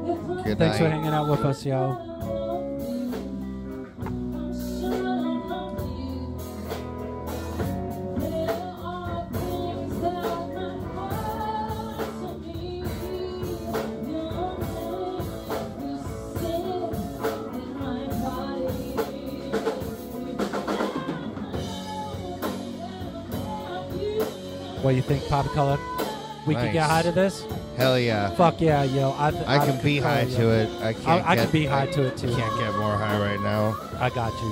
Good
Thanks for
night.
hanging out with us, yo. What do you think, Pop Color? We could get
Nice.
high to this?
Hell yeah.
Fuck yeah, yo. I, th-
I
I'd
can be
concur,
high
yo.
to it. I can't.
I, I
get,
can be high
I
to it too.
Can't get more high right now.
I got you.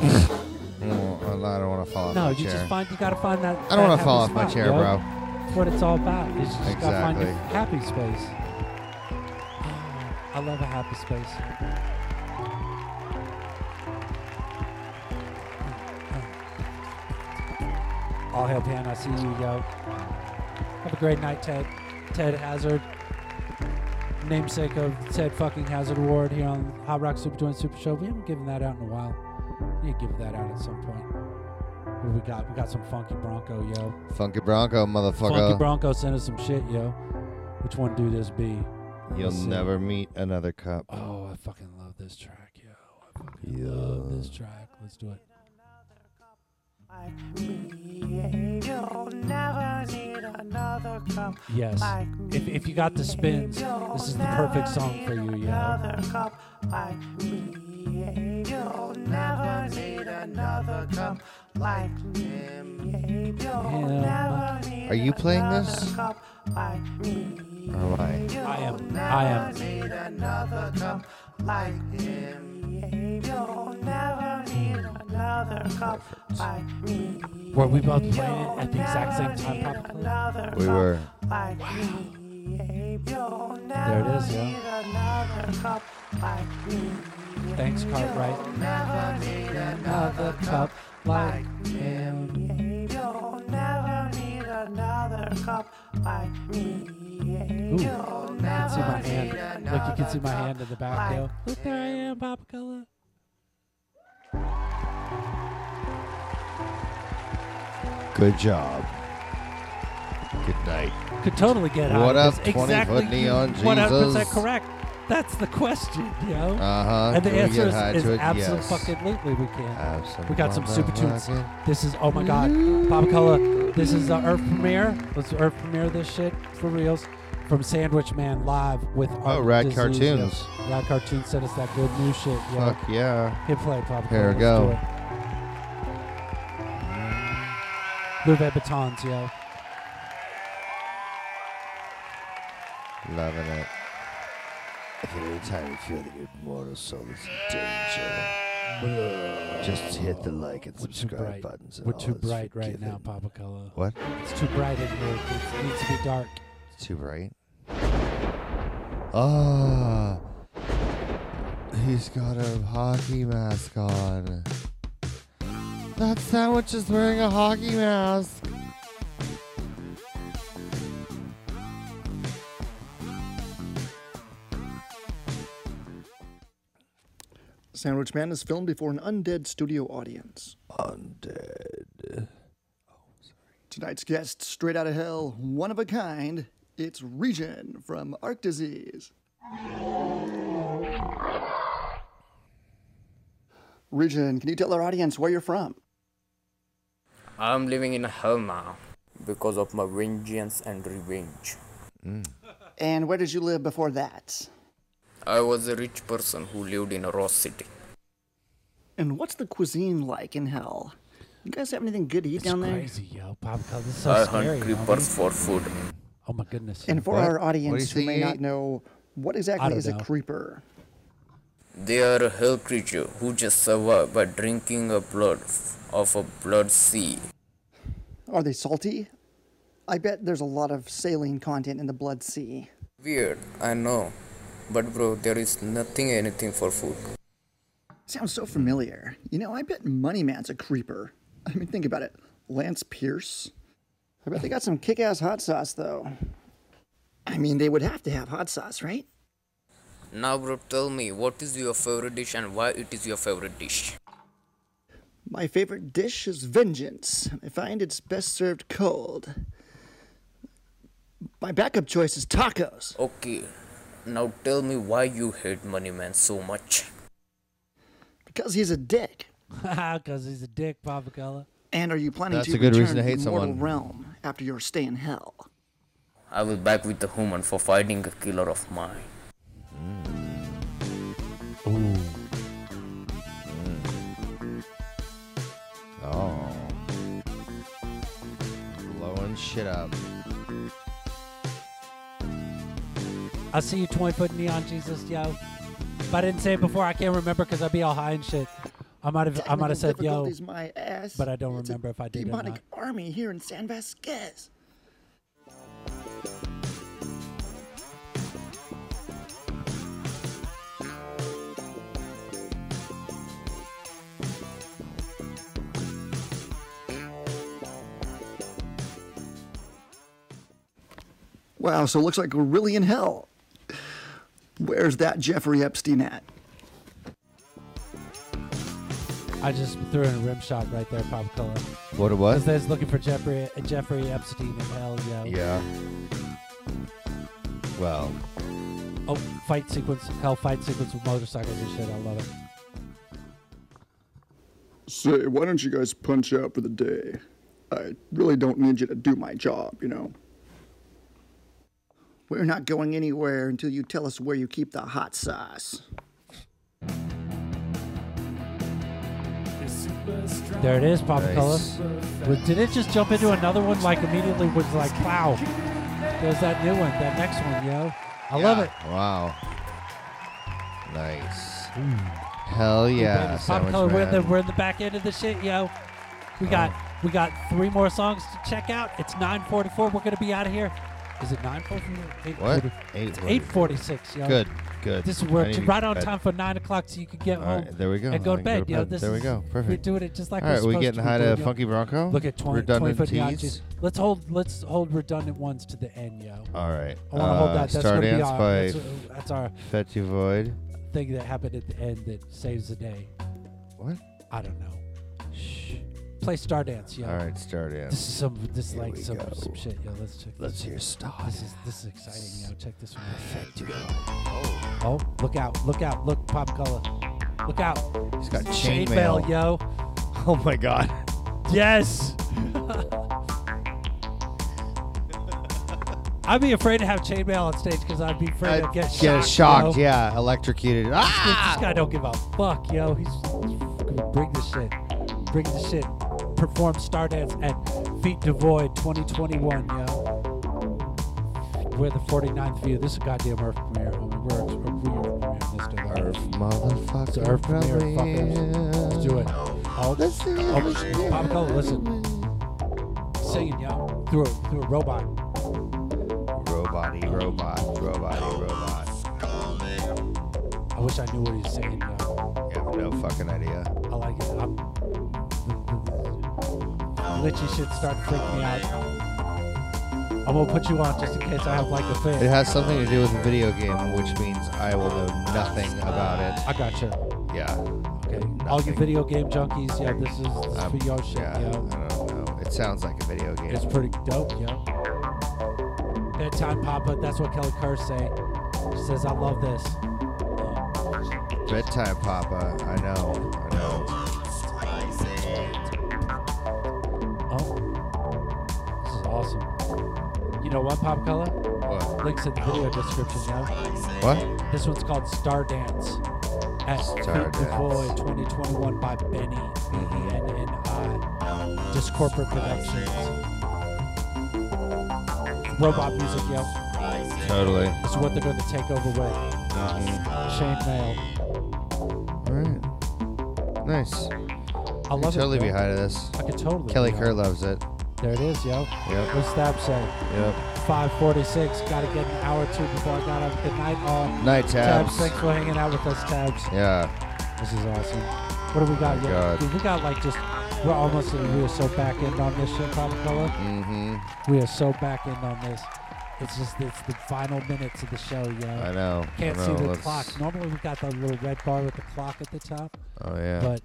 Mm, I don't want to fall off
No,
my
you
chair.
just find you gotta find that.
I don't
want
wanna
to
fall off my chair, bro.
That's what it's all about. Is you just gotta find your happy space. Oh, I love a happy space. All hail Pan, I see you, yo. Have a great night, Ted. Ted Hazard, namesake of Ted fucking Hazard Award here on Hot Rock Super Joint Super Show. We haven't given that out in a while. We need to give that out at some point. What we got? We got some funky Bronco, yo.
Funky Bronco,
Funky
motherfucker.
Bronco sent us some shit, yo. Which one do this be?
You'll
Let's see.
never meet another cup.
Oh, I fucking love this track, yo. I fucking love this track. Let's do it.
You'll never need another cup.
Yes. If, if you got the spins, this is the perfect song for you, yo.
Another cup like me. You'll never need another cup like me. You'll never need
Are you playing this?
cup like me.
Or am I?
I am. I am.
Need another cup like him. You'll never need another cup like me.
Were we both playing it at the exact same time, Papa? Club?
We were.
Like me. You'll
There it
never
is, yo.
need another cup like me.
Thanks, Cartwright.
Never need another cup like him. You'll never need another cup like me.
Ooh, you can see my hand. Look, you can see my hand in the back, yo. Look, there I am, Papa Color.
Good job. Good night.
Could totally get out
What
of
up,
this.
20
exactly
foot neon
100%
Jesus?
correct. That's the question, yo.
Uh-huh.
And the
Do we
answer
get
is,
high
is
to it?
absolutely
Yes.
fucking lately we can.
Absolutely
We got some super tunes.
motherfucking-
This is, oh my God. Papa Color, this is the Earth premiere. Let's Earth premiere this shit for reals from Sandwich Man live with Art
Oh, Rad
Disease,
Cartoons.
Yo. Rad Cartoons sent us that good new shit, yo.
Fuck yeah.
Hit play, Papa
Here
Color. Let's
we go.
do it. Louvet Batons, yo.
Loving it. If at any time you feel that your mortal soul is in danger, just hit the like and subscribe buttons. And
We're
all
too
is
bright right
forgiven.
now, Papa Color.
What?
It's too bright in here. It's- It needs to be dark.
Too bright. Ah, he's got a hockey mask on. That sandwich is wearing a hockey mask.
Sandwich Man is filmed before an undead studio audience.
Undead.
Tonight's guest, straight out of hell, one of a kind, it's Region from Arc Disease. Region, can you tell our audience where you're from?
I'm living in hell now because of my vengeance and revenge.
And where did you live before that?
I was a rich person who lived in a raw city.
And what's the cuisine like in hell? You guys have anything good to eat down there?
Crazy, yo. Papa Color, this is so
I
scary.
hunt
you know?
creepers for food.
Oh my goodness.
And for our audience who may not know, what exactly
don't
is
know.
a creeper?
They are a hell creature who just survive by drinking a blood f- of a blood sea.
Are they salty? I bet there's a lot of saline content in the Blood Sea.
Weird, I know. But bro, there is nothing anything for food.
Sounds so familiar. You know, I bet Money Man's a creeper. I mean, think about it. Lance Pierce. I bet they got some kick ass hot sauce, though. I mean, they would have to have hot sauce, right?
Now bro, tell me what is your favorite dish and why it is your favorite dish.
My favorite dish is vengeance. I find it's best served cold. My backup choice is tacos.
Okay, now tell me why you hate Money Man so much.
Because he's a dick.
Because he's a dick, Papa Cola.
And are you planning
That's
to
a good
return
reason to hate
the mortal
someone.
realm after your stay in hell?
I was back with the human for fighting a killer of mine.
Ooh. Oh. Blowing shit up.
I see you toy putting neon Jesus, yo. If I didn't say it before, I can't remember because I'd be all high and shit. I might have I might have said
Technical
yo,
difficulties, my ass.
but I don't
It's a
remember if I did or
demonic
not.
army here in San Vasquez. Wow, so it looks like we're really in hell. Where's that Jeffrey Epstein at?
I just threw in a rim shot right there, Pop Color.
What it was?
Because looking for Jeffrey uh, Jeffrey Epstein in hell, yo.
Yeah. Well,
Oh, fight sequence, hell fight sequence with motorcycles and shit. I love it.
Say, why don't you guys punch out for the day? I really don't need you to do my job, you know. We're not going anywhere until you tell us where you keep the hot sauce.
There it is, Papa
Nice.
Cola. But Did it just jump into another one? Like immediately was like, wow. There's that new one, that next one, yo. I love it.
wow. Nice. Hell yeah.
Pop
Sandwich
Color, we're in, the,
Man.
we're in the back end of the shit, yo. We
Oh.
got we got three more songs to check out. It's 9:44. We're gonna be out of here. Is it 9:44?
What?
8:40. It's
8:40.
8:46, yo.
Good, good.
This is
I
we're
need to
right
get
on
to bed.
time for nine o'clock, so you can get
All
home.
right, there we go.
And go
I
to
can go
bed,
to
yo.
bed.
This
There we
is-
go.
We're
Perfect.
doing it just like
All
we're
right, we
supposed
getting
to be
high to
doing, yo.
Funky Bronco?
Look at 20,
Redundant
20 foot neon
tees?
juice. Let's hold let's hold redundant ones to the end, yo.
All right.
I want to hold
uh,
that. That's
Star
gonna be
Dance
our,
by
that's, uh, that's our
Fetty Void.
thing that happened at the end that saves the day.
What?
I don't know. Shh. Play Star Dance, yo.
All right, Star Dance.
This is some this is
Here
like
we
some,
go.
some shit, yo. Let's check.
Let's
this
hear
out.
Star
This is this is exciting, yo. Check this one.
Perfect.
Oh. oh, look out! Look out! Look, pop color. Look out!
He's got
Shade
chainmail.
mail, yo.
Oh my god.
Yes. I'd be afraid to have chainmail on stage because I'd be afraid I'd get shocked.
Get shocked,
yo.
yeah. Electrocuted.
This-
Ah!
This guy don't give a fuck, yo. He's, he's gonna bring this shit. Bring this shit. Perform Stardance at Feet Devoid 2021, yo. We're the 49th view. This is a goddamn Earth premiere. homie. We're a, we're a premiere in this dude.
Earth
It's
motherfucker.
an Earth premiere,
brother.
fuckers. Let's do it. Oh,
Let's do it.
oh, Pop Color, listen. Singing, yo. Through a, through a robot.
Robot-y, robot, robot-y, robot.
I wish I knew what he was saying, yo.
You have no fucking idea.
I like it. I'm, glitchy shit start to freak me out. I'm gonna put you on just in case I have like a thing.
It has something to do with a video game, which means I will know nothing about it.
I gotcha.
Yeah.
Okay. All you video game junkies, yeah, this is, this is
Um,
for your shit,
yeah,
yo.
I don't know. It sounds like a video game.
It's pretty dope, yo. Bedtime Papa, that's what Kelly Kerr say. She says, I love this.
Bedtime, Papa. I know. I know.
Oh. This is awesome. You know what, Pop Color?
What?
Links in the video description, yo.
What?
This one's called Star Dance at
Star
Beat the
Dance. Mm-hmm.
Void 2021 by Benny, B-E-N-N-I, Just Corporate Productions. Robot music, yo.
Totally.
This is what they're going to take over with. Chainmail.
All right. Nice.
I love it,
totally
yo.
behind this.
I could totally
Kelly
be on
Kerr
it.
loves it.
There it is, yo.
Yep.
What's that say?
Yep.
546. Got to get an hour or two before I got up. Good night, all.
Night, Tabs.
Thanks for hanging out with us, Tabs.
Yeah. Oh
This is awesome. What do we got, yo?
God.
Dude, we got like just, we're almost in, we are so back end on this shit, Papa Cola.
Mm-hmm.
We are so back end on this. It's just, it's the final minutes of the show, yo.
I know, I
Can't
know,
see the
let's-
clock. Normally we got that little red bar with the clock at the top.
Oh yeah.
But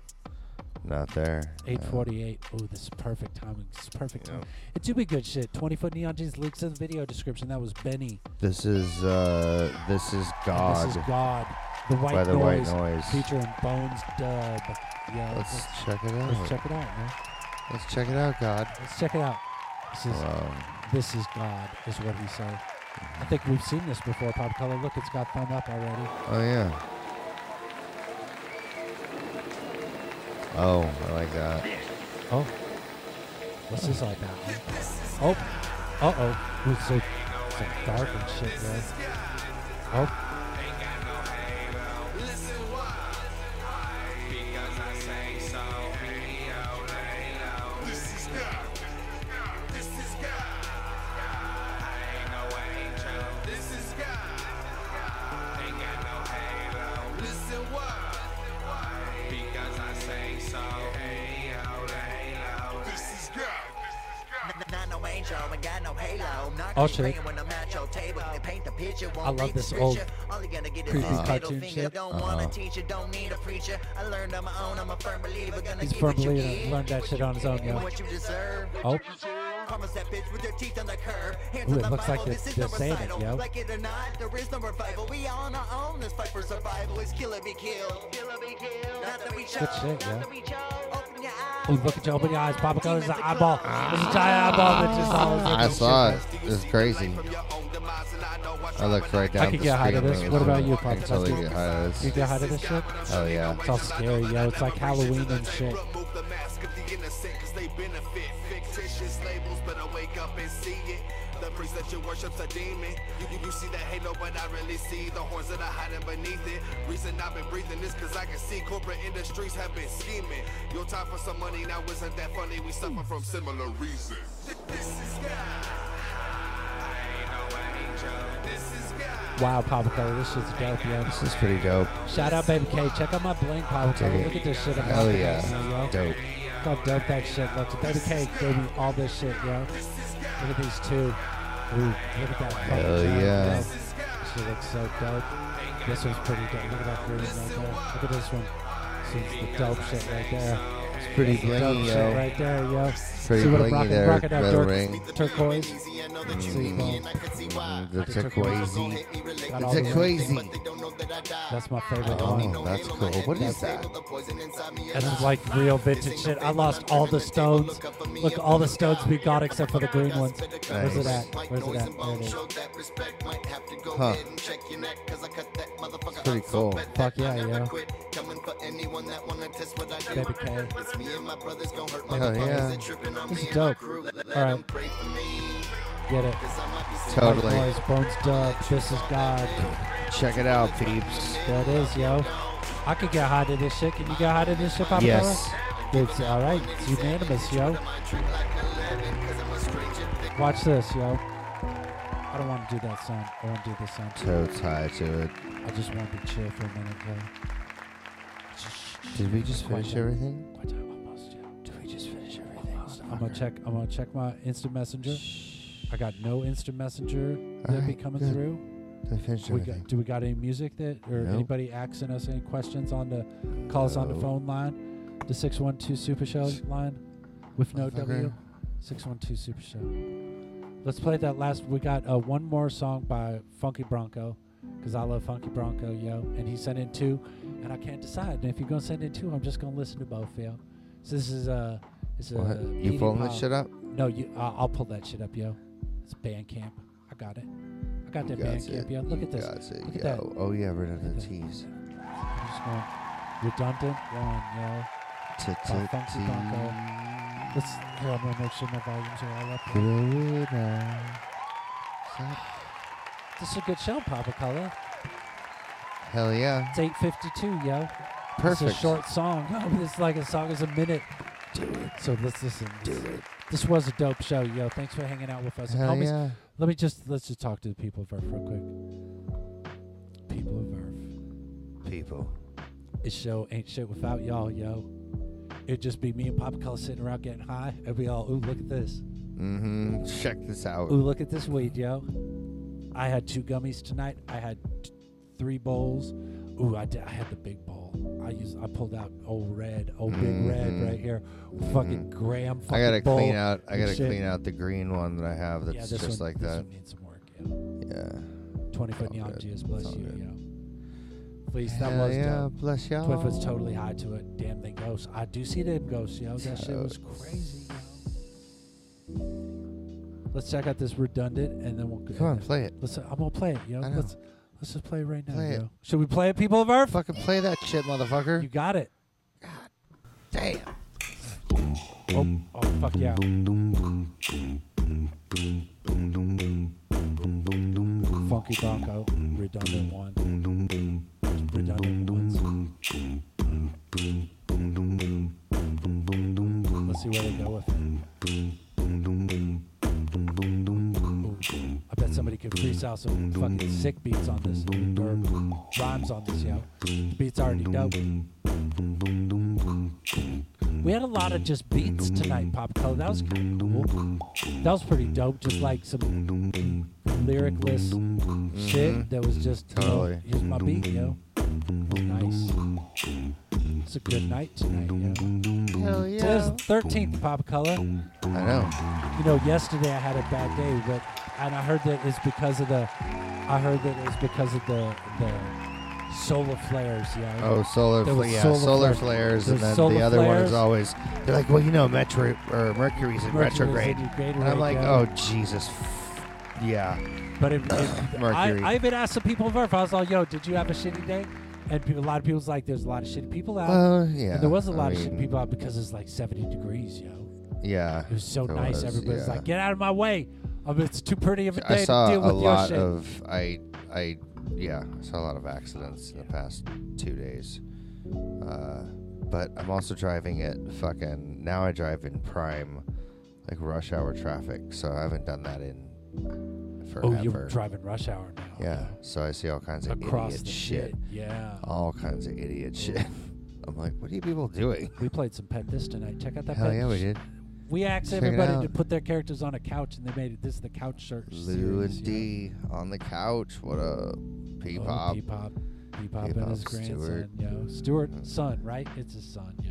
not there.
848. Oh, this is perfect timing. This is perfect timing. It's two big good shit. 20 foot neon jeans links in the video description. That was Benny.
This is uh this is
And
God.
This is God. The White
by the
Noise.
white noise.
Featuring Bones Dub. Yeah.
Let's check it out.
Let's check it out, man.
Let's check it out, God.
Let's check it out. This is this is God, is what he said. I think we've seen this before, Pop Color. Look, it's got thumb up already.
Oh yeah. Oh, I like that.
Oh. What's this all about? man? Oh. Uh oh. It's so, so dark and shit, man. Oh.
Oh
Oh,
shit.
shit.
I love this old creepy cartoon shit.
Uh-oh.
He's
He's
a firm
firmly
believer.
learned that shit on his own, yo.
Oh.
Oh.
Ooh, it looks like they're, they're saying it, yo.
Good shit, yo. Oh, look at your open your eyes. Papa Color is an eyeball. There's a giant eyeball that just all over
I
this
saw
shit,
it. It was crazy. I looked right down.
I could
the
get high to
screen
this.
and
What
it was-
about you,
I
Pop?
could totally get high to this.
You get high to this shit?
Oh yeah.
It's all scary, yo. It's like Halloween and shit. Wow, Papa Color, this shit's dope, yo.
This is pretty dope.
Shout out, Baby K. Check out my Blink Papa Color.
Dude.
Look at this shit. I'm
Hell
watching
yeah.
right now, yo.
Dope.
Look how dope that shit looks. Baby K gave me all this shit, yo. Look at these two. Ooh, look at that. fucking
Hell
giant,
yeah.
yo. She looks so dope. This one's pretty dope. Look at that green right there. Look at this one. She's the dope shit right there. It's
pretty
dope
blingy, yo.
shit right there, yo.
Pretty
See what a
blingy
rock-
there,
rock it up,
metal
dirt-
ring.
Turquoise.
Mm, the
Turquoise.
turquoisey.
Got
The
all the rings.
turquoisey.
That's my favorite one.
Oh, that's cool. What is that?
This is like real vintage shit. I lost all the stones. Look, all the stones we got except for the green ones. Where's it
Nice.
at? Where's it at? There it is.
Huh. It's pretty cool.
Fuck yeah, yo. Baby K.
Hell yeah.
This is dope. Alright. Get it.
Totally.
White Noise, Bones Dub, This is God.
Check it out, peeps.
There it is, yo. I could get high to this shit. Can you get high to this shit, Papa?
Yes.
Cola? It's alright. It's unanimous, yo. Watch this, yo. I don't want to do that sound. I want to do this sound.
Totes high to it.
I just want to chill for a minute, yo.
Did we just finish everything?
Did we just finish everything? I'm gonna check. I'm gonna check my instant messenger. I got no instant messenger that be
Alright,
coming
good.
through.
Did I finish
We
everything?
got, do we got any music that or
Nope.
anybody asking us any questions on the calls on the
No.
phone line, the six one two super show line with no W,
Motherfucker.
six one two super show. Let's play that last. We got uh, one more song by Funky Bronco, because I love Funky Bronco, yo. And he sent in two, and I can't decide. And if you're gonna send in two, I'm just gonna listen to both, yo. So this is uh, this is
What?
uh,
You
Petey
pulling this
Pop.
shit up?
No, you. I I'll pull that shit up, yo. It's Bandcamp. I got it. I got
You
that band
got
camp,
it.
yo. Look
You
at this.
got it,
Look at
yo.
that.
Oh yeah, we're done the tease.
I'm just going redundant one, yo.
Ta-
By
ta-
Funky
tee.
Bunko. Let's here. I'm gonna make sure my volumes are all up. here.
Blow it out.
This is a good show, Papa Color.
Hell yeah.
It's 8:52, yo. It's
Perfect.
a short song. No, but it's like a song is a minute. Do it. So let's listen. Do it. This was a dope show, yo. Thanks for hanging out with us. And
Hell
homies,
yeah.
Let me just let's just talk to the people of Earth real quick. People of Earth.
People.
This show ain't shit without y'all, yo. It'd just be me and Papa Color sitting around getting high. It'd be all, ooh, look at this.
Mm-hmm. Check this out.
Ooh, look at this weed, yo. I had two gummies tonight. I had t- three bowls. Ooh, I, did, I had the big bowl. I used I pulled out old red, old big red
Mhm.
right here. Fucking Graham. Fucking
Mm-hmm. I gotta
bowl
clean out. I
and
gotta
shit.
clean out the green one that I have. That's
this
just
one-
like
this
that.
one needs some work,
yeah.
Twenty foot
It's all
neon
good.
jizz.
It's
Bless
all
you,
good.
yo. Please, that
Hell
was
yeah,
dope.
bless y'all.
Twenty foot's totally high to it. Damn, they ghosts. I do see them ghosts, yo. That shit was crazy. yo. Let's check out this redundant, and then we'll go.
Come on, play it.
Let's. I'm gonna play it, yo. Let's let's just play it right now,
Play it.
yo. Should we play it, people of Earth?
Fucking play that shit, motherfucker. You
got it.
Damn.
Oh, oh fuck yeah. Funky Bronco, redundant one. Redundant ones. Let's see where they go with it. Ooh, I bet somebody could freestyle some fucking sick beats on this, or rhymes on this, yo. The beat's already dope. We had a lot of just beats tonight, Pop Color. That was kind of cool. That was pretty dope. Just like some lyricless shit that was just you know,
Totally.
here's my beat, yo. It was nice. It's a good night tonight, yo.
Hell
Today's
yeah.
the 13th, Pop Color.
I know.
You know, yesterday I had a bad day, but and I heard that it's because of the, I heard that it's because of the the solar flares, yeah.
Oh, solar,
There
fla-
was
yeah,
solar flare-
solar, flares,
there was
and then
solar
the other one is
flares.
always they're like, well, you know, Metro or Mercury's in
Mercury's in
retrograde,
retrograde,
and I'm like,
yeah.
oh Jesus, yeah.
But it,
Mercury,
I, I even asked some people of Earth. I was like, "Yo, did you have a shitty day?" And people, a lot of people's like, "There's a lot of shitty people out."
Well, yeah,
And there was a
I
lot of shitty
mean-
people out because it's like 70 degrees, yo.
yeah,
It was so
there
nice.
was,
Everybody's
yeah.
like, "Get out of my way! I mean, it's too pretty of a day
I saw
to deal
a
with your
lot
shit."
of I I yeah I saw a lot of accidents in the past two days, uh, but I'm also driving at fucking now I drive in prime like rush hour traffic, so I haven't done that in
oh,
forever.
you're driving rush hour now.
Yeah, so I see all kinds of
Across
idiot
the
shit.
shit, yeah.
all kinds of idiot shit. I'm like, what are you people doing?
We played some pet this tonight. Check out that.
Hell
pet
yeah, we did.
We asked
Check it
everybody to
out.
put their characters on a couch, and they made it. This is the couch search.
Lou
series,
and
yo.
D on the couch. What up, P
Oh, P-pop.
pop?
P-pop and
P-pop
his
Stewart. Uh,
grandson, yo. Stuart's son, right? It's his son, yo.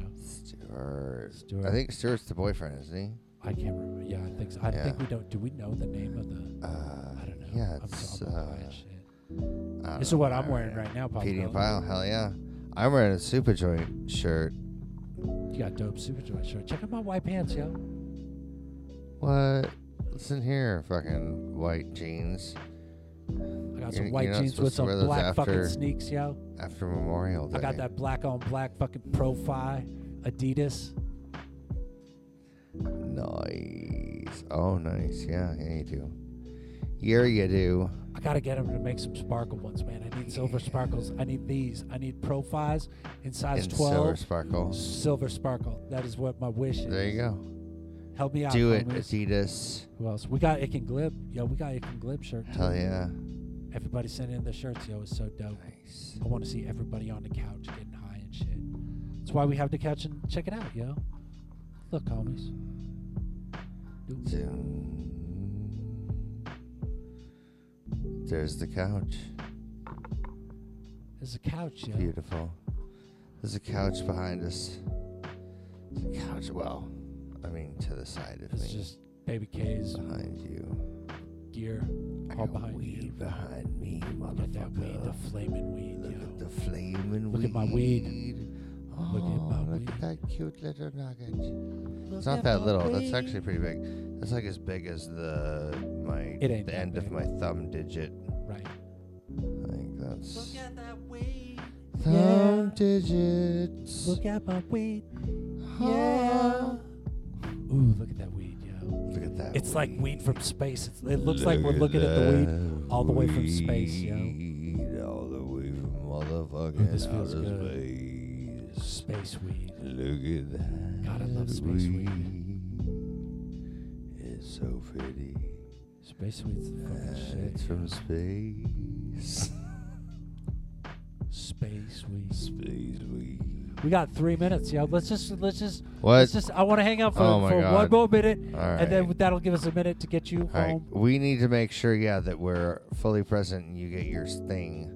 Stuart.
Stuart.
I think Stuart's the boyfriend, isn't he?
I can't remember. Yeah, I think so. I
Yeah. Uh,
think we don't. Do we know the name of the? I don't know.
Yeah,
I'm
it's.
so, I'm
uh,
blind.
I don't
This is
know
what
why
I'm
I
wearing
ran
right now, Pop
Petey and
Culture.
Pyle, hell yeah. I'm wearing a super joint shirt.
you got dope super joint shirt. Check out my white pants, yo.
What? Listen here, fucking white jeans.
I got
You're-
some
you're
white
not
jeans
supposed
with
to
some
wear those
black fucking
after-
sneaks, yo.
After Memorial Day.
I got that black on black fucking profile Adidas.
Nice. Oh, nice. Yeah, yeah, you do. Yeah, you do.
I gotta get them to make some sparkle ones, man. I need silver sparkles. I need these. I need profiles in size
And
twelve.
silver sparkle.
Silver sparkle. That is what my wish is.
There you go.
Help me out.
Do it,
homies.
Adidas.
Who else? We got Ick and Glib. Yo, we got Ick and Glib shirt. too.
Hell yeah.
Everybody sending in their shirts. Yo, it's so dope. I want to see everybody on the couch getting high and shit. That's why we have the couch and check it out, yo. Look, homies.
Zoom. There's the couch.
There's a couch, yo.
Beautiful. There's a couch behind us. There's a couch. Well, I mean, to the side of
It's
me.
just Baby K's
behind you.
gear all behind you.
Behind me, motherfucker.
Look at that weed, the flaming weed,
Look at
yo.
the flaming
Look
weed.
at my weed.
Oh,
Look at my
look
weed.
at that cute little nugget.
Look
it's not
at
that
my
little. That's
weed.
actually pretty big. That's like as big as the my
It ain't
the
that
end of
big.
my thumb digit.
Right.
I think that's
Yeah.
thumb digits.
Look at my weed. Yeah. Ooh, look at that weed, yo.
Look at that.
It's like weed from space. It's, it looks like we're looking at the weed all the way from space, yo.
Weed all the way from
Ooh,
motherfucking
this feels
outer
good. Space weed.
Look at that.
God, I love space weed.
So pretty.
Space Suite's the fucking shit.
It's from space.
Space Week.
Space Week.
We got three minutes, yo. Let's just let's just
What?
let's just I want to hang out for,
Oh my
for one
God.
more minute,
All
and then that'll give us a minute to get you
All right.
home.
We need to make sure, yeah, that we're fully present and you get your thing.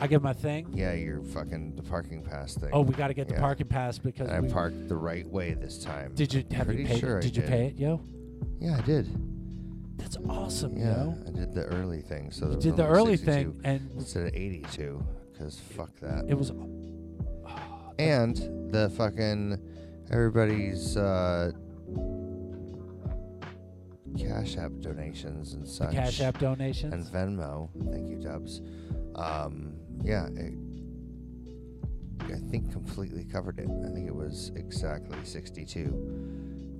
I get my thing.
Yeah, your fucking the parking pass thing.
Oh, we got to get the
Yeah.
parking pass because
And I
we,
parked the right way this time.
Did you have
Pretty
you paid?
sure I
did you pay it, yo?
Yeah, I did.
That's awesome,
Yeah,
yo.
I did the early thing. So
You
there was
did the
only
early
62
thing, and-
instead of eighty-two, because fuck that.
It was
and the fucking everybody's uh, Cash App donations and such.
Cash App donations?
and Venmo. Thank you, Dubs. Um, yeah, it, I think completely covered it. I think it was exactly sixty-two,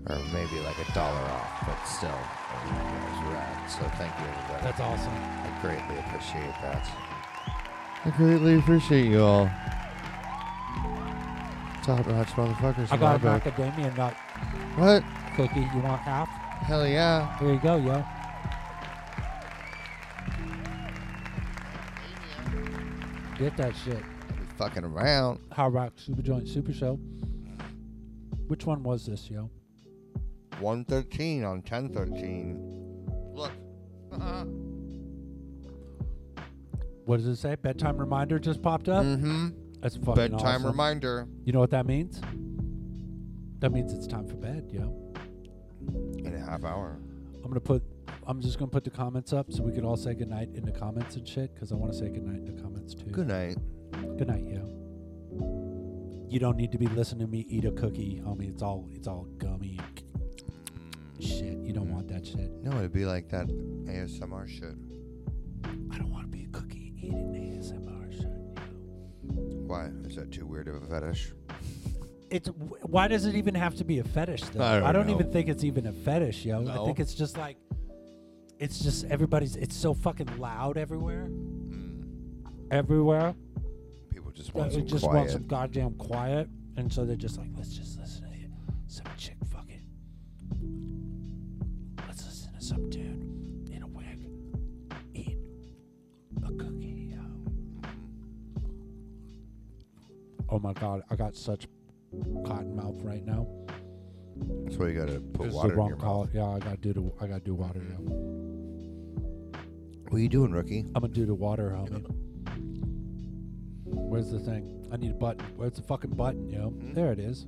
or maybe like a dollar off, but still, I think it was rad. So thank you, everybody.
That's awesome.
I greatly appreciate that.
I greatly appreciate you all.
Top notch motherfuckers.
I
in
got a
my book.
macadamia nut.
What?
Cookie, you want half?
Hell yeah.
Here you go, yo. Get that shit.
Fucking around.
Hard Rock Super Joint Super Show. Which one was this, yo?
113 on 1013. Look.
What does it say? Bedtime reminder just popped up?
Mm-hmm.
That's fucking
Bedtime
awesome.
reminder.
You know what that means? That means it's time for bed, yo.
In a half hour.
I'm gonna put I'm just gonna put the comments up so we could all say goodnight in the comments and shit, because I wanna say goodnight in the comments too.
Good night.
Good night, yo. You don't need to be listening to me eat a cookie, homie. It's all it's all gummy and shit. You don't want that shit.
No, it'd be like that ASMR shit.
I don't want to be a cookie eating ASMR shit.
Why? Is that too weird of a fetish?
It's wh- why does it even have to be a fetish though?
I don't know.
even think it's even a fetish, yo. I
No.
think it's just like it's just everybody's. It's so fucking loud everywhere. Everywhere.
Mm. People just
that
want
we
some
just
quiet.
want some goddamn quiet, and so they're just like, let's just listen to some chick fucking. Let's listen to some dude in a wig eat a cookie. uh, yo. Oh my god, I got such cotton mouth right now.
That's why you gotta put
This is
water
the
in
wrong
your mouth.
call. Yeah, I gotta do the I gotta do water. Yo.
What are you doing, rookie?
I'm gonna do the water, homie. Where's the thing? I need a button. Where's the fucking button, yo? There it is.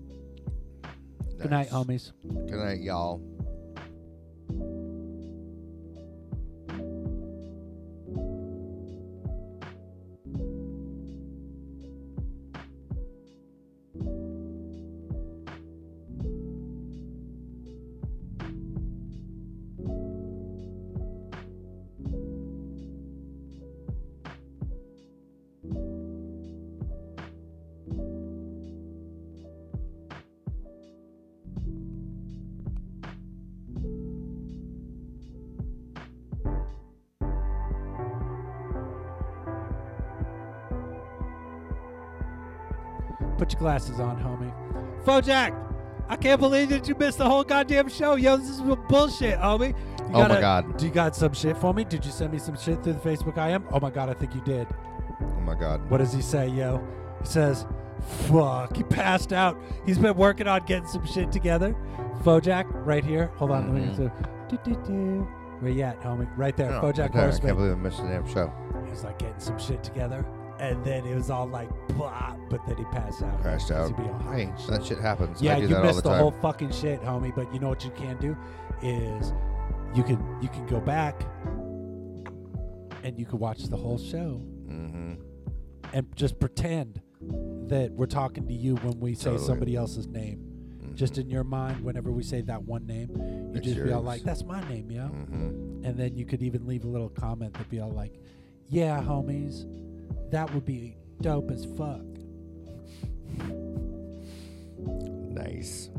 Good night,
Hmm? Nice.
homies.
Good night, y'all.
Put your glasses on, homie. Fojack, I can't believe that you missed the whole goddamn show. Yo, this is bullshit, homie. You
Oh my
gotta-
God.
Do you got some shit for me? Did you send me some shit through the Facebook I am? Oh my god, I think you did.
Oh my god.
What does he say, yo? He says, fuck, he passed out. He's been working on getting some shit together. Fojack, right here. Hold on. Let me
Mhm.
do, do, do. Where you at, homie? Right there.
No,
Bojack
Oh, right there. I
Horseman.
can't believe I missed the damn show.
He was like getting some shit together. And then it was all like, blah, but then he passed out.
Crashed
'Cause
out.
he'd be all high
Hey,
and
that shit happens.
yeah,
I do
you
that all
missed
the
the,
time.
whole fucking shit, homie. But you know what you can do is you can you can go back and you can watch the whole show
Mm-hmm.
and just pretend that we're talking to you when we say
Totally.
somebody else's name. Just in your mind, whenever we say that one name, you
It's
just be all
yours. Mm-hmm.
like, "That's my name, yo," and then you could even leave a little comment that be all like, "Yeah, homies, that would be dope as fuck."
Nice.